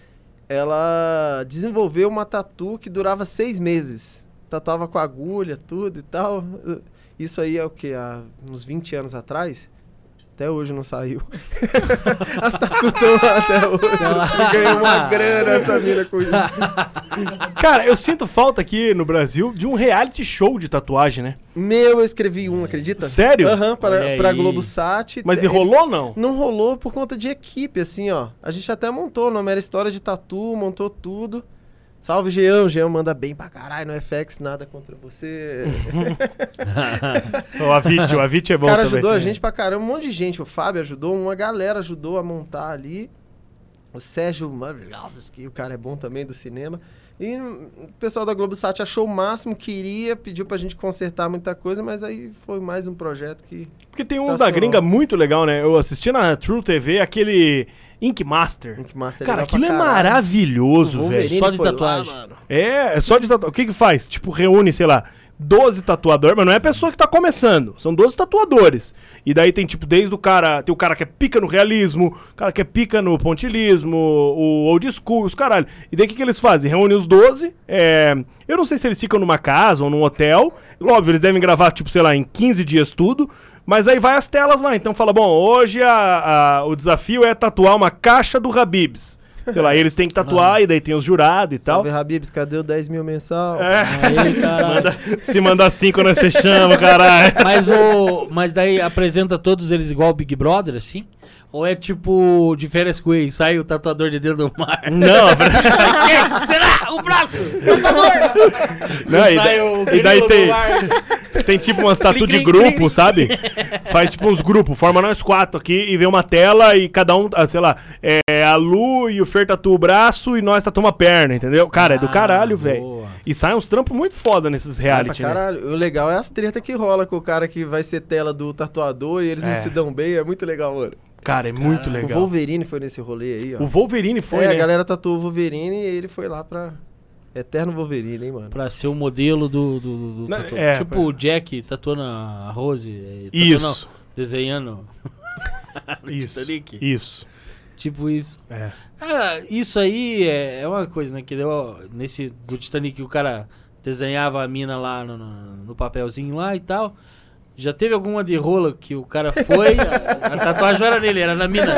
Ela desenvolveu uma tatu que durava seis meses. Tatuava com agulha, tudo e tal. Isso aí é o que? Há uns 20 anos atrás? Até hoje não saiu. As tatu estão lá até hoje. Ganhou uma grana essa mina com isso.
Cara, eu sinto falta aqui no Brasil de um reality show de tatuagem, né?
Meu, eu escrevi um, acredita?
Sério?
Aham,
Olha
para, para
aí.
GloboSat.
Mas e
Eles-
rolou ou não?
Não rolou por conta de equipe, assim, ó. A gente até montou, o nome era História de Tatu, montou tudo. Salve, Jean. Jean manda bem pra caralho no FX, nada contra você.
O Avit, o Avit é
O
bom
cara
também.
ajudou a gente pra caramba, um monte de gente. O Fábio ajudou, uma galera ajudou a montar ali. O Sérgio que o cara é bom também do cinema. E o pessoal da GloboSat achou o máximo, queria, pediu pra gente consertar muita coisa, mas aí foi mais um projeto que...
Porque tem uns da gringa muito legal, né? Eu assisti na True TV aquele Ink Master.
que massa,
Cara,
legal pra
aquilo é
caralho.
maravilhoso,
O
velho.
Wolverine
Só de
foi lá,
tatuagem.
mano.
É, é só de tatuador. O que que faz? Tipo, reúne, sei lá, 12 tatuadores, mas não é a pessoa que tá começando. São 12 tatuadores. E daí tem, tipo, desde o cara. Tem o cara que é pica no realismo, o cara que é pica no pontilismo, o old school, os caralho. E daí o que, que eles fazem? Reúne os 12. é, Eu não sei se eles ficam numa casa ou num hotel. Óbvio, eles devem gravar, tipo, sei lá, em 15 dias tudo. Mas aí vai as telas lá. Então fala, bom, hoje a- a- o desafio é tatuar uma caixa do Habibs. Sei lá, e eles têm que tatuar, e daí tem os jurados e tal. É.
Salve, Habibs, cadê o 10 mil mensal?
Aí, cara.
Se mandar cinco, nós fechamos, caralho.
Mas, o, mas daí apresenta todos eles igual o Big Brother, assim? Ou é tipo de férias com o ex, sai o tatuador de dentro do mar?
Não,
Quem? Será? O próximo!
não e,
Sai
da-
o
e daí
grilo do
tem,
mar.
tem tipo umas tatu de
Clim, clim, clim,
grupo, sabe? Faz tipo uns grupos, forma nós quatro aqui e vê uma tela e cada um, ah, sei lá, é, a Lu e o Fer tatua o braço e nós tatuamos a perna, entendeu? Cara, é do
Ah,
caralho, velho.
boa.
E sai uns trampos muito foda nesses
Ah, pra
reality, né?
caralho. O legal é as tretas que rola com o cara que vai ser tela do tatuador e eles
É.
não se dão bem. É muito legal, mano.
Cara, é muito
O
legal.
Wolverine foi nesse rolê aí, ó.
O Wolverine foi,
é,
né?
a galera tatuou o Wolverine e ele foi lá pra. Eterno Wolverine, hein, mano.
Pra ser o modelo do, do, do- do
Não,
tatu-
é,
tipo
pra-
o Jack tatuando a Rose. eh, tatuando
Isso.
não, desenhando. no
Isso,
Titanic.
isso.
Tipo isso.
É.
Ah, isso aí é, é uma coisa, né? Que deu. Nesse do Titanic o cara desenhava a mina lá no, no- no papelzinho lá e tal. Já teve alguma de rola que o cara foi, a, a tatuagem não era nele, era na mina.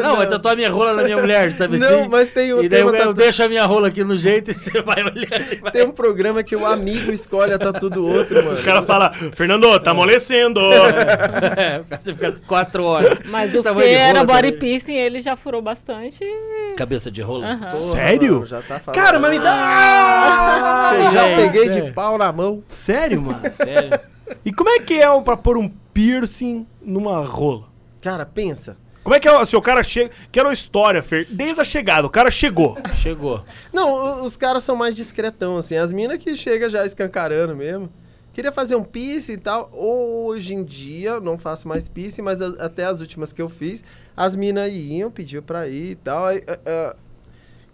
Não, vai tatuar minha rola na minha mulher, sabe
Não,
assim?
mas tem, um-
e daí
tem,
eu,
uma
eu
tatu-
deixo a minha rola aqui no jeito e você vai olhando. e vai-
tem um programa que o amigo escolhe a tatu do outro, mano.
O cara fala, Fernando, tá amolecendo.
É, o cara fica quatro horas.
Mas o
Tamanho de
Fê era
rola
body
também.
piercing, ele já furou bastante.
Cabeça de rola?
Aham.
Porra,
Sério?
mano, já tá falando. Ah!
Cara, mas me É. dá.
Eu já
gente,
peguei de
sério.
pau na mão.
Sério, mano?
Sério?
E como é que é um- pra pôr um piercing numa rola?
Cara, pensa.
Como é que é se o cara chega. Quero uma história, Fer. Desde a chegada, o cara chegou.
Chegou.
Não, o- os caras são mais discretão, assim. As minas que chega já escancarando mesmo. Queria fazer um piercing e tal. Hoje em dia, eu não faço mais piercing, mas a- até as últimas que eu fiz, as minas iam, pediam pra ir e tal. Aí, ah, ah,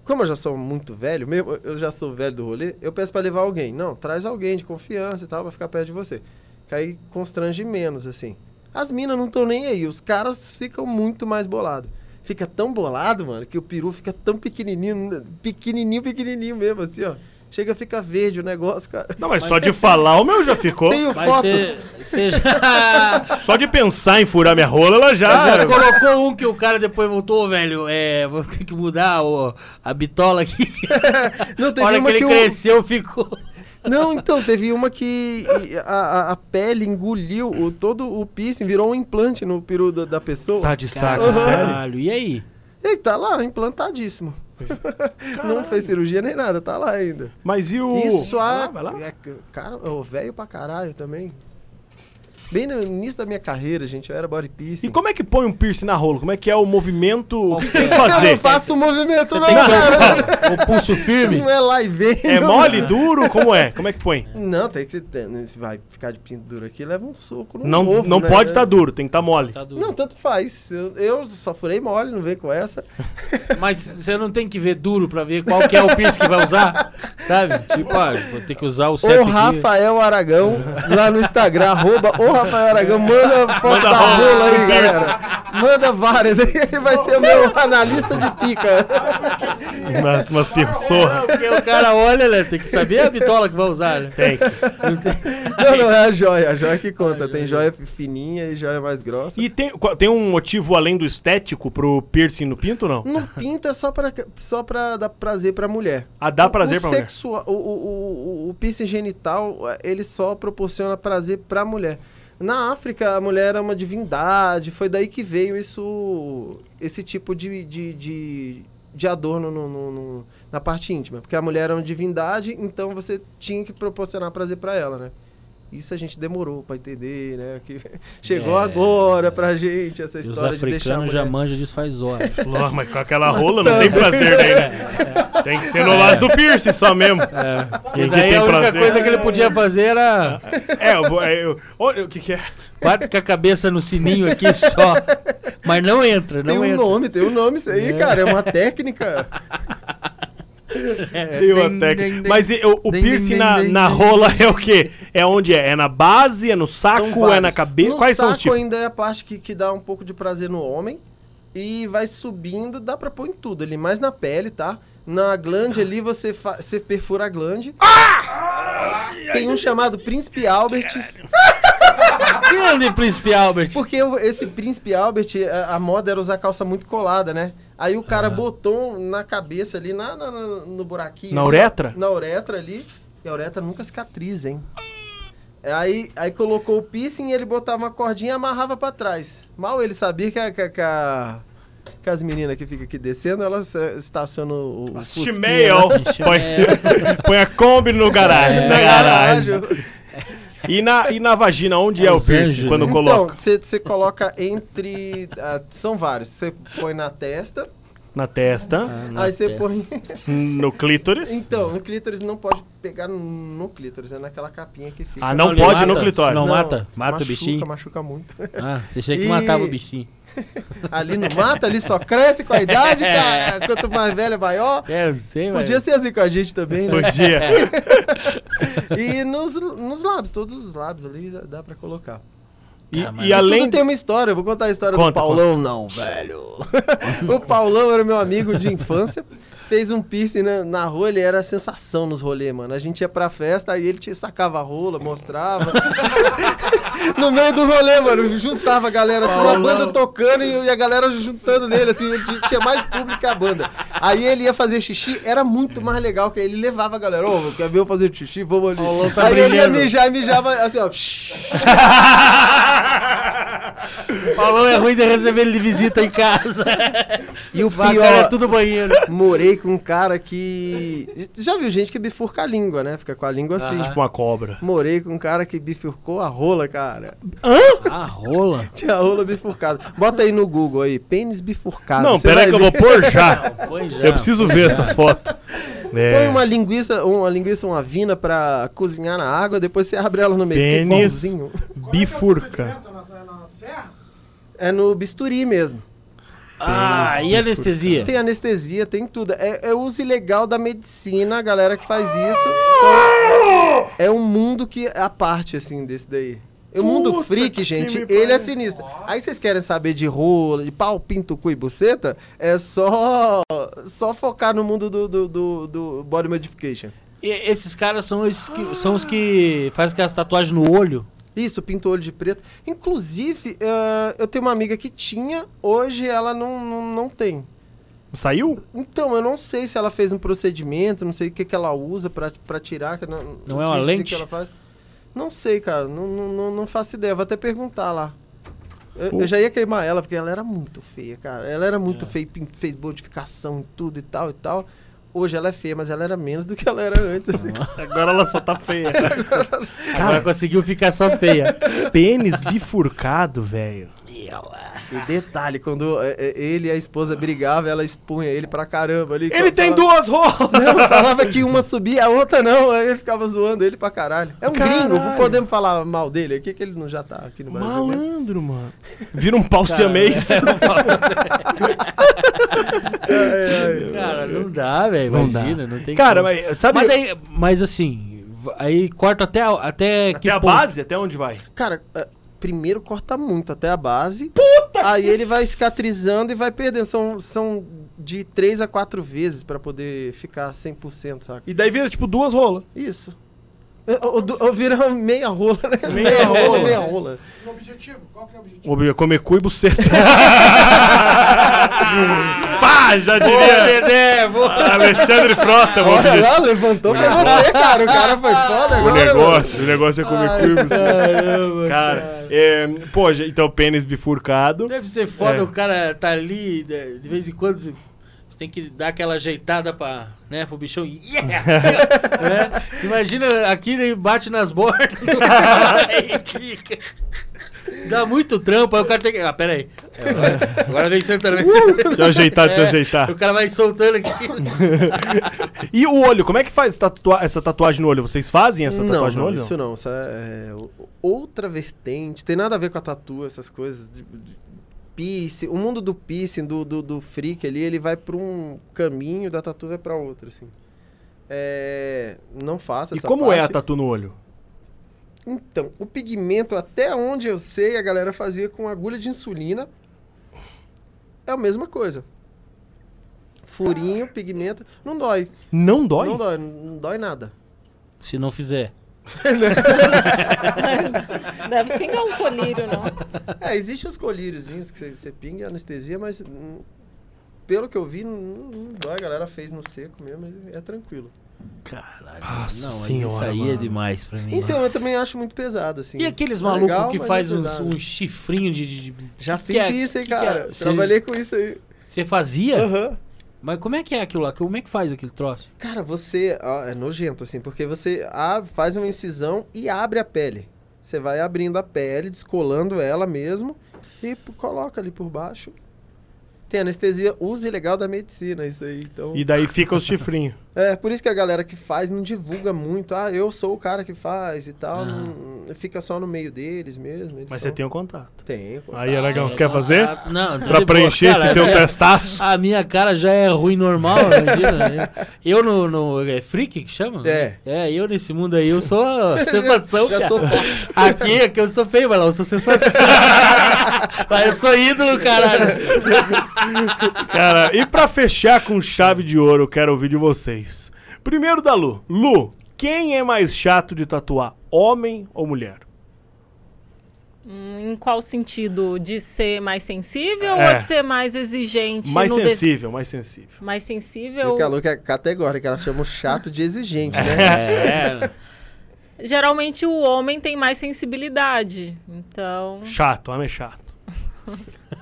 como eu já sou muito velho mesmo, eu já sou velho do rolê, eu peço pra levar alguém. Não, traz alguém de confiança e tal, pra ficar perto de você. Que aí constrange menos, assim. As minas não estão nem aí, os caras ficam muito mais bolados. Fica tão bolado, mano, que o peru fica tão pequenininho, pequenininho, pequenininho mesmo, assim, ó. Chega, fica verde o negócio,
Não,
cara.
mas, só de falar o meu já ficou.
Tenho
Mas
fotos.
cê- cê já,
Só de pensar em furar minha rola, ela
Ah,
já.
já colocou um que o cara depois voltou, "Ô, velho. É, vou ter que mudar o, a bitola aqui.
Não,
A hora que um- ele
eu-
cresceu, ficou.
Não, então, teve uma que e, a, a- a pele engoliu o, todo o piercing, virou um implante no peru da, da pessoa.
Tá de saco,
Aham.
sério?
e aí?
Ele tá lá, implantadíssimo. Não fez cirurgia nem nada, tá lá ainda.
Mas e o.
Isso é
Vai lá,
a...
vai lá.
é, cara, o velho pra caralho também. Bem no início da minha carreira, gente, eu era body piercing.
E como é que põe um piercing na rola? Como é que é o movimento? O que você tem que
Eu não
fazer?
faço o movimento, não,
tem que
cara.
O pulso firme?
Não é lá e vem.
É
não.
mole, duro? Como é? Como é que põe?
Não, tem que ser. tem- Se vai ficar de pinto duro aqui, leva um soco. No
Não,
ovo,
não
né?
pode tá estar duro, tem que estar mole.
Tá duro.
Não, tanto faz. Eu, eu só furei mole, não veio com essa.
Mas você não tem que ver duro pra ver qual que é o piercing que vai usar, sabe? Tipo, ah, vou ter que usar o certo
O
aqui.
Rafael Aragão, lá no Instagram, arroba o Rafael Aragão, manda foto
Manda
da
rola,
rola aí,
cara.
cara. Manda várias aí, ele vai ser meu analista de pica.
Umas,
Ah,
umas
é.
pirçorras.
Porque o cara olha, né? Tem que saber a bitola que vai usar, né?
Tem.
Não, não, é a joia, a joia que conta. Tem joia fininha e joia mais grossa.
E tem, qual- tem um motivo além do estético pro piercing no pinto ou não?
No pinto é só pra, só pra dar prazer pra mulher.
Ah, dá prazer
o
pra mulher.
sexual, O, o, o, o piercing genital, é, ele só proporciona prazer pra mulher. Na África, a mulher era uma divindade, foi daí que veio isso, esse tipo de, de, de, de adorno no- no- no- na parte íntima. Porque a mulher era uma divindade, então você tinha que proporcionar prazer pra ela, né? Isso a gente demorou pra entender, né? Que chegou
É.
agora pra gente essa
E os
história de deixar a
africanos já
mulher...
manjam disso faz horas.
Ló, mas Tá com aquela rola não tem prazer daí, né? Tem que ser no lado do piercing só mesmo.
É,
Quem
e
que
daí
tem
a única
prazer?
coisa que ele podia fazer era
É, eu vou. é, eu- olha o que, que é.
bate com a cabeça no sininho aqui só. Mas não entra,
Tem
não
um
entra.
nome, tem um nome isso aí, cara. É uma técnica.
Tem uma
É, tem-
É, técnica.
tem- tem-
Mas e- o, o
ding,
piercing
ding,
na,
ding,
na
ding.
rola é o quê? É onde é? É na base? É no
São
saco? É
vários.
na cabeça?
No
Quais são os
saco
tipos?
ainda é a parte que, que dá um pouco de prazer no homem. E vai subindo, dá pra pôr em tudo ali, mais na pele, tá? Na glande ali você, fa- você perfura a glande. Tem um chamado Príncipe Albert.
Grande Príncipe Albert.
Porque o- esse Príncipe Albert, a, a moda era usar calça muito colada, né? Aí o
Ah.
cara botou na cabeça ali, na, na- na- no buraquinho. né?
Na uretra?
na uretra ali. E a uretra nunca cicatriza, hein? É, Aí, aí colocou o piercing e ele botava uma cordinha e amarrava pra trás. Mal ele sabia que, a, que, a- que a- que as meninas que ficam aqui descendo, elas eh, estacionam o, o fusquinha,
Chimeia,
né?
ó. Põe, põe a Kombi no garagem.
Na
Na garagem.
É. garagem.
E na, e na vagina, onde é, o
os
piercing
anjos, né?
quando
Então,
coloca?
você coloca entre... ah, são vários. Você põe na testa,
Na
Ah,
testa,
aí você
testa.
põe...
no clítoris.
Então, no clítoris não pode pegar no clítoris, é naquela capinha que fica.
Ah, não pode no clitóris.
Não, mata, mata
machuca,
o bichinho.
machuca muito.
Ah, deixei que
E-
matava o bichinho.
Ali não mata, ali só cresce com a idade, cara. Quanto mais velho, maior.
É, eu sei, mas-
Podia ser assim com a gente também, né?
Podia.
É.
E nos, nos lábios, todos os lábios ali dá- dá pra colocar.
E,
Tá, mas
e
tudo
além.
Tudo tem uma história, eu vou contar a história
Conta,
do Paulão, não, velho. o Paulão era meu amigo de infância, fez um piercing na, na rua, ele era a sensação nos rolês, mano. A gente ia pra festa, aí ele te sacava a rola, mostrava. no meio do rolê, mano, juntava a galera, assim, uma banda tocando e, e a galera juntando nele, assim, ele t- tinha mais público que a banda. Aí ele ia fazer xixi, era muito mais legal, que ele levava a galera, ô, quer ver eu fazer xixi? Vamos ali. aí ele ia mijar e mijava assim, ó.
Falou, é ruim de receber ele de visita em casa.
E o
Vai,
pior...
cara, é tudo banheiro.
Morei com um cara que. Já viu gente que bifurca a língua, né? Fica com a língua assim.
Aham.
tipo,
Uma cobra.
Morei com um cara que bifurcou a rola, cara.
Ah, rola.
Tinha a rola bifurcada. Bota aí no Google aí, pênis
Ah,
bifurcado.
Não,
Você
pera aí
vai
que eu
ver.
vou pôr já.
Foi já.
Eu preciso ver essa foto.
Põe
É,
uma linguiça, uma linguiça, uma vina pra cozinhar na água, depois você abre ela no meio. fica
Pênis.
igualzinho.
bifurca.
Procedimento na, na serra?
É no bisturi mesmo.
Ah, e anestesia?
Tem anestesia, tem tudo. É, é uso ilegal da medicina, a galera que faz isso. Então, é um mundo que é a parte, assim, desse daí. O mundo freak, gente, ele é sinistro. Aí vocês querem saber de rola, de pau, pinto, cu e buceta? É só, só focar no mundo do, do, do, do body modification.
E esses caras são, esses que, são os que fazem aquelas tatuagens no olho.
Isso, pinto o olho de preto. Inclusive, eh, eu tenho uma amiga que tinha, hoje ela não, não, não tem.
Saiu?
Então, eu não sei se ela fez um procedimento, não sei o que, que ela usa pra, pra tirar. que eu Não,
Não é uma
sei o
lente?
Que ela faz. Não sei, cara. Não, não, não, não faço ideia. Vou até perguntar lá. Eu, eu
Pô.
já ia queimar ela,
É.
porque ela era muito feia, cara. Ela era muito feia, pin- fez modificação e tudo e tal e tal. Hoje ela é feia, mas ela era menos do que ela era antes. assim.
Agora ela só tá feia.
Agora conseguiu ficar só feia.
Pênis bifurcado, velho.
E detalhe, quando é, é, ele e a esposa brigavam, ela expunha ele pra caramba ali.
Ele tem
duas.
duas rolas!
Não, falava que uma subia, a outra não. Aí eu ficava zoando ele pra caralho. É um gringo,
Caralho.
podemos falar mal dele aqui, que ele não já tá aqui no Brasil. mesmo?
Malandro, mano. Vira um pau siamês.
é, Cara, não dá, velho.
Não dá.
Imagina, não tem
Cara,
como.
mas sabe
Mas, daí, mas assim, v- aí corta até, a- até,
até é a base? Até onde vai?
Cara, é, primeiro corta muito até a base. Aí ele vai cicatrizando e vai perdendo. São, são de três a quatro vezes pra poder ficar 100%, saca?
E daí vira tipo duas rolas.
Isso. É, Ou, ou, ou vira meia rola, né?
Meia rola.
meia rola.
O Um objetivo? Qual que é o objetivo?
Obriga comer cu e buceta. Pá, já diria.
Alexandre Frota, o
Olha
objetivo.
lá, levantou pra você, cara. O cara foi foda
O
agora.
negócio, o negócio é comer cubos.
Caramba,
Cara, é, pô, já- então pênis bifurcado.
Deve ser foda
É.
o cara tá ali, de de vez em quando você você tem que dar aquela ajeitada pra, né, pro bichão. Yeah! Né? Imagina aqui ele bate nas bordas. aí fica. Dá muito trampo, aí o cara tem que. Ah, pera aí. Agora- Agora vem sentando, vem sentando.
Deixa eu ajeitar, deixa eu
É,
ajeitar.
O cara vai soltando aqui.
E o olho, como é que faz tatua- essa tatuagem no olho? Vocês fazem essa
não,
tatuagem
não,
no olho?
isso não. Isso é, é, o- outra vertente. Tem nada a ver com a tatu, essas coisas. De, de, piercing. O mundo do piercing, do, do, do freak ali, ele vai pra um caminho, da tatu vai pra outro, assim. É, não faça
E
essa
como é a
parte.
tatu no olho?
Então, o pigmento, até onde eu sei, a galera fazia com agulha de insulina. É a mesma coisa. Furinho, pigmento. Não dói.
Não dói?
Não dói, não dói nada.
Se não fizer.
Deve pingar um colírio, não.
É, existem os colíriozinhos que você, você pinga e anestesia, mas hum, pelo que eu vi, não, não dói. A galera fez no seco mesmo, mas é tranquilo.
Caralho.
Nossa
não, isso
senhora,
aí é
mano.
demais pra mim.
Então, eu também acho muito pesado, assim.
E aqueles
É
malucos
legal,
que
mas
faz
é
um,
pesado.
um chifrinho de- de. de-
Já
que
fiz
é-
isso, hein,
que que
cara.
é? Você-
Trabalhei com isso aí.
Você fazia?
Aham.
Mas como é que é aquilo lá? Como é que faz aquele troço?
Cara, você. ah, é nojento, assim, porque você a- faz uma incisão e abre a pele. Você vai abrindo a pele, descolando ela mesmo e p- coloca ali por baixo. Tem anestesia, uso ilegal da medicina, isso aí. Então.
E daí fica os chifrinhos.
É, por isso que a galera que faz não divulga muito. Ah, eu sou o cara que faz e tal. não- fica só no meio deles mesmo. eles
Mas
são-
você tem o contato.
Tem. pô.
Aí, Aragão, você quer fazer?
Ah, não, tô de
Pra
boa.
preencher
Cara,
esse teu
é-
testaço?
A minha cara já é ruim normal, imagina. né? Eu no, no. É freak que chama?
É.
É, eu nesse mundo aí, eu sou sensação,
Já
cara.
sou top.
Aqui, aqui eu sou feio, mas lá eu sou sensação. lá eu sou ídolo, caralho.
Cara, e pra fechar com chave de ouro, eu quero ouvir de vocês. Primeiro da Lu. Lu, quem é mais chato de tatuar? Homem ou mulher?
Hum, Em qual sentido? De ser mais sensível
É.
ou de ser mais exigente?
Mais
no de-
sensível, mais sensível.
Mais
Eu...
sensível?
O calor que é categórica, elas chamam chato de exigente, né?
É.
Geralmente o homem tem mais sensibilidade. Então,
Chato, homem é chato.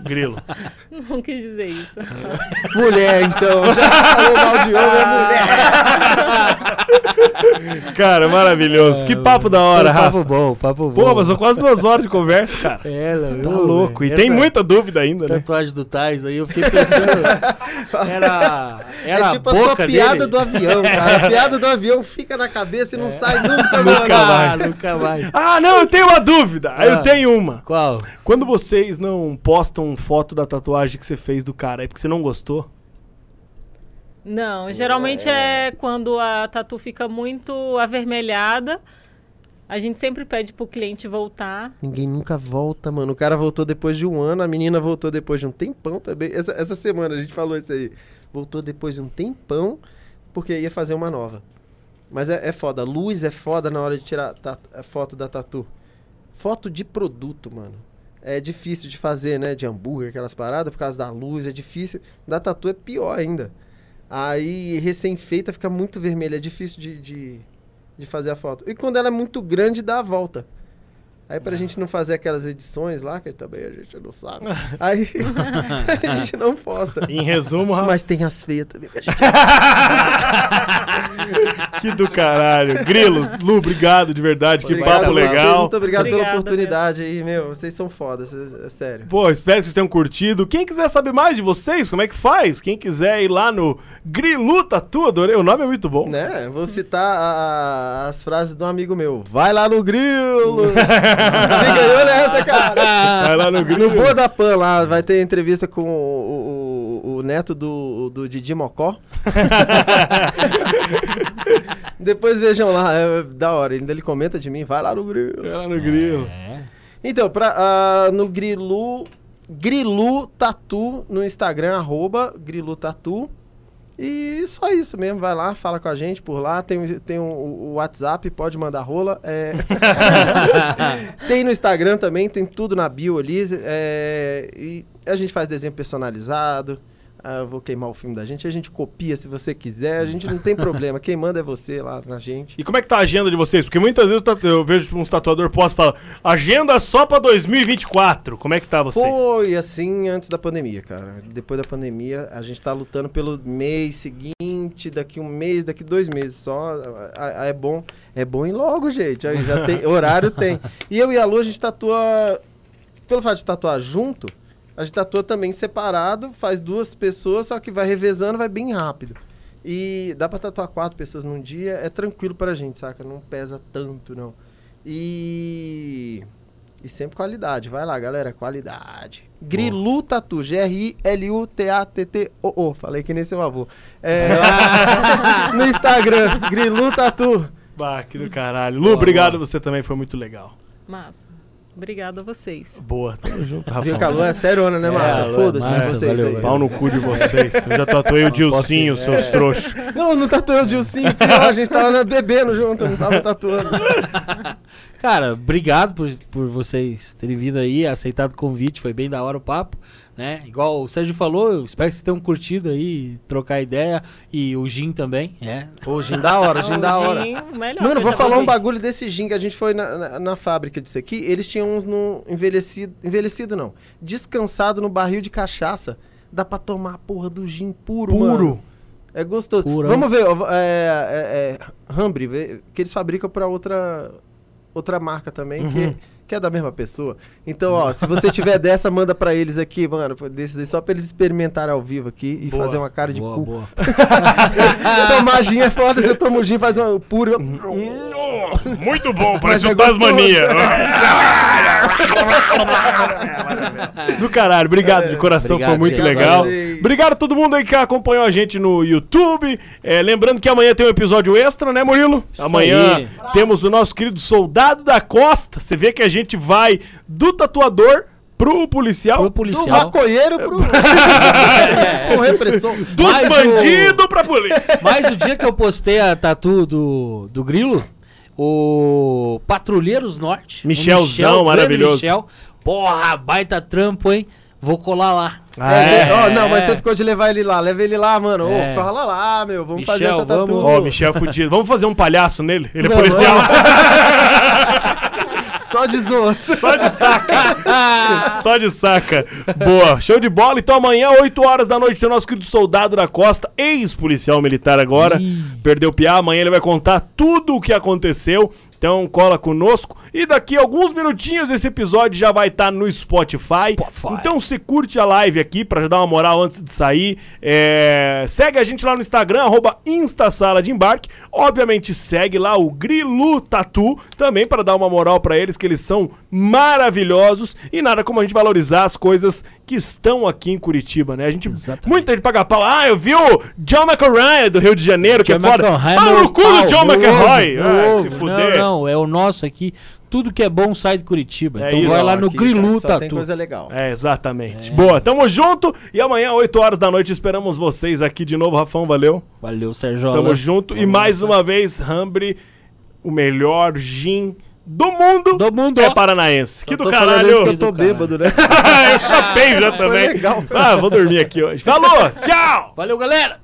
Grilo.
não quis dizer isso.
Mulher, então. Já falou mal de homem, é mulher.
Cara, maravilhoso. Que papo da hora, Rafa.
Papo bom, papo bom.
Pô, mas são quase duas horas de conversa, cara.
É, Tá não,
Tá
eu,
louco. E
velho.
tem
Essa
muita dúvida ainda, né?
Tatuagem do Tais aí, eu fiquei pensando. Era. Era
é tipo
a
a
boca
sua piada
dele.
do avião, cara. A piada do avião fica na cabeça e não sai nunca, mano.
Ah, nunca mais.
Ah, não, eu tenho uma dúvida. Ah, Eu
Ah.
tenho uma.
Qual?
Quando vocês não postam foto da tatuagem que você fez do cara, é porque você não gostou?
Não, geralmente é quando a tatu fica muito avermelhada. A gente sempre pede pro cliente voltar.
Ninguém nunca volta, mano. O cara voltou depois de um ano, a menina voltou depois de um tempão também. Essa, essa semana a gente falou isso aí. Voltou depois de um tempão, porque ia fazer uma nova. Mas é, é foda. Luz é foda na hora de tirar ta- a foto da tatu. Foto de produto, mano. É difícil de fazer, né? De hambúrguer, aquelas paradas, por causa da luz, é difícil. Da tatu é pior ainda. Aí, recém-feita, fica muito vermelha. É difícil de, de, de fazer a foto. E quando ela é muito grande, dá a volta. Aí pra gente não fazer aquelas edições lá, que também a gente não sabe. Aí a gente não posta.
Em resumo, rapaz,
Mas tem as feias também. que a gente-
que do caralho. Grilo, Lu, obrigado de verdade, que
Obrigado
papo
a vocês,
legal.
Muito obrigado pela
Obrigada
oportunidade aí, meu. Vocês são foda, cês- é sério.
Pô, espero que vocês tenham curtido. Quem quiser saber mais de vocês, como é que faz? Quem quiser ir lá no Grilu Tatu, adorei, o nome é muito bom.
Né? Vou citar a- a- as frases do amigo meu. Vai lá no grilo! Fica de olho nessa, cara!
Vai lá no
No
Grilu.
Boa da Pan lá, vai ter entrevista com o, o- o- o neto do, do Didi Mocó. Depois vejam lá, é da hora. Ainda ele comenta de mim, vai lá no grilo.
Vai lá no Grilo.
Então, pra, ah, no Grilu, Grilu Tatu, no Instagram, arroba Grilu Tatu. E só isso mesmo, vai lá, fala com a gente por lá, tem, o- tem o, o WhatsApp, pode mandar rola. é. tem no Instagram também, tem tudo na bio ali. é, e a gente faz desenho personalizado. ah, eu vou queimar o filme da gente, a gente copia se você quiser, a gente não tem problema. Quem manda é você lá na gente.
E como é que tá a agenda de vocês? Porque muitas vezes eu tatu- eu vejo uns tatuador posta e fala, agenda só pra 2024. Como é que tá vocês?
Foi assim antes da pandemia, cara. Depois da pandemia, a gente tá lutando pelo mês seguinte, daqui um mês, daqui dois meses só. A- a- É bom, é bom ir logo, gente. Aí já tem, horário tem. E eu e a Lu, a gente tatua. Pelo fato de tatuar junto, a gente tatua também separado, faz duas pessoas, só que vai revezando, vai bem rápido. E dá pra tatuar quatro pessoas num dia, é tranquilo pra gente, saca? Não pesa tanto, não. E. E sempre qualidade. Vai lá, galera, qualidade. Grilu Tatu, G-R-I-L-U-T-A-T-T-O-O. Falei que nem seu avô. É, lá no Instagram, Grilu Tatu.
Bah, que do caralho. Lu, obrigado você também, foi muito legal.
Mas, obrigado a vocês.
Boa, tamo junto,
Viu
Rafa.
que a Lu é serona, né, Márcia?
Lu é
Foda-se
massa,
vocês
valeu,
aí.
valeu.
Pau no cu de vocês. Eu já tatuei o Dilcinho,
É.
seus trouxas.
Não, não tatuou o Dilcinho, que lá, a gente tava né, bebendo junto, não tava tatuando.
Cara, obrigado por, por vocês terem vindo aí, aceitado o convite, foi bem da hora o papo, né? Igual o Sérgio falou, eu espero que vocês tenham curtido aí, trocar ideia e o Gin também, é.
Ô, gin da hora, gin da hora.
Melhor,
Mano,
eu
vou
já
falar um
provei.
bagulho desse gin que a gente foi na, na- na fábrica disso aqui. Eles tinham uns no envelhecido, envelhecido não, descansado no barril de cachaça. Dá pra tomar a porra do gin puro,
Puro.
mano. É gostoso.
Purão.
Vamos ver, ó, é, é, é, Hambre, vê, que eles fabricam pra outra outra marca também, que, que é da mesma pessoa. Então, ó, se você tiver dessa, manda pra eles aqui, mano, desses aí, só pra eles experimentarem ao vivo aqui e
Boa.
fazer uma cara de
boa,
cu. Tá
boa.
Tomar gin é foda, você toma o gin, faz uma puro.
muito bom, parece
Mas
o
é gostoso.
Tasmania. Do caralho, obrigado de coração,
Obrigado,
foi muito
gente.
legal.
Valeu.
Obrigado a todo mundo aí que acompanhou a gente no YouTube. É, lembrando que amanhã tem um episódio extra, né, Murilo? amanhã
aí.
temos o nosso querido soldado da Costa. Você vê que a gente vai do tatuador pro policial.
Pro
um Do
policial.
maconheiro pro. Com repressão.
Dos
Mas o-
bandidos pra polícia.
Mas o dia que eu postei a tatu do, do Grilo, o Patrulheiros Norte. o
Michelzão,
Michel, grande
maravilhoso.
Michel. Porra, baita trampo, hein? Vou colar lá.
Ah,
É, ó, não, mas você ficou de levar ele lá. Leva ele lá, mano. Ô,
É.
cola lá, meu. Vamos fazer
Michel,
essa tatu.
vamos.
Ó, Michel fudido. Vamos fazer um palhaço nele? Ele é
Não,
policial.
Só de zoa.
Só de saca. Só de saca. Boa, show de bola. Então amanhã, 8 horas da noite, tem o nosso querido soldado da Costa, ex-policial militar agora. Perdeu o piá. Amanhã ele vai contar tudo o que aconteceu. Então cola conosco. E daqui a alguns minutinhos esse episódio já vai estar no Spotify. Então se curte a live aqui pra dar uma moral antes de sair. É, Segue a gente lá no Instagram, arroba Instasala de Embarque. Obviamente segue lá o Grilu Tatu também para dar uma moral pra eles, que eles são maravilhosos. E nada como a gente valorizar as coisas que estão aqui em Curitiba, né? A gente, muita gente paga pau. Ah, eu vi o John McRyan do Rio de Janeiro, que é
John
foda.
McElroy,
Pau
meu
no cu do
pau,
John
meu
McRoy.
ovo, meu
Ah, se
ovo.
fuder.
Não, não, é o nosso aqui. Tudo que é bom sai de Curitiba.
É
então
isso.
vai lá no
Aqui
Grilu
só- só Tem
Tatu.
coisa legal.
É, exatamente. Boa, tamo junto. E amanhã, 8 horas da noite, esperamos vocês aqui de novo. Rafão, valeu.
Valeu, Sérgio.
Tamo junto. E mais uma vez, Hambre, o melhor gin do mundo.
Do mundo.
É paranaense. que do
Tô falando isso
caralho.
que eu tô
Que do caralho.
bêbado, né?
eu chapei já também.
legal.
Ah, vou dormir aqui hoje. Falou, tchau.
Valeu, galera!